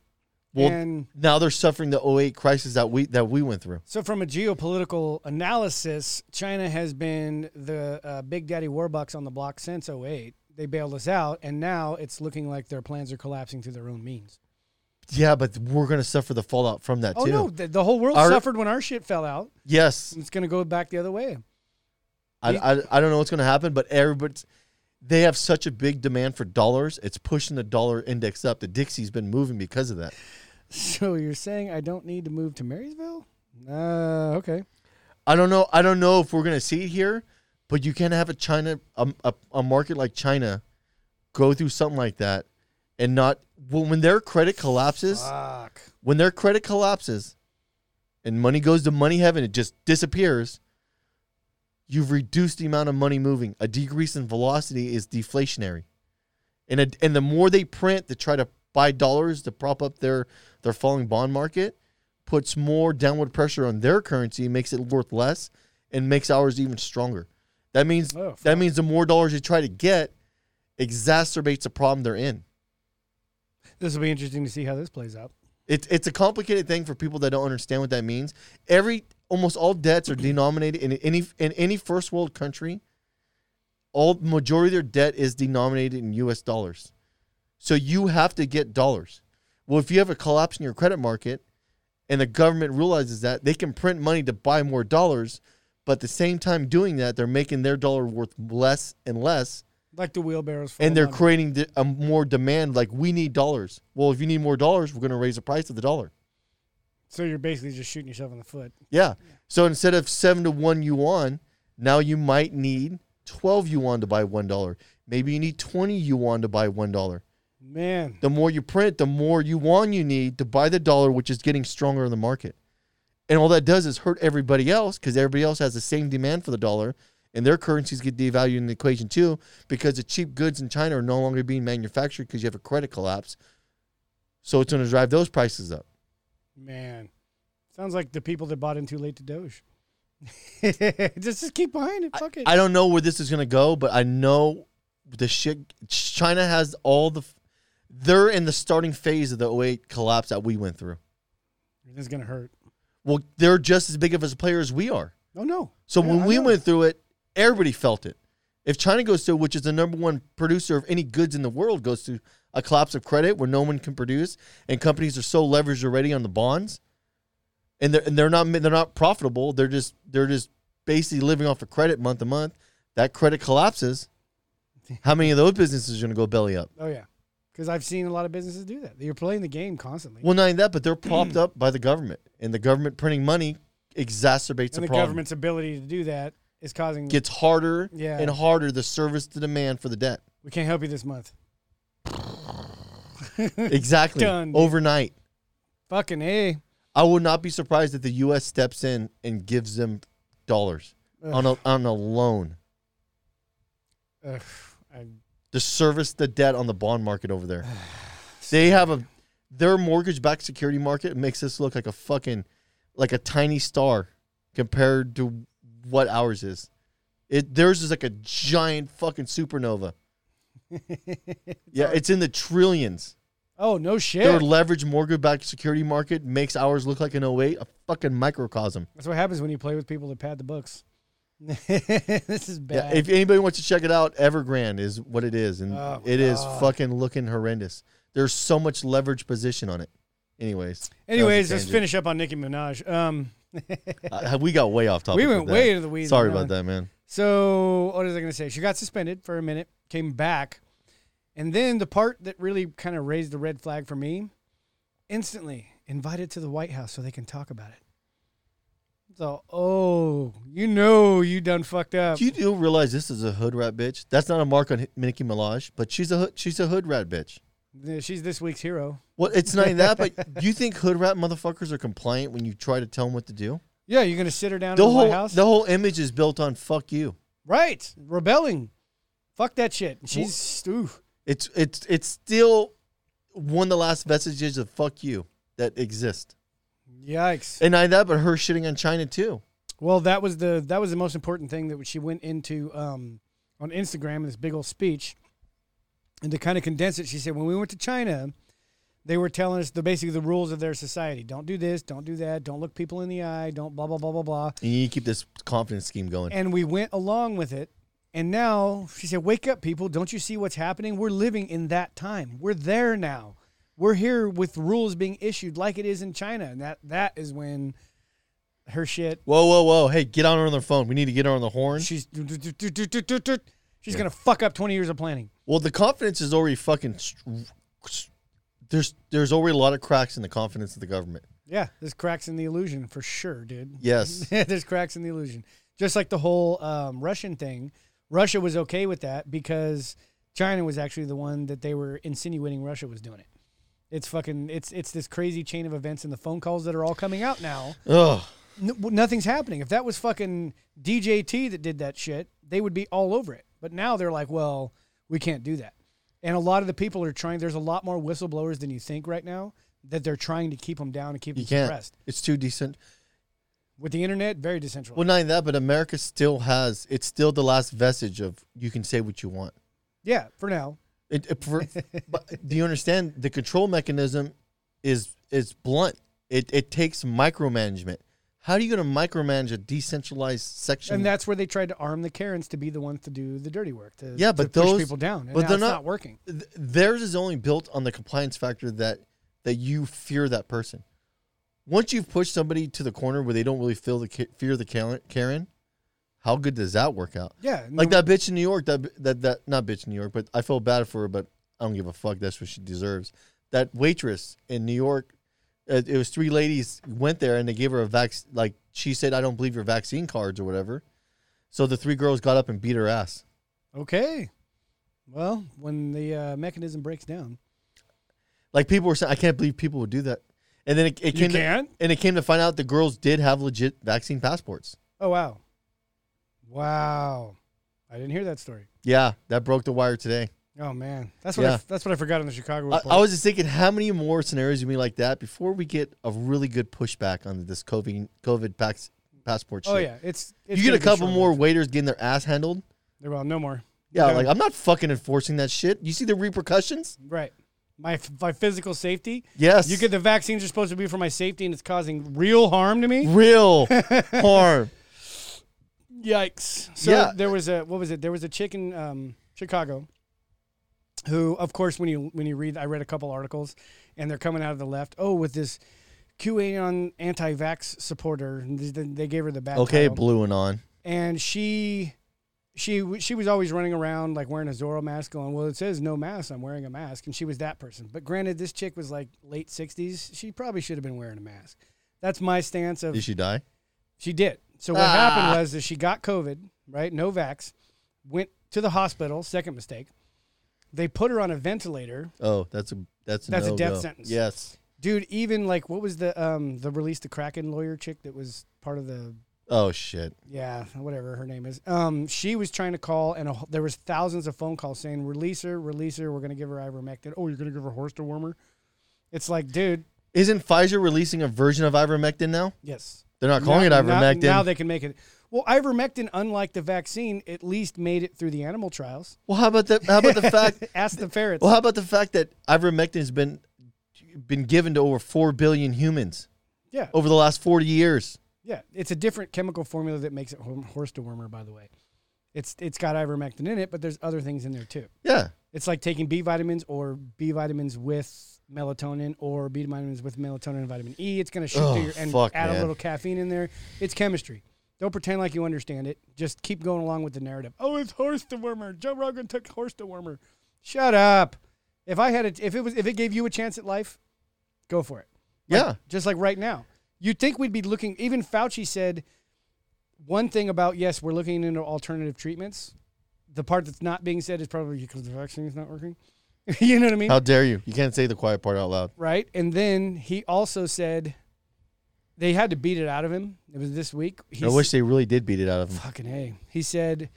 Well,
and
now they're suffering the 08 crisis that we that we went through.
so, from a geopolitical analysis, China has been the uh, big daddy warbucks on the block since 08. They bailed us out, and now it's looking like their plans are collapsing through their own means.
Yeah, but we're gonna suffer the fallout from that
Oh
too.
no, the, the whole world
Our-
suffered when our shit fell out.
Yes,
It's going to go back the other way.
I, I I don't know what's gonna happen, but everybody's they have such a big demand for dollars. It's pushing the dollar index up. The Dixie's been moving because of that.
So you're saying I don't need to move to Marysville? Uh, okay.
I don't know. I don't know if we're gonna see it here, but you can't have a China a, a, a market like China go through something like that and not when when their credit collapses.
Fuck.
when their credit collapses and money goes to money heaven, it just disappears. You've reduced the amount of money moving. A decrease in velocity is deflationary. And a, and the more they print to try to buy dollars to prop up their, their falling bond market puts more downward pressure on their currency, makes it worth less, and makes ours even stronger. That means
Oh,
that means the more dollars you try to get exacerbates the problem they're in.
This will be interesting to see how this plays out.
It's it's a complicated thing for people that don't understand what that means. Every almost all debts are denominated in any in any first world country. All majority of their debt is denominated in U.S. dollars, so you have to get dollars. Well, if you have a collapse in your credit market, and the government realizes that they can print money to buy more dollars, but at the same time doing that, they're making their dollar worth less and less,
Like the wheelbarrows. full
and
of
they're
money.
creating the, a more demand. Like we need dollars. Well, if you need more dollars, we're going to raise the price of the dollar.
so you're basically just shooting yourself in the foot.
Yeah. So instead of seven to one yuan, now you might need 12 yuan to buy $1. Maybe you need 20 yuan to buy $1.
Man,
The more you print, the more yuan you need to buy the dollar, which is getting stronger in the market. And all that does is hurt everybody else because everybody else has the same demand for the dollar and their currencies get devalued in the equation too because the cheap goods in China are no longer being manufactured because you have a credit collapse. So it's going to drive those prices up.
man. Sounds like the people that bought in too late to Doge. just, just keep behind it. Fuck it.
I don't know where this is gonna go, but I know the shit. China has all the. f- They're in the starting phase of the 08 collapse that we went through.
it's going to hurt.
Well, they're just as big of a player as we are.
Oh, no.
So
Yeah,
when
I
we
know.
went through it, everybody felt it. If China goes through, which is the number one producer of any goods in the world, goes through a collapse of credit where no one can produce, and companies are so leveraged already on the bonds, and they're and they're not they're not profitable. They're just they're just basically living off of credit month to month. that credit collapses, how many of those businesses are going to go belly up?
Oh yeah, because I've seen a lot of businesses do that. You're playing the game constantly,
Well, not only that, but they're propped up by the government, and the government printing money exacerbates
and
the
the
problem.
government's ability to do that is causing.
gets harder
Yeah.
and harder the service to demand for the debt.
we can't help you this month.
Exactly.
Done.
Overnight.
Fucking a.
I would not be surprised if the US steps in and gives them dollars on a, on a loan
Ugh, I,
to service the debt on the bond market over there. they have a their mortgage backed security market makes this look like a fucking like a tiny star compared to what ours is. It theirs is like a giant fucking supernova. yeah, it's in the trillions.
oh no shit.
Their leverage mortgage backed security market makes ours look like an 08, a fucking microcosm.
That's what happens when you play with people that pad the books. this is
Yeah,
bad.
if anybody wants to check it out, Evergrande is what it is, and
Oh,
it is fucking looking horrendous. There's so much leverage position on it. Anyways, that was a
Anyways, let's
tangent.
finish up on Nicki Minaj. Um,
Uh, we got way off topic.
We
with
went
that.
way into the weeds
Sorry
on that
about that, man.
so what was I going to say? She got suspended for a minute, came back, and then the part that really kind of raised the red flag for me, instantly invited to the White House so they can talk about it. So, oh, you know, you done fucked up.
Do you do realize this is a hood rat bitch? That's not a mark on Nicki Minaj, but she's a hood, she's a hood rat bitch.
Yeah, She's this week's hero.
Well, it's not even that, but do you think hood rat motherfuckers are compliant when you try to tell them what to do?
Yeah, you're going to sit her down
The
in the
whole
White House,
the whole image is built on fuck you.
right? Rebelling. Fuck that shit. She's oof.
It's it's it's still one of the last vestiges of fuck you that exist.
Yikes.
And not that, but her shitting on China too.
Well, that was the that was the most important thing that she went into um, on Instagram in this big old speech, and to kind of condense it, she said, "When we went to China, they were telling us the basically the rules of their society: don't do this, don't do that, don't look people in the eye, don't blah blah blah blah blah."
And you keep this confidence scheme going.
And we went along with it, and now she said, "Wake up, people! Don't you see what's happening? We're living in that time. We're there now. We're here with rules being issued like it is in China, and that that is when." Her shit
Whoa, whoa, whoa! Hey, get on her on the phone. We need to get her on the horn.
She's she's gonna fuck up twenty years of planning.
Well, the confidence is already fucking. str- str- There's there's already a lot of cracks in the confidence of the government.
Yeah, there's cracks in the illusion for sure, dude.
Yes.
there's cracks in the illusion. Just like the whole um, Russian thing, Russia was okay with that because China was actually the one that they were insinuating Russia was doing it. It's fucking it's it's this crazy chain of events and the phone calls that are all coming out now.
Ugh.
N- well, nothing's happening. If that was fucking DJT that did that shit, they would be all over it. But now they're like, well, we can't do that. And a lot of the people are trying. There's a lot more whistleblowers than you think right now that they're trying to keep them down and keep
You
them
can't.
suppressed.
It's too decent.
With the internet, very decentralized.
Well, not even that, but America still has. It's still the last vestige of you can say what you want.
yeah, for now.
It, it- for- but do you understand the control mechanism is is blunt. It it takes micromanagement. How are you going to micromanage a decentralized section?
And that's where they tried to arm the Karens to be the ones to do the dirty work. To,
Yeah, but
to push
those-
people down. And
but
now
they're
it's
not-
not working.
th- theirs is only built on the compliance factor that that you fear that person. Once you've pushed somebody to the corner where they don't really feel the ca- fear of the Karen, Karen, how good does that work out?
Yeah, and
like
the-
that bitch in New York. That that that not bitch in New York, but I feel bad for her, but I don't give a fuck. That's what she deserves. That waitress in New York, uh, it was three ladies went there and they gave her a vac. Like she said, I don't believe your vaccine cards or whatever. So the three girls got up and beat her ass.
Okay. Well, when the uh, mechanism breaks down,
Like people were saying, I can't believe people would do that. And then it, it came, to-
can't?
and it came to find out the girls did have legit vaccine passports.
Oh wow. Wow. I didn't hear that story.
Yeah, that broke the wire today.
Oh man. That's what I,
Yeah.
that's what I forgot on the Chicago
I,
report.
I was just thinking, how many more scenarios would be like that before we get a really good pushback on this COVID COVID pax, passport? Shit?
oh yeah, it's, it's
you get
gonna
a
be
couple
short-lived.
more waiters getting their ass handled.
Well, no more.
Yeah,
No.
like I'm not fucking enforcing that shit. You see the repercussions?
Right. My f- my physical safety.
Yes.
You get the vaccines are supposed to be for my safety, and it's causing real harm to me.
real harm.
Yikes! So
Yeah.
there was a what was it? There was a chick in um, Chicago, who of course when you when you read, I read a couple articles, and they're coming out of the left. Oh, with this QAnon anti-vax supporter, and they they gave her the bad.
Okay,
title.
blue and on.
and she she w- she was always running around like wearing a Zorro mask, going, "Well, it says no mask. I'm wearing a mask," and she was that person. But granted, this chick was like late sixties. She probably should have been wearing a mask. That's my stance of
Did she die?
she did. So what happened was that she got COVID, right? No vax, went to the hospital. Second mistake. They put her on a ventilator.
Oh, that's a that's a
That's a
no-go.
death sentence.
Yes.
Dude, even like what was the um the release the Kraken lawyer chick that was part of the
Oh shit.
yeah whatever her name is um she was trying to call and a, wh- there was thousands of phone calls saying release her release her we're gonna give her ivermectin oh you're gonna give her horse dewormer it's like dude
Isn't Pfizer releasing a version of ivermectin now?
yes
They're not calling
Now-
it ivermectin.
now, now they can make it well ivermectin unlike the vaccine at least made it through the animal trials
well, how about the how about the fact?
ask the ferrets
Well, how about the fact that ivermectin has been been given to over four billion humans
yeah
over the last forty years?
yeah it's a different chemical formula that makes it hor- horse dewormer by the way it's it's got ivermectin in it but there's other things in there too
Yeah.
It's like taking B vitamins or B vitamins with melatonin or B vitamins with melatonin and vitamin E. It's going to shoot
Oh,
through your and
fuck,
add a
man.
little caffeine in there. It's chemistry. Don't pretend like you understand it. Just keep going along with the narrative. Oh, it's horse dewormer. Joe Rogan took horse dewormer. Shut up. If I had it, if it was, if it gave you a chance at life, go for it. Like-
Yeah.
Just like right now. You'd think we'd be looking, even Fauci said one thing about, yes, we're looking into alternative treatments. The part that's not being said is probably because the vaccine is not working. you know what I mean?
How dare you? You can't say the quiet part out loud.
right. And then he also said they had to beat it out of him. It was this week. He
I wish they really did beat it out of him.
Fucking A. He said,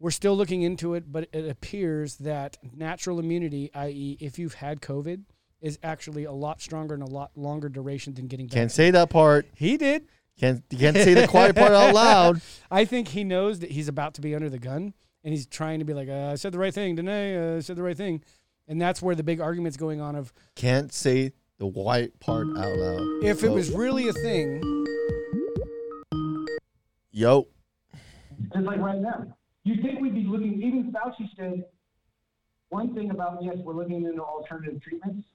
We're still looking into it, but it appears that natural immunity, i.e., if you've had COVID, is actually a lot stronger and a lot longer duration than getting
Can't
vaccinated.
say that part.
He did.
Can't you can't say the quiet part out loud.
I think he knows that he's about to be under the gun, and he's trying to be like, uh, "I said the right thing, didn't I? Uh, I said the right thing," and that's where the big argument's going on of
Can't say the white part out loud.
if it
Oh,
was really a thing.
yo,
It's like right now. You think we'd be looking, even Fauci said one thing about, yes, we're looking into alternative treatments.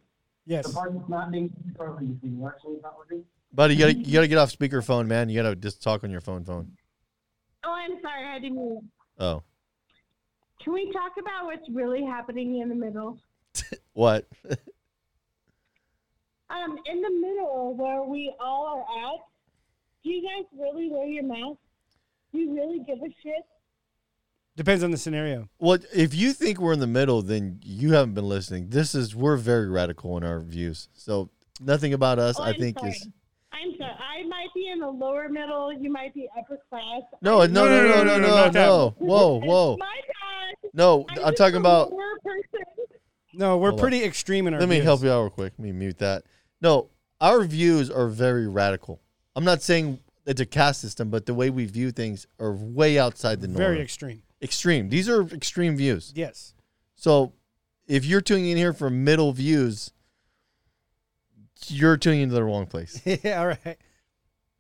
The
Yes,
part that's not being, probably the vaccine is not working.
buddy, you gotta you gotta get off speakerphone, man. You gotta just talk on your phone phone.
Oh, I'm sorry, I didn't. mean-
Oh,
Can we talk about what's really happening in the middle?
what?
Um, in the middle where we all are at, do you guys really wear your mask? Do you really give a shit?
depends on the scenario.
Well, if you think we're in the middle, then you haven't been listening. This is we're very radical in our views. So nothing about us,
Oh,
I
I'm
think
sorry.
is
I'm sorry. I might be in the lower middle. You might be upper class.
no, no, no, no, no, no, no.
not that
Whoa,
It's
whoa,
My bad.
no.
I'm,
I'm
just
talking
a
about.
lower person.
No, we're
Hold on.
pretty extreme in our.
Let me
views.
help you out real quick. Let me mute that. No, our views are very radical. I'm not saying it's a caste system, but the way we view things are way outside the norm.
Very extreme.
extreme. These are extreme views.
Yes.
So if you're tuning in here for middle views, you're tuning into the wrong place.
yeah. All right.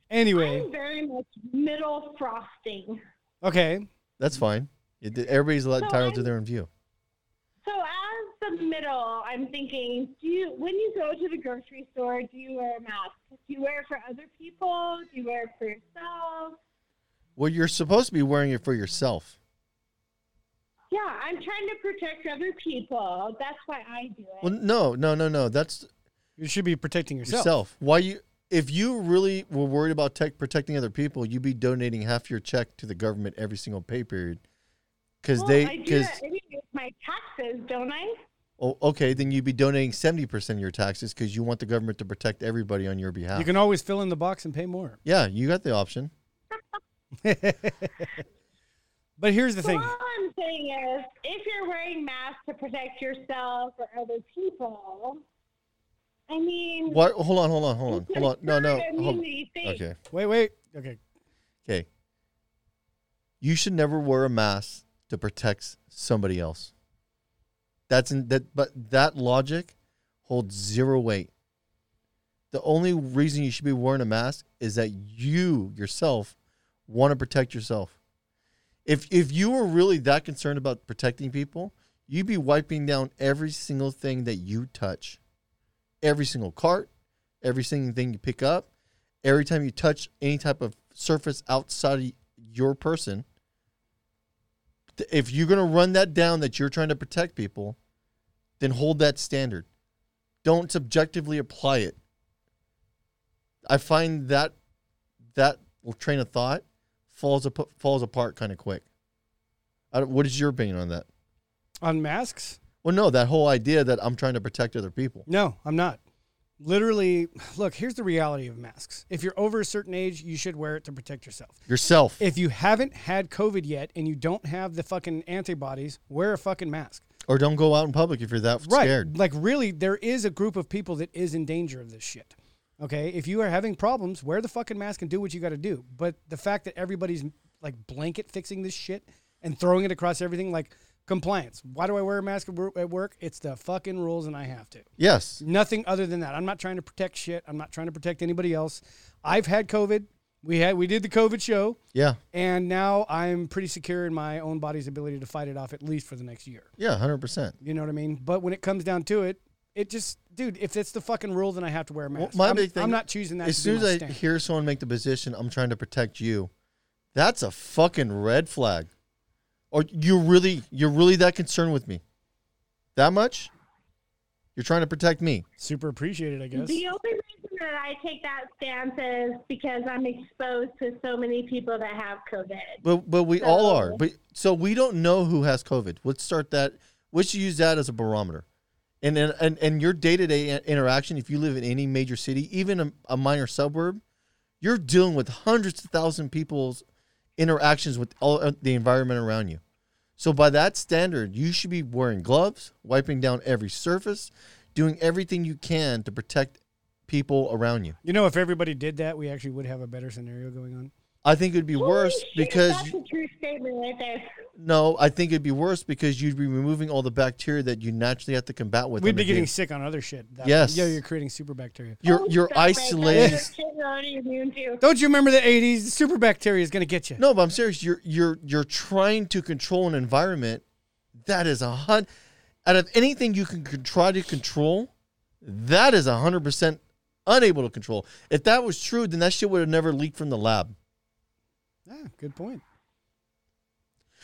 Anyway,
I'm very much middle frosting.
okay.
Mm.
That's fine. It- Everybody's
So
entitled to
I'm-
their own view.
So as the middle, I'm thinking, do you when you go to the grocery store, do you wear a mask? Do you wear it for other people? Do you wear it for yourself?
Well, you're supposed to be wearing it for yourself.
Yeah, I'm trying to protect other people. That's why I do it.
Well, no, no, no, no. That's
You should be protecting yourself.
yourself. Why you? If you really were worried about tech protecting other people, you'd be donating half your check to the government every single pay period. Because
Well,
they,
I do
because
it anyway with my taxes, don't I?
oh, okay, then you'd be donating seventy percent of your taxes because you want the government to protect everybody on your behalf.
You can always fill in the box and pay more.
yeah, you got the option.
But here's the
So
thing.
all I'm saying is, if you're wearing masks to protect yourself or other people, I mean,
What? Hold on, hold on, hold on,
it's
hold on. No,
not
no.
an
Hold,
immunity thing.
okay,
Wait, wait. Okay.
okay. You should never wear a mask to protect somebody else. That's in, that, but that logic holds zero weight. The only reason you should be wearing a mask is that you yourself want to protect yourself. If if you were really that concerned about protecting people, you'd be wiping down every single thing that you touch, every single cart, every single thing you pick up, every time you touch any type of surface outside of your person. th- if you're going to run that down that you're trying to protect people, then hold that standard. Don't subjectively apply it. I find that that train of thought falls ap- falls apart kind of quick. I don't- what is your opinion on that?
On masks?
Well, no, that whole idea that I'm trying to protect other people.
No, I'm not. Literally, look, here's the reality of masks. If you're over a certain age, you should wear it to protect yourself.
Yourself.
If you haven't had COVID yet and you don't have the fucking antibodies, wear a fucking mask.
or don't go out in public if you're that
Right.
scared.
Like, really, there is a group of people that is in danger of this shit. Okay. If you are having problems, wear the fucking mask and do what you got to do. But the fact that everybody's like blanket fixing this shit and throwing it across everything, like compliance. Why do I wear a mask at wor- at work? It's the fucking rules and I have to.
Yes.
Nothing other than that. I'm not trying to protect shit. I'm not trying to protect anybody else. I've had COVID. We had we did the COVID show,
Yeah.
and now I'm pretty secure in my own body's ability to fight it off at least for the next year.
Yeah. Hundred percent.
You know what I mean? But when it comes down to it, it just, dude, if it's the fucking rule, then I have to wear a mask.
my
I'm,
big thing-
I'm not choosing that.
As
to
soon
be
as
my
I
stand.
hear someone make the position, I'm trying to protect you. That's a fucking red flag. Or you really, you're really that concerned with me? That much? You're trying to protect me?
super appreciate it, I guess.
The only reason that I take that stance is because I'm exposed to so many people that have COVID.
But but we all
No.
are. But so we don't know who has COVID. Let's start that. Let's use that as a barometer. And and and, and your day to day interaction. If you live in any major city, even a, a minor suburb, you're dealing with hundreds of thousand people's interactions with all of the environment around you. So by that standard, you should be wearing gloves, wiping down every surface, doing everything you can to protect people around you.
You know, if everybody did that, we actually would have a better scenario going on.
I think it would be worse
Holy shit,
because
that's a true statement right there.
No, I think it'd be worse because you'd be removing all the bacteria that you naturally have to combat with.
We'd
under
be getting
here.
sick on other shit. That
Yes.
Yeah, you're creating super bacteria.
You're
Oh,
you're
stop right there.
isolating.
Your kids are already immune to you.
Don't you remember the 80s? Super bacteria is going to get you.
No, but I'm serious. You're you're you're trying to control an environment that is a hun. Out of anything you can con- try to control, that is a hundred percent unable to control. If that was true, then that shit would have never leaked from the lab.
Ah, good point.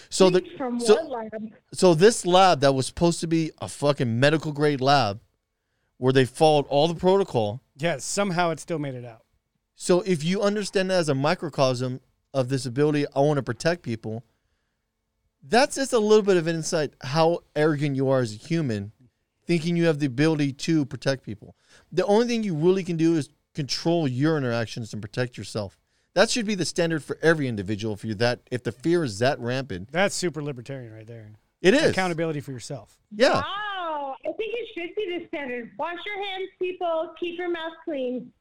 So the
from
so,
one lab.
so this lab that was supposed to be a fucking medical grade lab, where they followed all the protocol,
Yeah, somehow it still made it out.
So if you understand that as a microcosm of this ability, I want to protect people. That's just a little bit of insight how arrogant you are as a human, thinking you have the ability to protect people. The only thing you really can do is control your interactions and protect yourself. That should be the standard for every individual. If you're that, if the fear is that rampant,
That's super libertarian right there.
it is
Accountability for yourself.
Yeah,
Wow. Oh, I think it should be the standard. Wash your hands, people. Keep your mouth clean.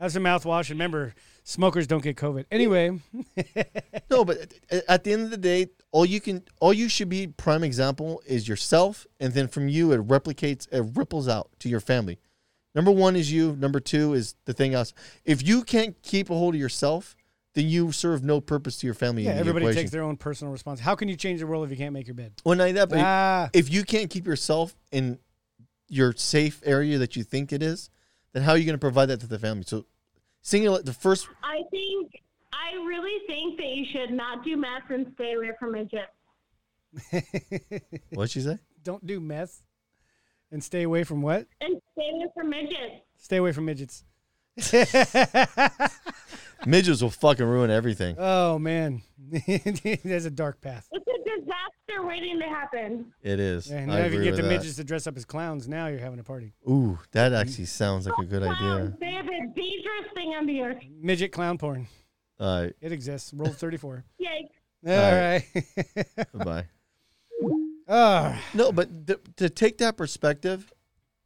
Have some mouthwash. And remember, smokers don't get COVID. Anyway,
no, but at- at the end of the day, all you can, all you should be prime example is yourself, and then from you it replicates, it ripples out to your family. Number one is you. Number two is the thing else. If you can't keep a hold of yourself, then you serve no purpose to your family.
yeah,
in the
everybody
equation.
takes their own personal response. How can you change the world if you can't make your bed?
Well, not only that, but
Ah,
if you can't keep yourself in your safe area that you think it is, then how are you going to provide that to the family? So, singular, the first,
I think, I really think that you should not do meth and stay away from a gym.
what'd she say?
don't do meth and stay away from what?
And stay away from midgets.
Stay away from midgets.
Midges will fucking ruin everything.
Oh, man. That's a dark path.
It's a disaster waiting to happen.
It is.
Yeah, and
I
now if you
agree
get the
with that.
midgets to dress up as clowns, now you're having a party.
Ooh, that actually sounds like a good idea.
Wow, They have a dangerous thing on the earth.
Midget clown porn.
All right,
It exists. Roll 34.
Yikes.
All right.
bye.
Ah,
No, but th- to take that perspective,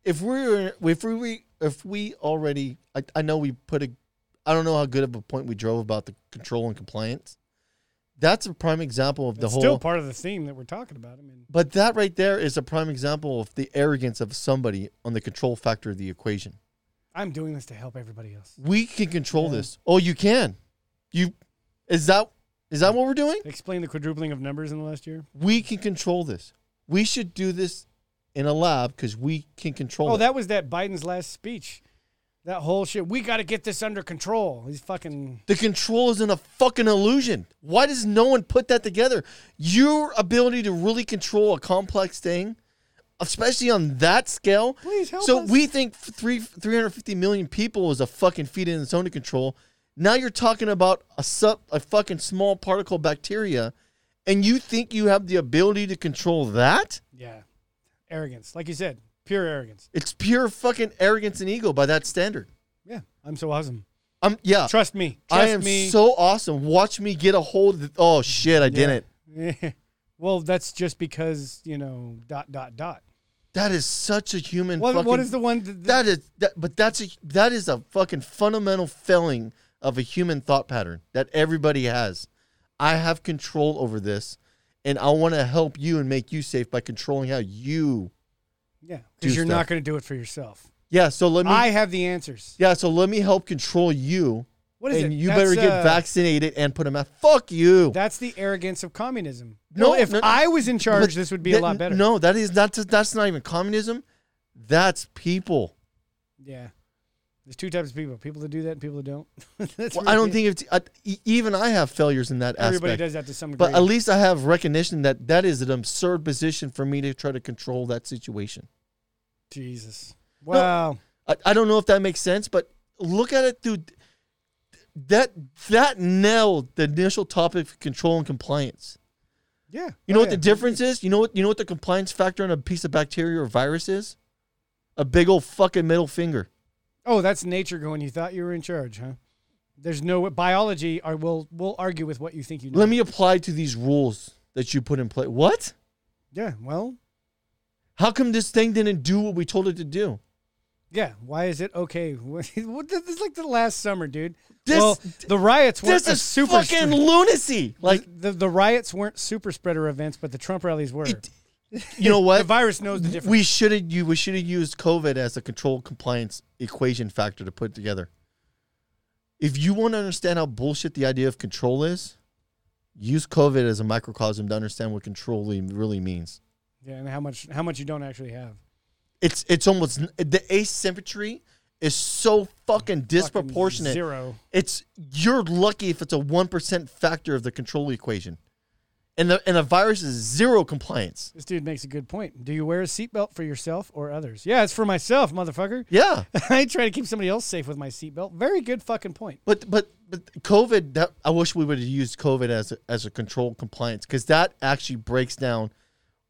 if we're if we if we already, I, I know we put a, I don't know how good of a point we drove about the control and compliance. That's a prime example of the
it's
whole.
still part of the theme that we're talking about. I mean,
but that right there is a prime example of the arrogance of somebody on the control factor of the equation.
I'm doing this to help everybody else.
We can control this. Oh, you can. You is that is that what we're doing?
Explain the quadrupling of numbers in the last year.
we can control this. We should do this in a lab because we can control
Oh,
it.
that was that Biden's last speech. That whole shit. We got to get this under control. He's fucking.
The control is in a fucking illusion. Why does no one put that together? Your ability to really control a complex thing, especially on that scale.
Please help
so
us.
we think f- three, 350 million people is a fucking feat in its own to control. Now you're talking about a sub, a fucking small particle bacteria, and you think you have the ability to control that?
Yeah. Arrogance. Like you said, pure arrogance.
It's pure fucking arrogance and ego by that standard.
Yeah. I'm so awesome.
I'm yeah.
Trust me. Trust
I am
me.
so awesome. Watch me get a hold. Of, oh shit! I didn't.
well, that's just because, you know, dot, dot, dot.
That is such a human.
What,
fucking,
what is the one that,
that is that? But that's a that is a fucking fundamental failing of a human thought pattern that everybody has. I have control over this, and I want to help you and make you safe by controlling how you.
Yeah.
do
Because you're
stuff.
not going to do it for yourself.
Yeah. So let me.
I have the answers.
yeah. So let me help control you,
What is
and
it?
you
That's,
better get
uh,
vaccinated and put a mask. Fuck you.
That's the arrogance of communism.
No,
No, if
no, no.
I was in charge,
But
this would be a
that-
lot better.
No, that is not. That's not even communism. That's people.
Yeah. There's two types of people people that do that and people that don't. That's
Well, I don't
really-
think it's. I, e- even I have failures in that
everybody
aspect.
does that to some degree.
But at least I have recognition that that is an absurd position for me to try to control that situation.
Jesus. Wow.
I, I don't know if that makes sense, but look at it through that that nailed the initial topic of control and compliance.
Yeah.
You know
Oh,
what the
yeah.
difference is? You know what you know what the compliance factor on a piece of bacteria or virus is? A big old fucking middle finger.
Oh, that's nature going. You thought you were in charge, huh? There's no biology. Or will will argue with what you think you know.
Let me apply to these rules that you put in place. What?
Yeah. Well.
How come this thing didn't do what we told it to do?
Yeah. Why is it okay? What- what- this is like the last summer, dude.
This-
well, the riots weren't
This
a
is
super
fucking
spread-
lunacy. Like
the, the riots weren't super spreader events, but the Trump rallies were.
It- you know what?
The virus knows the difference.
We should have you. We should have used COVID as a control compliance equation factor to put together. If you want to understand how bullshit the idea of control is, use COVID as a microcosm to understand what control really- really means.
yeah, and how much how much you don't actually have.
It's it's almost the asymmetry is so fucking
Fucking
disproportionate.
Zero.
It's you're lucky if it's a one percent factor of the control equation, and the and a virus is zero compliance.
This dude makes a good point. Do you wear a seatbelt for yourself or others? Yeah, it's for myself, motherfucker.
Yeah.
I try to keep somebody else safe with my seatbelt. Very good fucking point.
But but but COVID. That I wish we would have used COVID as a, as a control compliance because that actually breaks down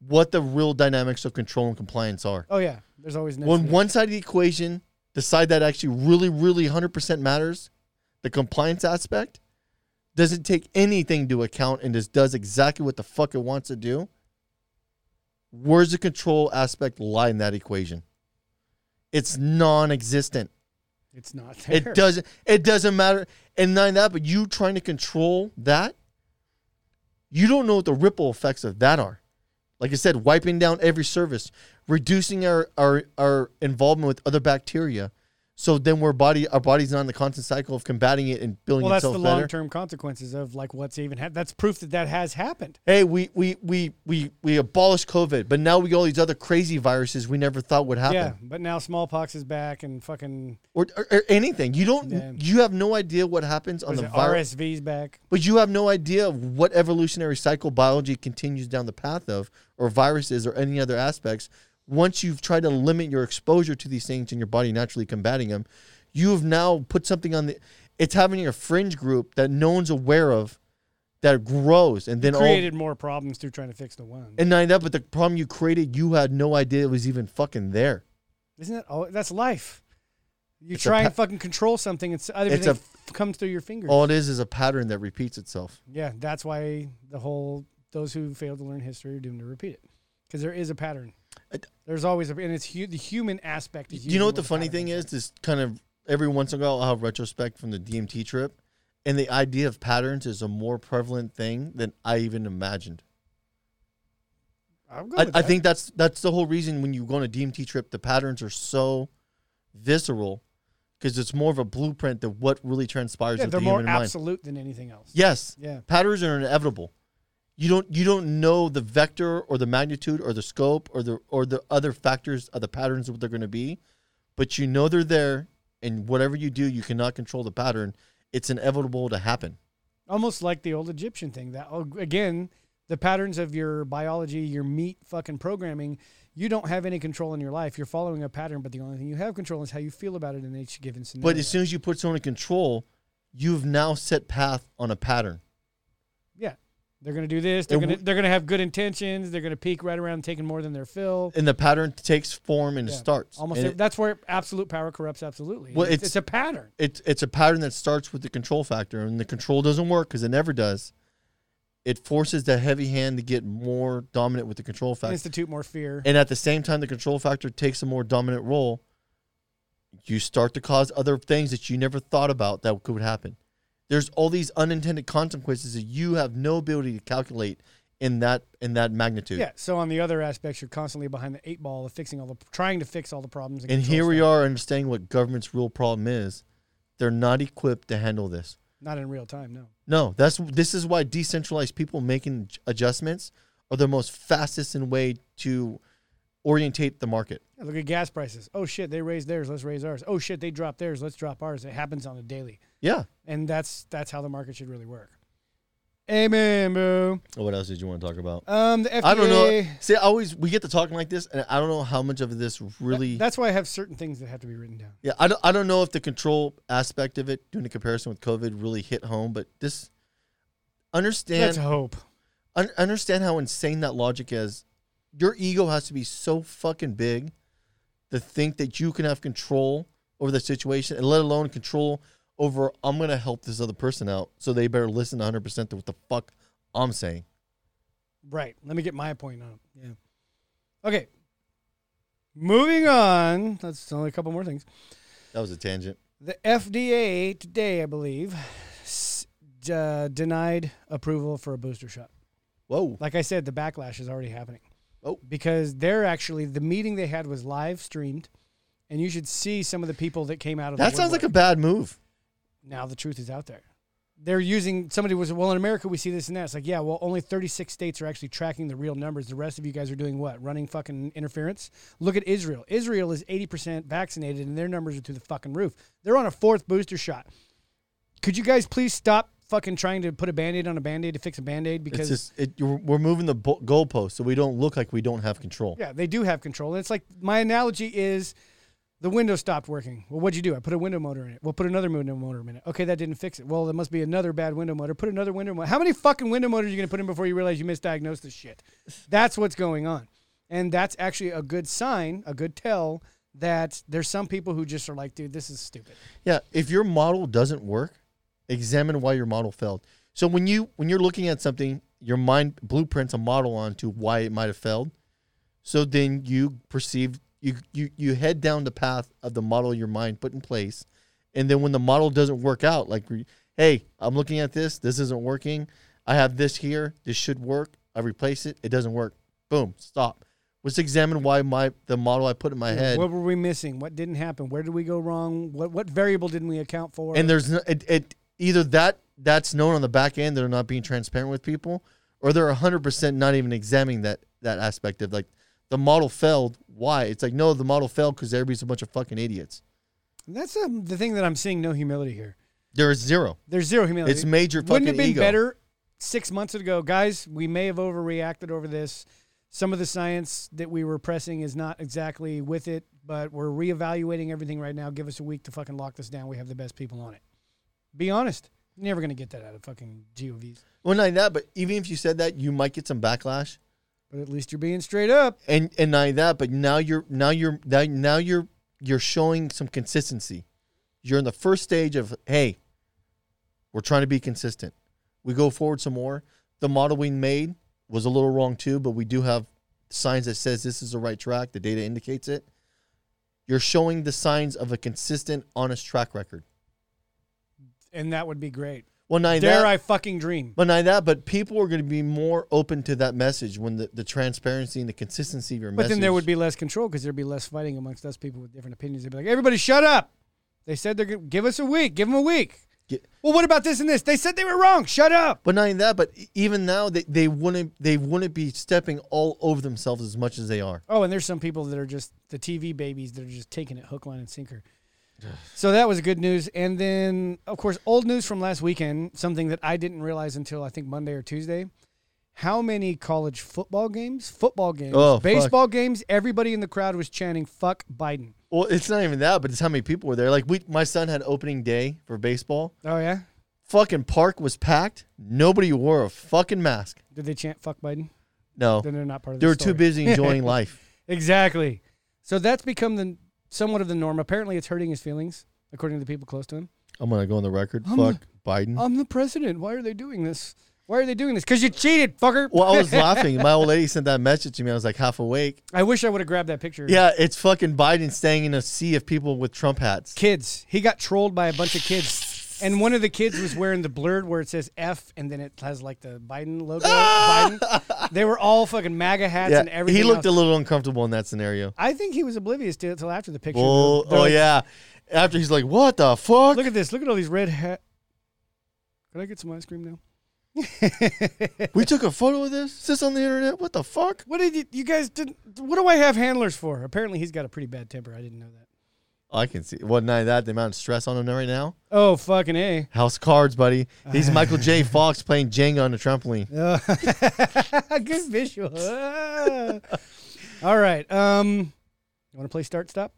what the real dynamics of control and compliance are.
Oh yeah, there's always next.
When one side of the equation, the side that actually really really hundred percent matters, the compliance aspect, doesn't take anything into account and just does exactly what the fuck it wants to do. Where's the control aspect lie in that equation? It's non-existent.
it's not there.
It doesn't. It doesn't matter. And not only that, but you trying to control that, you don't know what the ripple effects of that are. Like I said, wiping down every service, reducing our our, our involvement with other bacteria, so then our body our body's not in the constant cycle of combating it and building
Well, that's the
itself better.
long term consequences of like what's even happened. That's proof that that has happened.
Hey, we we we we we abolished COVID, but now we got all these other crazy viruses we never thought would happen.
Yeah, but now smallpox is back and fucking
Or, or, or anything. You don't.
Yeah.
You have no idea what happens on
what is
the
it,
virus.
RSV's back.
But you have no idea of what evolutionary cycle biology continues down the path of, or viruses, or any other aspects. Once you've tried to limit your exposure to these things and your body naturally combating them, you have now put something on the. It's having a fringe group that no one's aware of, that grows, and then all.
Created more problems through trying to fix the one.
And lined up with the problem you created, you had no idea it was even fucking there.
Isn't that all? That's life. You
It's a
try and
pa-
fucking control something, and s-
It's
everything
a-
f- comes through your fingers.
All it is is a pattern that repeats itself.
Yeah, that's why the whole those who fail to learn history are doomed to repeat it because there is a pattern.
I-
There's always a, and it's hu- the human aspect. Is
you know
usually
what the
where
funny
pattern
thing is? This kind of every once in a while I'll have retrospect from the DMT trip, and the idea of patterns is a more prevalent thing than I even imagined.
I'm good
I,
with
I
that.
think that's that's the whole reason when you go on a DMT trip, the patterns are so visceral because it's more of a blueprint than what really transpires
yeah,
with
they're
the
more
human mind.
absolute than anything else.
Yes,
Yeah.
patterns are inevitable. You don't you don't know the vector or the magnitude or the scope or the or the other factors of the patterns of what they're going to be, but you know they're there and whatever you do, you cannot control the pattern. It's inevitable to happen.
Almost like the old Egyptian thing. That oh, again, the patterns of your biology, your meat fucking programming, you don't have any control in your life. You're following a pattern, but the only thing you have control is how you feel about it in each given scenario.
But as soon as you put someone in control, you've now set path on a pattern.
yeah, they're gonna do this. They're
It
gonna
w-
they're gonna have good intentions. They're gonna peak right around taking more than their fill.
And the pattern takes form and it
Yeah.
starts.
Almost
And
every-
it-
that's where absolute power corrupts absolutely.
Well,
it's,
it's-
it's a pattern.
it's it's a pattern that starts with the control factor and the control doesn't work because it never does it forces the heavy hand to get more dominant with the control factor
Institute more fear.
and at the same time the control factor takes a more dominant role you start to cause other things that you never thought about that could happen there's all these unintended consequences that you have no ability to calculate in that in that magnitude
yeah. So on the other aspects, you're constantly behind the eight ball of fixing all the trying to fix all the problems.
and
control
here we
stuff.
are understanding what government's real problem is they're not equipped to handle this
Not in real time. No.
No, that's this is why decentralized people making j- adjustments are the most fastest in way to orientate the market.
Yeah, look at gas prices. Oh shit, they raised theirs. Let's raise ours. Oh shit, they dropped theirs. Let's drop ours. It happens on a daily,
Yeah.
and that's that's how the market should really work. Amen, boo.
Oh, What else did you want to talk about?
Um, the FDA.
I don't know. See, I always we get to talking like this, and I don't know how much of this really.
That's why I have certain things that have to be written down.
yeah, I don't. I don't know if the control aspect of it, doing a comparison with COVID, really hit home. But this,
Let's
understand,
hope.
un- understand how insane that logic is. Your ego has to be so fucking big to think that you can have control over the situation and let alone control over I'm going to help this other person out so they better listen 100% to what the fuck I'm saying.
Right. Let me get my point on. it. Yeah. Okay. Moving on. That's only a couple more things.
That was a tangent.
The FDA today, I believe, s- uh, denied approval for a booster shot.
Whoa.
like I said, the backlash is already happening.
Oh.
because they're actually the meeting they had was live streamed, and you should see some of the people that came out of
That
the
sounds like a
woodwork.
bad move.
now the truth is out there. They're using somebody was well in America we see this and that. It's like yeah, well only 36 states are actually tracking the real numbers. The rest of you guys are doing what? Running fucking interference. Look at Israel. Israel is 80% vaccinated and their numbers are through the fucking roof. They're on a fourth booster shot. Could you guys please stop fucking trying to put a band-aid on a band-aid to fix a band-aid because
It's just it, you're, we're moving the bo- goalpost so we don't look like we don't have control.
Yeah, they do have control. It's like my analogy is the window stopped working. Well, what'd you do? I put a window motor in it. Well, put another window motor in it. Okay, that didn't fix it. Well, there must be another bad window motor. Put another window motor. How many fucking window motors are you going to put in before you realize you misdiagnosed this shit? That's what's going on. And that's actually a good sign, a good tell that there's some people who just are like, dude, this is stupid.
Yeah, if your model doesn't work, examine why your model failed. So when you when you're looking at something, your mind blueprints a model onto why it might have failed. So then you perceive you you you head down the path of the model your mind put in place, and then when the model doesn't work out, like re- hey, I'm looking at this, this isn't working. I have this here, this should work. I replace it, it doesn't work. Boom, stop. Let's examine why my the model I put in my head
What were we missing? What didn't happen? Where did we go wrong? What what variable didn't we account for?
and there's no, it, it either that that's known on the back end they're not being transparent with people or they're 100% not even examining that that aspect of like the model failed why it's like no the model failed because everybody's a bunch of fucking idiots
that's um, the thing that I'm seeing no humility here.
there is zero
There's zero humility.
it's major fucking
Wouldn't it have been
ego.
better six months ago, guys? We may have overreacted over this. Some of the science that we were pressing is not exactly with it, but we're reevaluating everything right now. Give us a week to fucking lock this down. We have the best people on it. Be honest. You're never gonna get that out of fucking GOVs.
well not that but even if you said that you might get some backlash
But at least you're being straight up.
and and not only that but now you're now you're now, now you're you're showing some consistency you're in the first stage of hey we're trying to be consistent we go forward some more the model we made was a little wrong too but we do have signs that says this is the right track the data indicates it you're showing the signs of a consistent honest track record
And that would be great.
well not only
Dare
that,
I fucking dream.
but not only that but people are going to be more open to that message when the, the transparency and the consistency of your
But
message
then there would be less control because there'd be less fighting amongst us people with different opinions. They'd be like, everybody shut up. They said they're going to give us a week. Give them a week.
Get-
well, what about this and this? They said they were wrong. Shut up.
But not even that, but e- even now they, they wouldn't they wouldn't be stepping all over themselves as much as they are.
Oh, and there's some people that are just the TV babies that are just taking it hook, line, and sinker. So that was good news. And then, of course, old news from last weekend, something that I didn't realize until I think Monday or Tuesday. How many college football games, football games,
Oh, fuck.
baseball games, everybody in the crowd was chanting, fuck Biden.
Well, it's not even that, but it's how many people were there. Like we, my son had opening day for baseball.
Oh, yeah?
Fucking park was packed. Nobody wore a fucking mask.
Did they chant fuck Biden?
No,
Then they're not part of
they
the
were too
story.
busy enjoying life.
Exactly. So that's become the somewhat of the norm. Apparently, it's hurting his feelings, according to the people close to him.
I'm gonna go on the record.
I'm
Fuck Biden.
I'm the president. Why are they doing this? Why are they doing this? Because you cheated, fucker.
well, I was laughing. My old lady sent that message to me. I was like half awake.
I wish I would have grabbed that picture.
Yeah, it's fucking Biden staying in a sea of people with Trump hats.
Kids. He got trolled by a bunch of kids. And one of the kids was wearing the blurred where it says F and then it has like the Biden logo. Biden. They were all fucking MAGA hats
Yeah,
and everything.
he looked
else.
a little uncomfortable in that scenario.
I think he was oblivious to it till after the picture.
Oh,
They're
oh
like,
yeah. After he's like, "What the fuck?"
Look at this. Look at all these red hat. Can I get some ice cream now?
we took a photo of this. Is this on the internet? What the fuck?
What did you, you guys did? What do I have handlers for? Apparently, he's got a pretty bad temper. I didn't know that.
Oh, I can see. Well, not only that the amount of stress on him right now.
Oh fucking a!
House of cards, buddy. He's Michael J. Fox playing Jenga on a trampoline.
Good visual. Ah. All right. Um, you want to play start stop?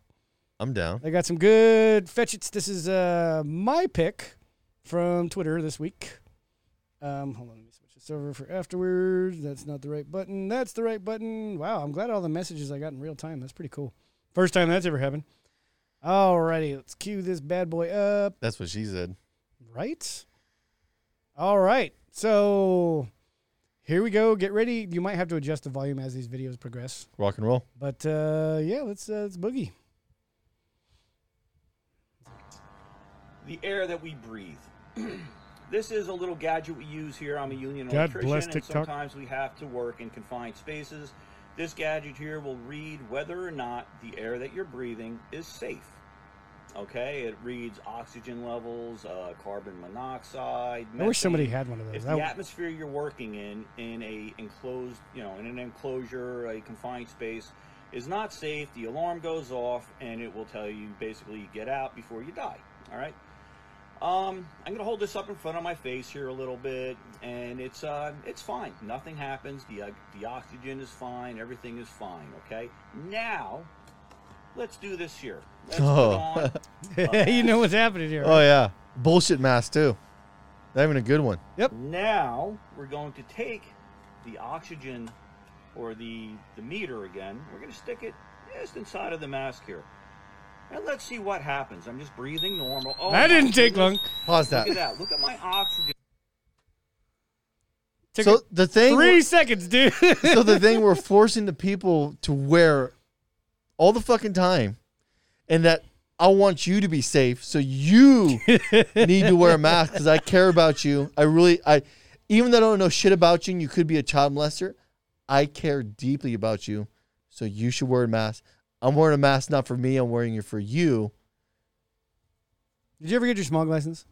I'm down.
I got some good fetch it's. This is uh my pick from Twitter this week. Um, hold on, let me switch this over for afterwards. That's not the right button. That's the right button. Wow, I'm glad all the messages I got in real time. That's pretty cool. First time that's ever happened. Alrighty, let's cue this bad boy up.
That's what she said.
Right? All right. So here we go. Get ready. You might have to adjust the volume as these videos progress.
Rock and roll.
But uh, yeah, let's uh, let's boogie.
the air that we breathe. this is a little gadget we use here. I'm a union
God
electrician,
bless
and
TikTok.
sometimes we have to work in confined spaces. This gadget here will read whether or not the air that you're breathing is safe. Okay, it reads oxygen levels, uh, carbon monoxide.
I wish somebody
methane.
had one of those.
If
That
the
would-
atmosphere you're working in, in a enclosed, you know, in an enclosure, a confined space, is not safe, the alarm goes off, and it will tell you basically get out before you die. All right. Um, I'm gonna hold this up in front of my face here a little bit, and it's uh, it's fine. Nothing happens. The uh, the oxygen is fine. Everything is fine. Okay. Now, let's do this here. Let's put
Oh.
on
you know what's happening here.
Oh yeah. Bullshit mask too. Not even a good one.
Now we're going to take the oxygen or the the meter again. We're going to stick it just inside of the mask here, and let's see what happens. I'm just breathing normal. Oh,
that
my
didn't take long.
goodness.
Pause
Look at
that.
that! Look at my oxygen.
Took
So the thing
three seconds, dude.
so the thing we're forcing the people to wear all the fucking time and that I want you to be safe, so you need to wear a mask because I care about you. I really, I, even though I don't know shit about you, and you could be a child molester. I care deeply about you, so you should wear a mask. I'm wearing a mask not for me. I'm wearing it for you.
Did you ever get your smog license?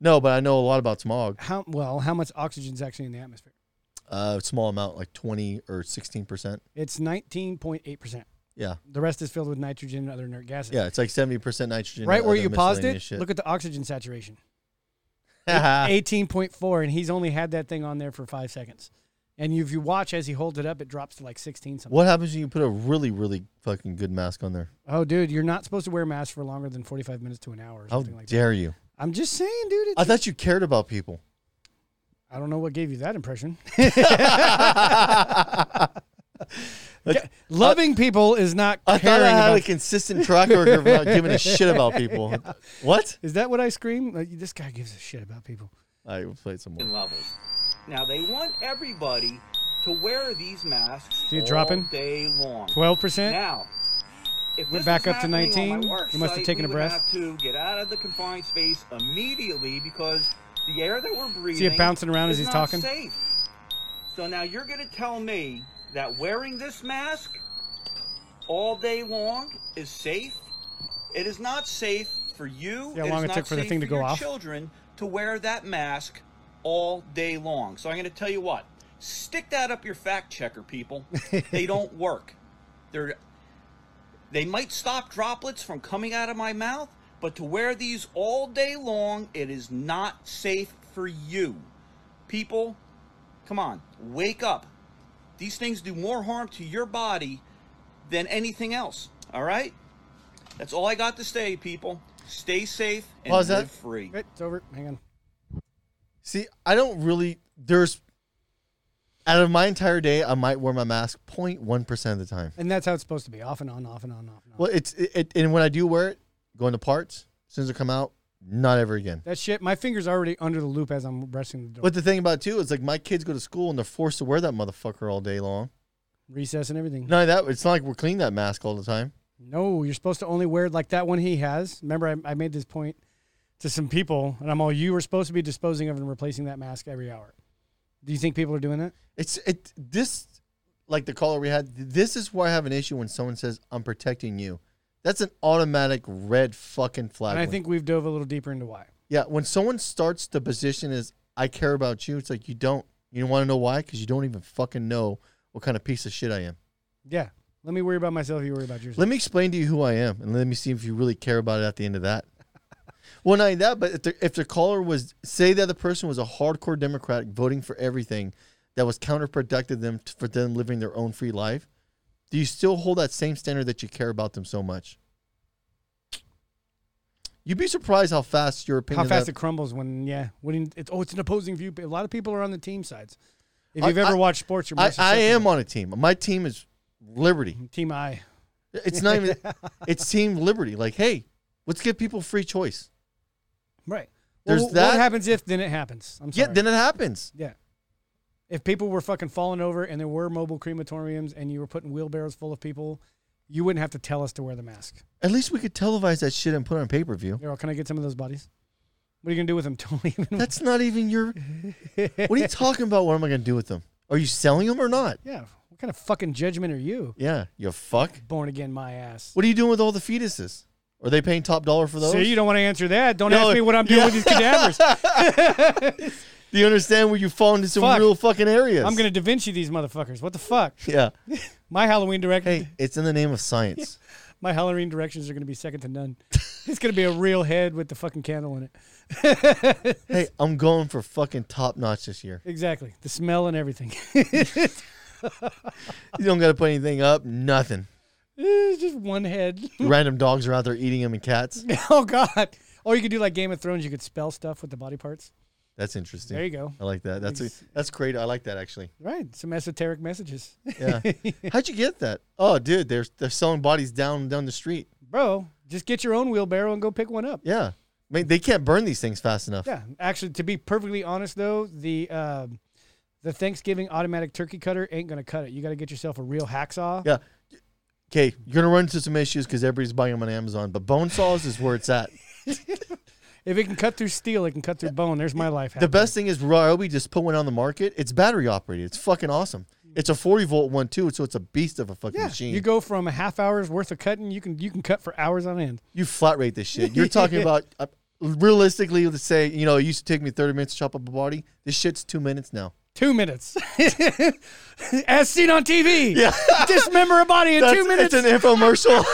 No, but I know a lot about smog.
How well? How much oxygen's actually in the atmosphere?
Uh, small amount, like twenty or sixteen percent.
It's nineteen point eight percent.
Yeah,
The rest is filled with nitrogen and other inert gases.
yeah. It's like seventy percent nitrogen.
Right
and
where
other
you paused
miscellaneous
it,
shit.
look at the oxygen saturation. 18.4 and he's only had that thing on there for five seconds and if you watch as he holds it up it drops to like 16 something
What happens when you put a really, really fucking good mask on there?
oh dude you're not supposed to wear masks for longer than 45 minutes to an hour or
How
something like that
dare you?
i'm just saying dude it's,
Oh, I thought you cared about people.
i don't know what gave you that impression loving people is not
uh, I thought
caring
I had
about
a consistent track record of not giving a shit about people. What?
is that what i scream like, this guy gives a shit about people
I played some more.
levels. Now they want everybody to wear these masks
See it
all
dropping?
day long.
12%
Now, if
We're
this
back
was
up to
happening on
19.
my work
You must have
site,
taken
we
a
would
breath.
have to get out of the confined space immediately because the air that we're breathing.
bouncing around as
is
he's
not
talking?
safe. So now you're going to tell me that wearing this mask all day long is safe? It is not safe for you.
See how
is
long it
not
took for the
safe
thing to go
your
off?
Children to wear that mask all day long. So I'm going to tell you what. Stick that up your fact checker, people. they don't work. They're They might stop droplets from coming out of my mouth, but to wear these all day long, it is not safe for you. People, come on, wake up. These things do more harm to your body than anything else. All right? That's all I got to say, people. Stay safe and
Pause that.
live free.
Wait, It's over. Hang on.
See, I don't really. There's out of my entire day, I might wear my mask 0.1 percent of the time.
And that's how it's supposed to be. Off and on, off and on, off and on.
Well, it's it, it and when I do wear it, going to parts as soon as they come out, not ever again.
That shit. My finger's already under the loop as I'm brushing the door.
But the thing about it too is like my kids go to school and they're forced to wear that motherfucker all day long.
Recess and everything.
None of that. It's not like we're cleaning that mask all the time.
No, you're supposed to only wear like that one he has. Remember, I, I made this point to some people, and I'm all you were supposed to be disposing of and replacing that mask every hour. Do you think people are doing that?
It's it this like the caller we had. This is where I have an issue when someone says I'm protecting you. That's an automatic red fucking flag.
And I
wave.
think we've dove a little deeper into why.
Yeah, when someone starts the position is I care about you, it's like you don't. You want to know why? Because you don't even fucking know what kind of piece of shit I am.
Yeah. Let me worry about myself. You worry about yourself.
Let me explain to you who I am, and let me see if you really care about it at the end of that. well, not only that, but if the, if the caller was say that the person was a hardcore Democrat voting for everything that was counterproductive them for them living their own free life, do you still hold that same standard that you care about them so much? You'd be surprised how fast your
How
opinion. of
fast
that-
it crumbles when yeah, when it's oh, it's an opposing view. A lot of people are on the team sides. If
I-
you've ever
I-
watched sports, you're more
I, I am
susceptible.
on a team. My team is Liberty.
team I.
It's not even. it's Team Liberty. Like, hey, let's give people free choice.
Right.
There's
well,
that.
What happens if then it happens? I'm sorry.
Yeah, then it happens.
Yeah. If people were fucking falling over and there were mobile crematoriums and you were putting wheelbarrows full of people, you wouldn't have to tell us to wear the mask.
At least we could televise that shit and put it on pay per view.
Daryl, can I get some of those bodies? What are you gonna do with them? Don't even.
That's not even your. What are you talking about? What am I going to do with them? Are you selling them or not?
yeah. What kind of fucking judgment are you?
Yeah, you fuck.
Born again, my ass.
What are you doing with all the fetuses? Are they paying top dollar for those?
See, you don't want to answer that. Don't
No,
ask me what I'm doing
yeah.
with these cadavers.
do you understand where you fall into some
Fuck.
real fucking areas?
I'm gonna Da Vinci these motherfuckers. What the fuck?
Yeah.
My Halloween direct.
Hey, it's in the name of science.
My Halloween directions are gonna be second to none. it's gonna be a real head with the fucking candle in it.
Hey, I'm going for fucking top notch this year.
Exactly. The smell and everything.
You don't got to put anything up. Nothing.
It's just one head.
Random dogs are out there eating them and cats.
Oh God! Or you could do like Game of Thrones. You could spell stuff with the body parts.
That's interesting.
There you go.
I like that. That's a,
Ex-
that's great. I like that actually.
Right. Some esoteric messages,
Yeah. How'd you get that? Oh, dude, they're they're selling bodies down down the street.
bro. Just get your own wheelbarrow and go pick one up.
Yeah. I mean, they can't burn these things fast enough.
Yeah. Actually, to be perfectly honest though, the um, the Thanksgiving automatic turkey cutter ain't gonna cut it. You got to get yourself a real hacksaw.
Yeah. Okay, you're gonna run into some issues because everybody's buying them on Amazon, but bone saws is where it's at.
If it can cut through steel, it can cut through bone. There's my life.
The best thing is Ryobi just put one on the market. It's battery operated. It's fucking awesome. It's a 40 volt one too, so it's a beast of a fucking
Yeah.
machine.
You go from a half hour's worth of cutting, you can you can cut for hours on end.
you flat rate this shit. You're talking about uh, realistically to say, you know, it used to take me 30 minutes to chop up a body. This shit's two minutes now.
Two minutes, as seen on TV. Yeah. Dismember a body in two minutes.
It's an infomercial.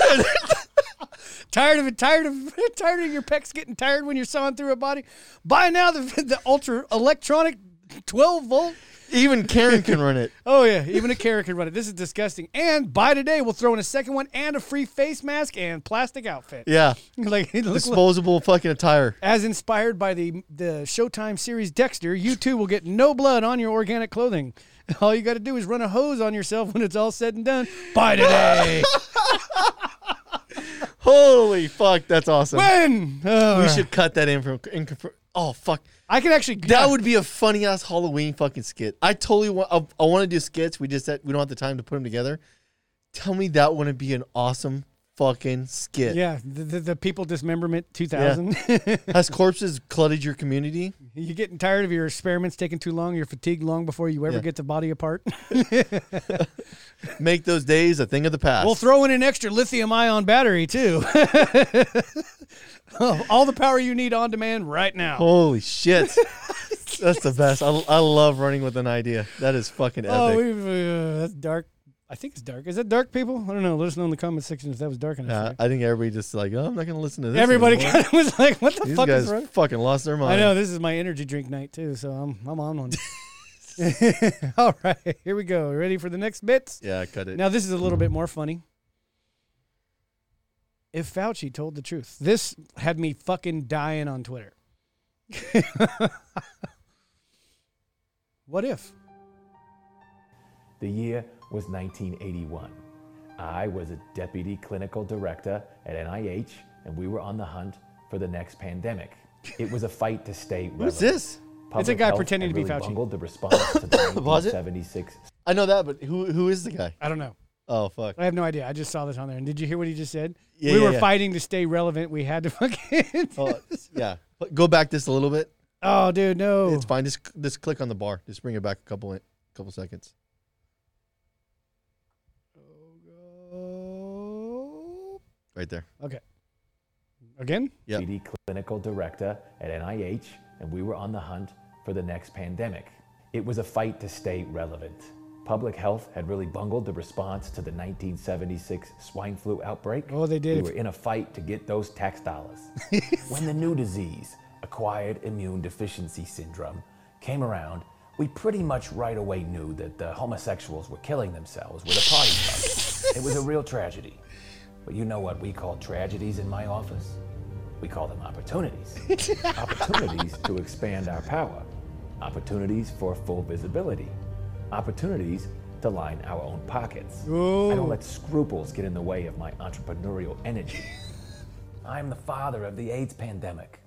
Tired of it, tired of tired of your pecs getting tired when you're sawing through a body. Buy now the the ultra electronic 12 volt.
Even Karen can run it.
Oh yeah, even a carrot can run it. This is disgusting. And buy today, we'll throw in a second one and a free face mask and plastic outfit.
Yeah.
like it looks like,
Disposable fucking attire.
as inspired by the the Showtime series Dexter, you too will get no blood on your organic clothing. All you got to do is run a hose on yourself when it's all said and done. Buy today.
Holy fuck, that's awesome.
when? Oh,
We should cut that in from. In, from- oh fuck,
I can actually
that would be a funny ass Halloween fucking skit. I totally want. I, I want to do skits. We just we don't have the time to put them together. Tell me that wouldn't be an awesome fucking skit.
Yeah, the, the, the people dismemberment 2000.
Has corpses cluttered your community?
You're getting tired of your experiments taking too long. You're fatigued long before you ever
Yeah.
get the body apart.
Make those days a thing of the past.
we'll throw in an extra lithium ion battery, too. Oh, All the power you need on demand right now.
Holy shit, that's the best. I, I love running with an idea. That is fucking epic.
Oh, we've, Oh, uh, that's dark. I I think it's dark. Is it dark, people? I don't know. Let us know in the comment section if that was dark enough.
Uh, I think everybody just like, oh, I'm not going to listen to this.
Everybody
anymore.
kind of was like, "What the
These
fuck
guys
is wrong?"
fucking lost their
I
mind.
know this is my energy drink night too, so I'm I'm on one. All right, here we go. Ready for the next bits?
Yeah, cut it. Mm-hmm.
Now this is a little bit more funny. If Fauci told the truth, this had me fucking dying on Twitter. what if?
The year was 1981. I was a deputy clinical director at NIH, and we were on the hunt for the next pandemic. It was a fight to stay relevant.
Who's this?
It's a guy pretending to be
really
Fauci.
bungled the response to the
Was it?
1976
I know that, but who who is the guy?
I don't know.
Oh fuck.
I have no idea. I just saw this on there. And did you hear what he just said?
Yeah,
we
yeah,
were
yeah.
fighting to stay relevant. We had to fucking. Oh,
Oh, yeah. But Go back just a little bit.
dude, no.
It's fine. Just just click on the bar. Just bring it back a couple couple seconds. Right there.
Okay. Again?
Yep.
PD clinical director at NIH, and we were on the hunt for the next pandemic. It was a fight to stay relevant. Public health had really bungled the response to the 1976 swine flu outbreak.
Oh, they did.
We were in a fight to get those tax dollars. when the new disease, acquired immune deficiency syndrome, came around, we pretty much right away knew that the homosexuals were killing themselves with a party drug. it was a real tragedy. But you know what we call tragedies in my office? We call them opportunities. opportunities to expand our power, opportunities for full visibility, opportunities to line our own pockets. I don't let scruples get in the way of my entrepreneurial energy. I'm the father of the AIDS pandemic.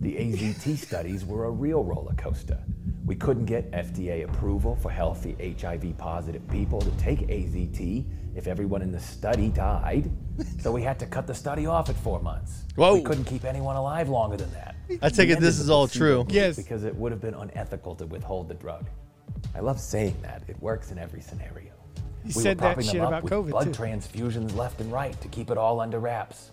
The AZT studies were a real roller coaster. We couldn't get FDA approval for healthy HIV positive people to take AZT if everyone in the study died. So we had to cut the study off at four months.
Whoa.
We couldn't keep anyone alive longer than that.
I take
We
it this
ended
is
the
all
placebo
true.
group
Yes.
Because it would have been unethical to withhold the drug. I love saying that. It works in every scenario.
You said
were
that
propping them
shit
up
about
with
COVID,
blood
too.
transfusions left and right to keep it all under wraps.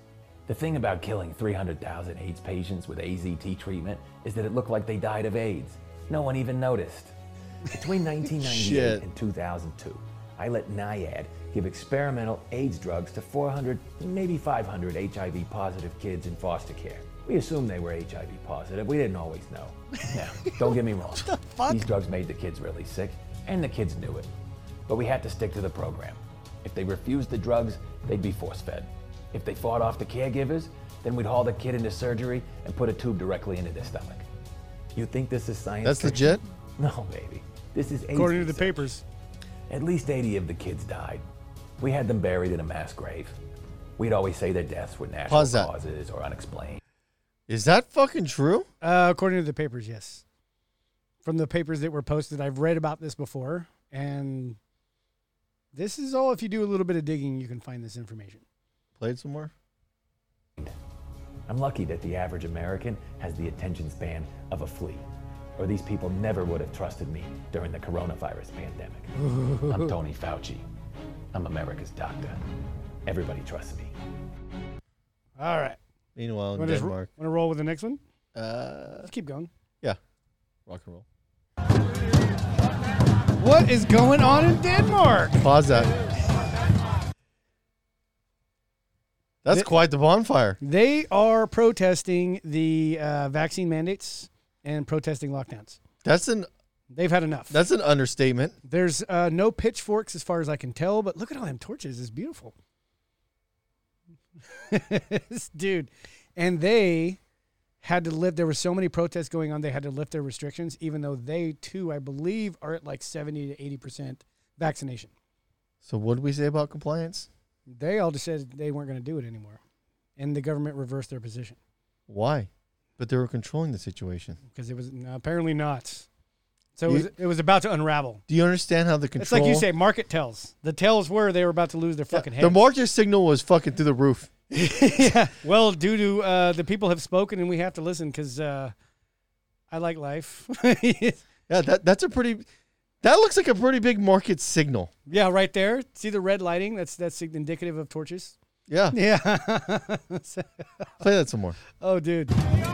The thing about killing 300,000 AIDS patients with AZT treatment is that it looked like they died of AIDS. No one even noticed. Between 1998
Shit.
and 2002, I let NIAID give experimental AIDS drugs to 400, maybe 500 HIV positive kids in foster care. We assumed they were HIV positive. We didn't always know. Now, don't get me wrong. These drugs made the kids really sick, and the kids knew it. But we had to stick to the program. If they refused the drugs, they'd be force fed. If they fought off the caregivers, then we'd haul the kid into surgery and put a tube directly into their stomach. You think this is science?
That's
fiction?
legit.
No, baby. This is AIDS
According to the
research.
papers.
At least 80 of the kids died. We had them buried in a mass grave. We'd always say their deaths were natural
Pause that.
causes or unexplained.
Is that fucking true?
Uh, according to the papers, yes. From the papers that were posted, I've read about this before, and this is all. If you do a little bit of digging, you can find this information.
Played some more.
I'm lucky that the average American has the attention span of a flea, or these people never would have trusted me during the coronavirus pandemic. I'm Tony Fauci. I'm America's doctor. Everybody trusts me.
All right.
Meanwhile, in
Want to
Denmark.
want to roll with the next one?
Uh,
Let's keep going.
yeah. Rock and roll.
What is going on in Denmark?
Pause that. That's
Th-
quite the bonfire.
They are protesting the uh, vaccine mandates and protesting lockdowns.
That's an
They've had enough.
that's an understatement.
There's uh, no pitchforks as far as I can tell, but look at all them torches. It's beautiful. Dude. And they had to lift, there were so many protests going on, they had to lift their restrictions, even though they too, I believe, are at like 70 to 80% vaccination.
So what did we say about compliance?
They all just said they weren't going to do it anymore. And the government reversed their position
Why? But they were controlling the situation.
because it was no, apparently not. So it
You-
was, it was about to unravel.
Do you understand how the control?
It's like you say, market tells. The tells were they were about to lose their fucking head.
The market signal was fucking through the roof.
yeah. Well, due to uh, the people have spoken and we have to listen because uh, I like life.
Yeah, that that's a pretty. That looks like a pretty big market signal.
yeah, right there. See the red lighting? That's that's indicative of torches.
Yeah,
Yeah.
play that some more.
oh, dude.
Pause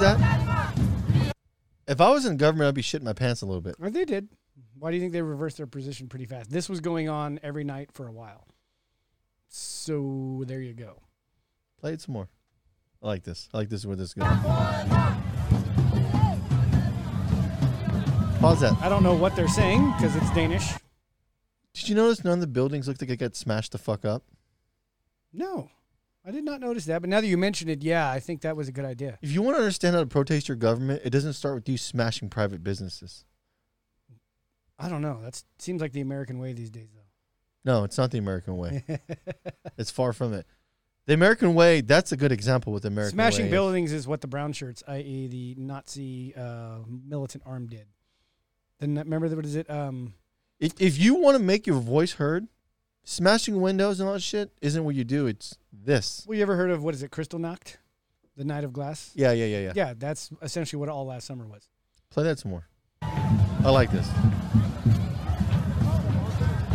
that. If I was in government, I'd be shitting my pants a little bit.
Or they did. Why do you think they reversed their position pretty fast? This was going on every night for a while. So there you go.
Play it some more. I like this. I like this is where this is going. Pause that.
I don't know what they're saying because it's Danish.
Did you notice none of the buildings looked like it got smashed the fuck up?
No, I did not notice that. But now that you mentioned it, yeah, I think that was a good idea.
If you want to understand how to protest your government, it doesn't start with you smashing private businesses.
I don't know. That seems like the American way these days, though.
No, it's not the American way. it's far from it. The American way, that's a good example with the American
Smashing
way.
buildings is what the brown shirts, i.e., the Nazi uh, militant arm, did. Then remember that- what is it? Um,
If, if you want to make your voice heard, smashing windows and all that shit isn't what you do. It's this.
well, you ever heard of what is it? Kristallnacht, the Night of Glass.
Yeah, yeah, yeah, yeah.
Yeah, that's essentially what all last summer was.
Play that some more. I like this.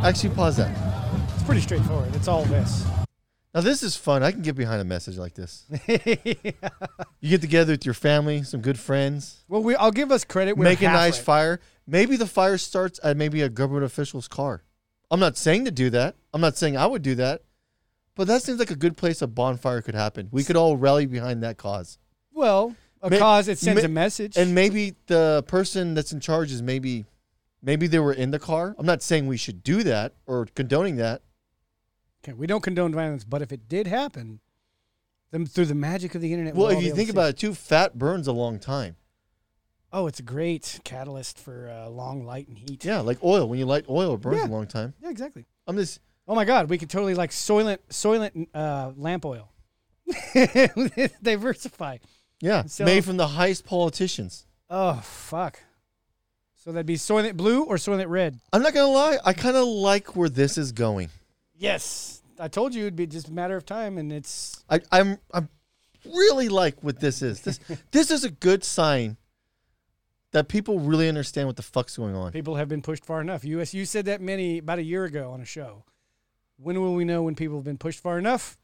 Actually, pause that.
It's pretty straightforward. It's all this.
Now, this is fun. I can get behind a message like this. You get together with your family, some good friends.
Well, we, I'll give us credit. We're
make a
half
nice
right.
fire. Maybe the fire starts at maybe a government official's car. I'm not saying to do that. I'm not saying I would do that. But that seems like a good place a bonfire could happen. We could all rally behind that cause.
Well, a
Ma-
cause it sends
ma-
a message.
And maybe the person that's in charge is maybe maybe they were in the car. I'm not saying we should do that or condoning that.
okay, we don't condone violence, but if it did happen, then through the magic of the internet,
Well,
we'll
if
all be
you
able
think
to see
about it too, fat burns a long time.
Oh, it's a great catalyst for uh, long light and heat.
Yeah, like oil. When you light oil, it burns
Yeah.
a long time.
Yeah, exactly.
I'm just
Oh my God, we could totally like soylent, soylent uh, lamp oil. Diversify.
yeah,
So-
made from the highest politicians.
Oh fuck. So that'd be soylent blue or soylent red.
I'm not gonna lie. I kind of like where this is going.
Yes, I told you it'd be just a matter of time, and it's
I, I'm I'm really like what this is. This this is a good sign that people really understand what the fuck's going on.
people have been pushed far enough. U.S. You said that many about a year ago on a show. When will we know when people have been pushed far enough?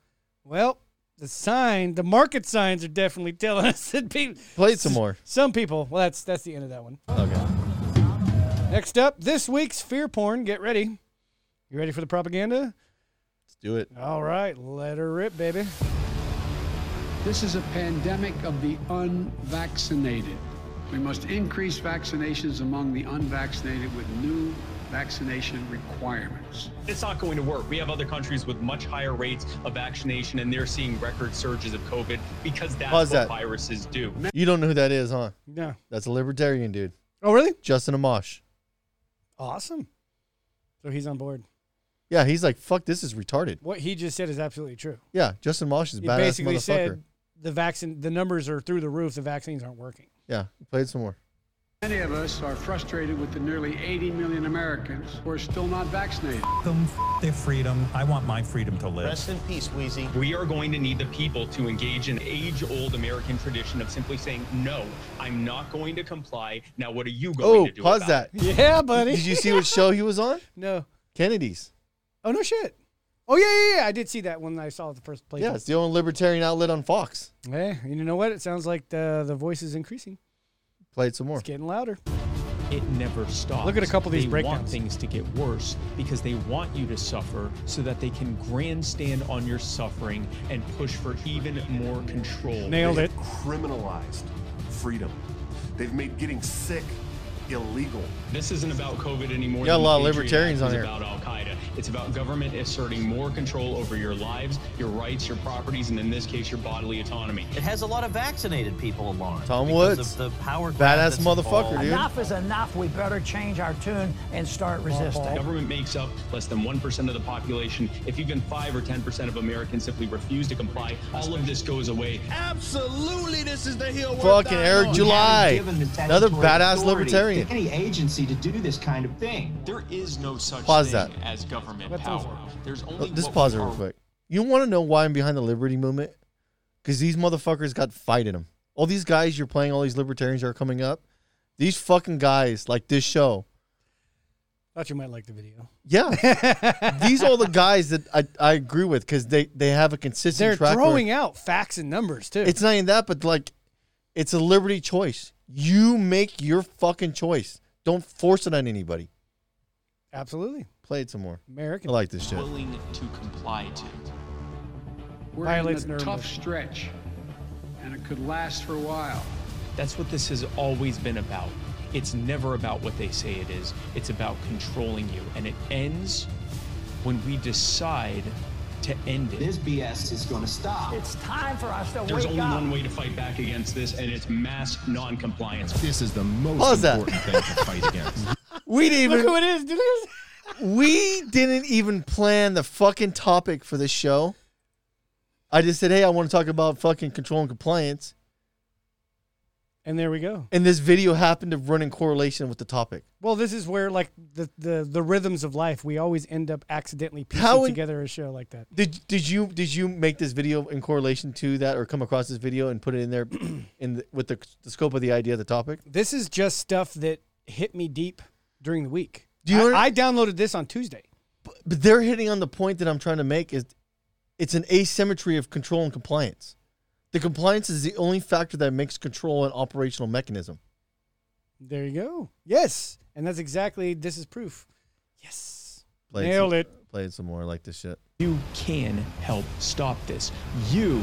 Well, the sign, the market signs are definitely telling us that people.
Play it some more.
Some people. Well, that's that's the end of that one.
Okay.
Next up, this week's fear porn. Get ready. You ready for the propaganda?
Let's do it.
All right, let her rip, baby.
This is a pandemic of the unvaccinated. We must increase vaccinations among the unvaccinated with new vaccination requirements.
It's not going to work. We have other countries with much higher rates of vaccination, and they're seeing record surges of COVID because that's
Pause
what
that.
viruses do.
You don't know who that is, huh?
No.
That's a libertarian dude,
Oh, really?
Justin Amash.
Awesome. So he's on board.
Yeah, he's like, fuck, this is retarded.
What he just said is absolutely true.
Yeah, Justin Amash is a
He
badass
basically
motherfucker.
said the vaccine, the numbers are through the roof. The vaccines aren't working.
yeah, play it some more.
Many of us are frustrated with the nearly 80 million Americans who are still not vaccinated.
them, f- their freedom. I want my freedom to live.
in peace, Wheezy. We are going to need the people to engage in age old American tradition of simply saying, no, I'm not going to comply. Now, what are you going
Oh,
to do?
pause
about
that.
it?"
Yeah, buddy.
Did you see what show he was on?
No.
Kennedy's.
Oh no, shit. Oh yeah, yeah, yeah. I did see that when I saw it the first place.
Yeah, it's the only libertarian outlet on Fox.
Hey, you know what? It sounds like the the voice is increasing.
Play it some more.
It's getting louder.
It never stops.
Look at a couple of these
they
breakdowns.
want things to get worse because they want you to suffer so that they can grandstand on your suffering and push for even more control.
Nailed it.
criminalized freedom. They've made getting sick illegal.
This isn't about COVID anymore.
Yeah, a
than
lot of
the Patriot
libertarians
Act
on
is
here.
about Al Qaeda. It's about government asserting more control over your lives, your rights, your properties, and in this case, your bodily autonomy. It has a lot of vaccinated people alarmed.
Tom Woods. badass motherfucker, dude.
Enough is enough. We better change our tune and start
The
resisting.
government makes up less than 1% of the population. If even 5 or 10% of Americans simply refuse to comply, all of this goes away.
Absolutely, this is the hill.
Fucking Eric July. Another badass libertarian.
Any agency to do this kind of thing.
There is no such
Pause
thing
that.
as government power. There's only
Just
what
pause it
we
real
are
quick. You want to know why I'm behind the liberty movement? Because these motherfuckers got fight in them. All these guys you're playing, all these libertarians are coming up. These fucking guys, like this show.
Thought you might like the video.
Yeah. these are the guys that I, I agree with because they, they have a consistent
They're
track record.
throwing out facts and numbers too.
It's not even that, but like It's a liberty choice. You make your fucking choice. Don't force it on anybody.
Absolutely.
Play it some more.
American.
I like this shit.
willing to comply to.
We're
Violates
in a
nerve
tough
motion.
stretch, and it could last for a while.
That's what this has always been about. It's never about what they say it is, it's about controlling you. And it ends when we decide to end it. This BS is going to stop.
It's time for us to
There's
wake
only
up.
one way to fight back against this, and it's mass non-compliance. This is the
How's
most
that?
important thing to fight against.
We didn't even.
Look who it is. Dude, look at this.
we didn't even plan the fucking topic for this show. I just said, hey, I want to talk about fucking control and compliance.
And there we go.
And this video happened to run in correlation with the topic.
Well, this is where like the, the, the rhythms of life, we always end up accidentally piecing
How in-
together a show like that.
Did did you did you make this video in correlation to that, or come across this video and put it in there, in the, with the, the scope of the idea, of the topic?
This is just stuff that hit me deep during the week.
Do you
I,
under-
I downloaded this on Tuesday.
But they're hitting on the point that I'm trying to make is, it's an asymmetry of control and compliance. The compliance is the only factor that makes control an operational mechanism.
There you go. Yes. And that's exactly this is proof. Yes.
Play
Nailed
some,
it.
Play it some more. I like this shit.
You can help stop this. You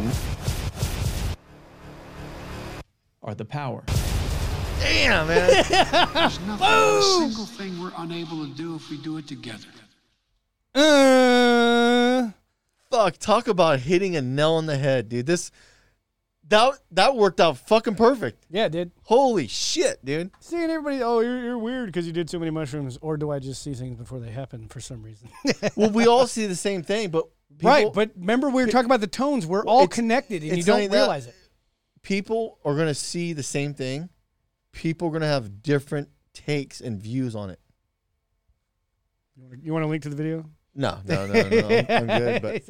are the power.
Damn,
There's nothing, a single thing we're unable to do if we do it together.
Uh,
Fuck, talk about hitting a nail on the head, dude. This that that worked out fucking perfect.
Yeah, it did.
Holy shit, dude.
Seeing everybody, oh, you're, you're weird because you did so many mushrooms, or do I just see things before they happen for some reason?
well, we all see the same thing, but people-
right, but remember we were talking about the tones. We're all
It's-
connected, and you
it's not
don't
even that.
realize it.
people are gonna see the same thing. People are gonna have different takes and views on it.
You want to link to the video?
No, no, no, no. I'm- I'm good. But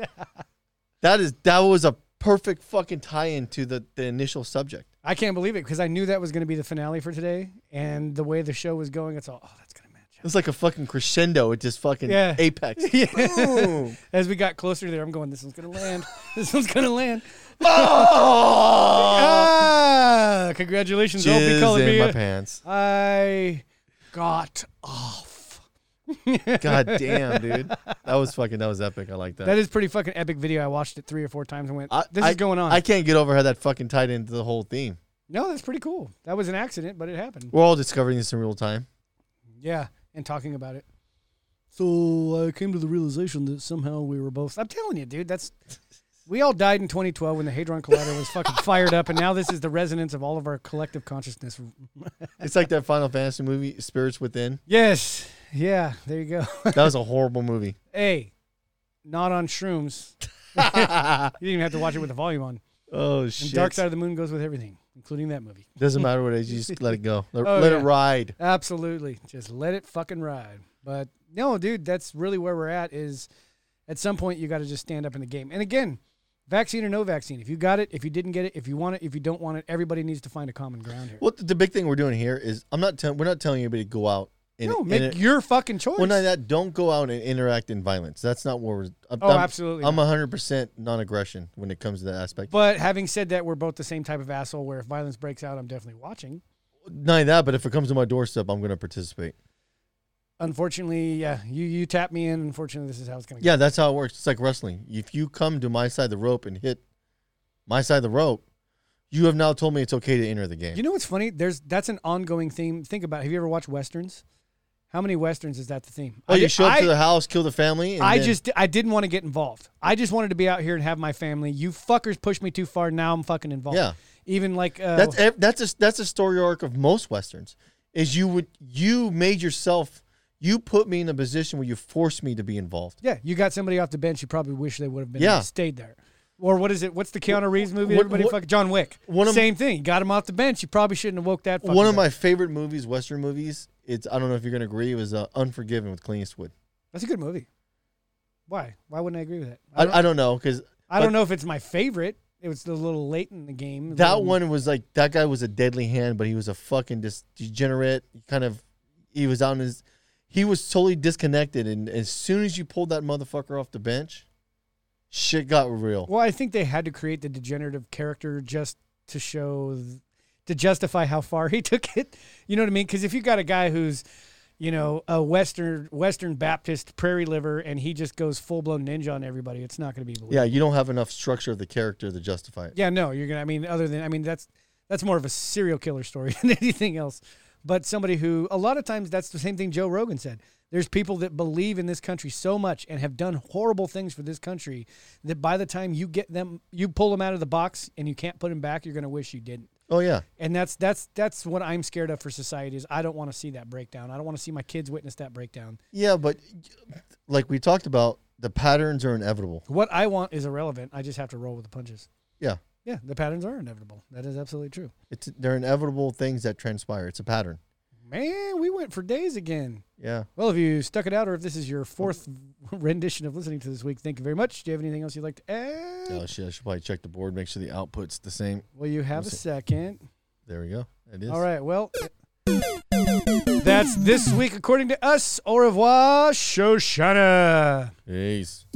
that is that was a perfect fucking tie-in to the the initial subject.
I can't believe it because I knew that was going to be the finale for today, and the way the show was going, it's all. Oh, that's gonna.
It's like a fucking crescendo. It just fucking
yeah.
apex.
Yeah.
Boom.
As we got closer to there, I'm going, this one's going to land. this one's going to land. ah, congratulations,
Jizz
Opie calling
in
me.
Oh. my
a-
pants.
I got off.
God damn, dude. That was fucking that was epic. I like that.
That is pretty fucking epic video. I watched it three or four times and went,
I-
this
I-
is going on.
I can't get over how that fucking tied into the whole theme.
no, that's pretty cool. That was an accident, but it happened.
We're all discovering this in real time.
Yeah, and talking about it. So I came to the realization that somehow we were both. I'm telling you, dude, that's. We all died in 2012 when the Hadron Collider was fucking fired up, and now this is the resonance of all of our collective consciousness.
It's like that Final Fantasy movie, Spirits Within.
yes. Yeah, there you go.
That was a horrible movie.
hey, not on shrooms. you didn't even have to watch it with the volume on.
Oh,
And
shit.
Dark Side of the Moon goes with everything, including that movie.
Doesn't matter what it is, you just let it go. Let,
Oh,
let
yeah.
it ride.
Absolutely. Just let it fucking ride. But no, dude, that's really where we're at is at some point you got to just stand up in the game. And again, vaccine or no vaccine. If you got it, if you didn't get it, if you want it, if you don't want it, everybody needs to find a common ground here.
Well, th- the big thing we're doing here is I'm not telling we're not telling anybody to go out and
No,
and
make
it-
your fucking choice.
Well, not that. Don't go out and interact in violence. That's not what we're. I'm,
Oh,
I'm-
absolutely
I'm
not.
100 percent non-aggression when it comes to that aspect.
but having said that, we're both the same type of asshole where if violence breaks out, I'm definitely watching.
not only that, but if it comes to my doorstep, I'm going to participate.
Unfortunately, yeah, you, you tap me in. Unfortunately, this is how it's going to
Yeah, that's how it works. It's like wrestling. If you come to my side of the rope and hit my side of the rope, you have now told me it's okay to enter the game.
You know what's funny? There's that's an ongoing theme. Think about it. have you ever watched westerns? How many westerns is that the theme?
oh,
I
you
did-
show up to
I-
the house, kill the family. And
I
then-
just I didn't want to get involved. I just wanted to be out here and have my family. You fuckers pushed me too far. Now I'm fucking involved.
Yeah.
Even like uh,
that's ev- that's a that's a story arc of most westerns. Is you would you made yourself you put me in a position where you forced me to be involved.
yeah. You got somebody off the bench. You probably wish they would have been
Yeah.
stayed there. Or what is it? What's the Keanu Reeves movie?
what-
Everybody
what-
fuck John Wick.
one of-
Same thing. Got him off the bench. You probably shouldn't have woke that. Fucking
One of
guy.
my favorite movies, western movies. It's I don't know if you're gonna agree. It was uh, Unforgiven with Clint Eastwood.
That's a good movie. Why? Why wouldn't I agree with that?
I, I don't know because
I don't know if it's my favorite. It was a little late in the game. a
That
little-
one was like that guy was a deadly hand, but he was a fucking dis- degenerate. Kind of, he was on his, he was totally disconnected. And as soon as you pulled that motherfucker off the bench, shit got real.
Well, I think they had to create the degenerative character just to show. th- to justify how far he took it. You know what I mean? Because if you got a guy who's, you know, a Western Western Baptist prairie liver and he just goes full blown ninja on everybody, it's not going to be believable.
Yeah, you don't have enough structure of the character to justify it.
Yeah, no, you're gonna. I mean, other than I mean, that's that's more of a serial killer story than anything else. But somebody who a lot of times that's the same thing Joe Rogan said. There's people that believe in this country so much and have done horrible things for this country that by the time you get them, you pull them out of the box and you can't put them back. You're gonna wish you didn't.
Oh yeah,
And that's that's that's what I'm scared of for society is I don't want to see that breakdown. I don't want to see my kids witness that breakdown.
yeah, but like we talked about, the patterns are inevitable.
What I want is irrelevant. I just have to roll with the punches.
Yeah,
Yeah, the patterns are inevitable. That is absolutely true.
it's they're inevitable things that transpire. It's a pattern.
Man, we went for days again.
Yeah.
Well, if you stuck it out or if this is your fourth rendition of listening to this week, thank you very much. Do you have anything else you'd like to add?
Oh shit! I should probably check the board, make sure the output's the same.
Well, you have a second.
There we go. It is.
All right. Well, that's this week according to us. Au revoir, Shoshana.
Peace.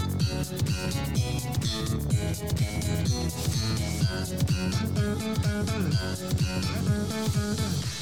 Thank you.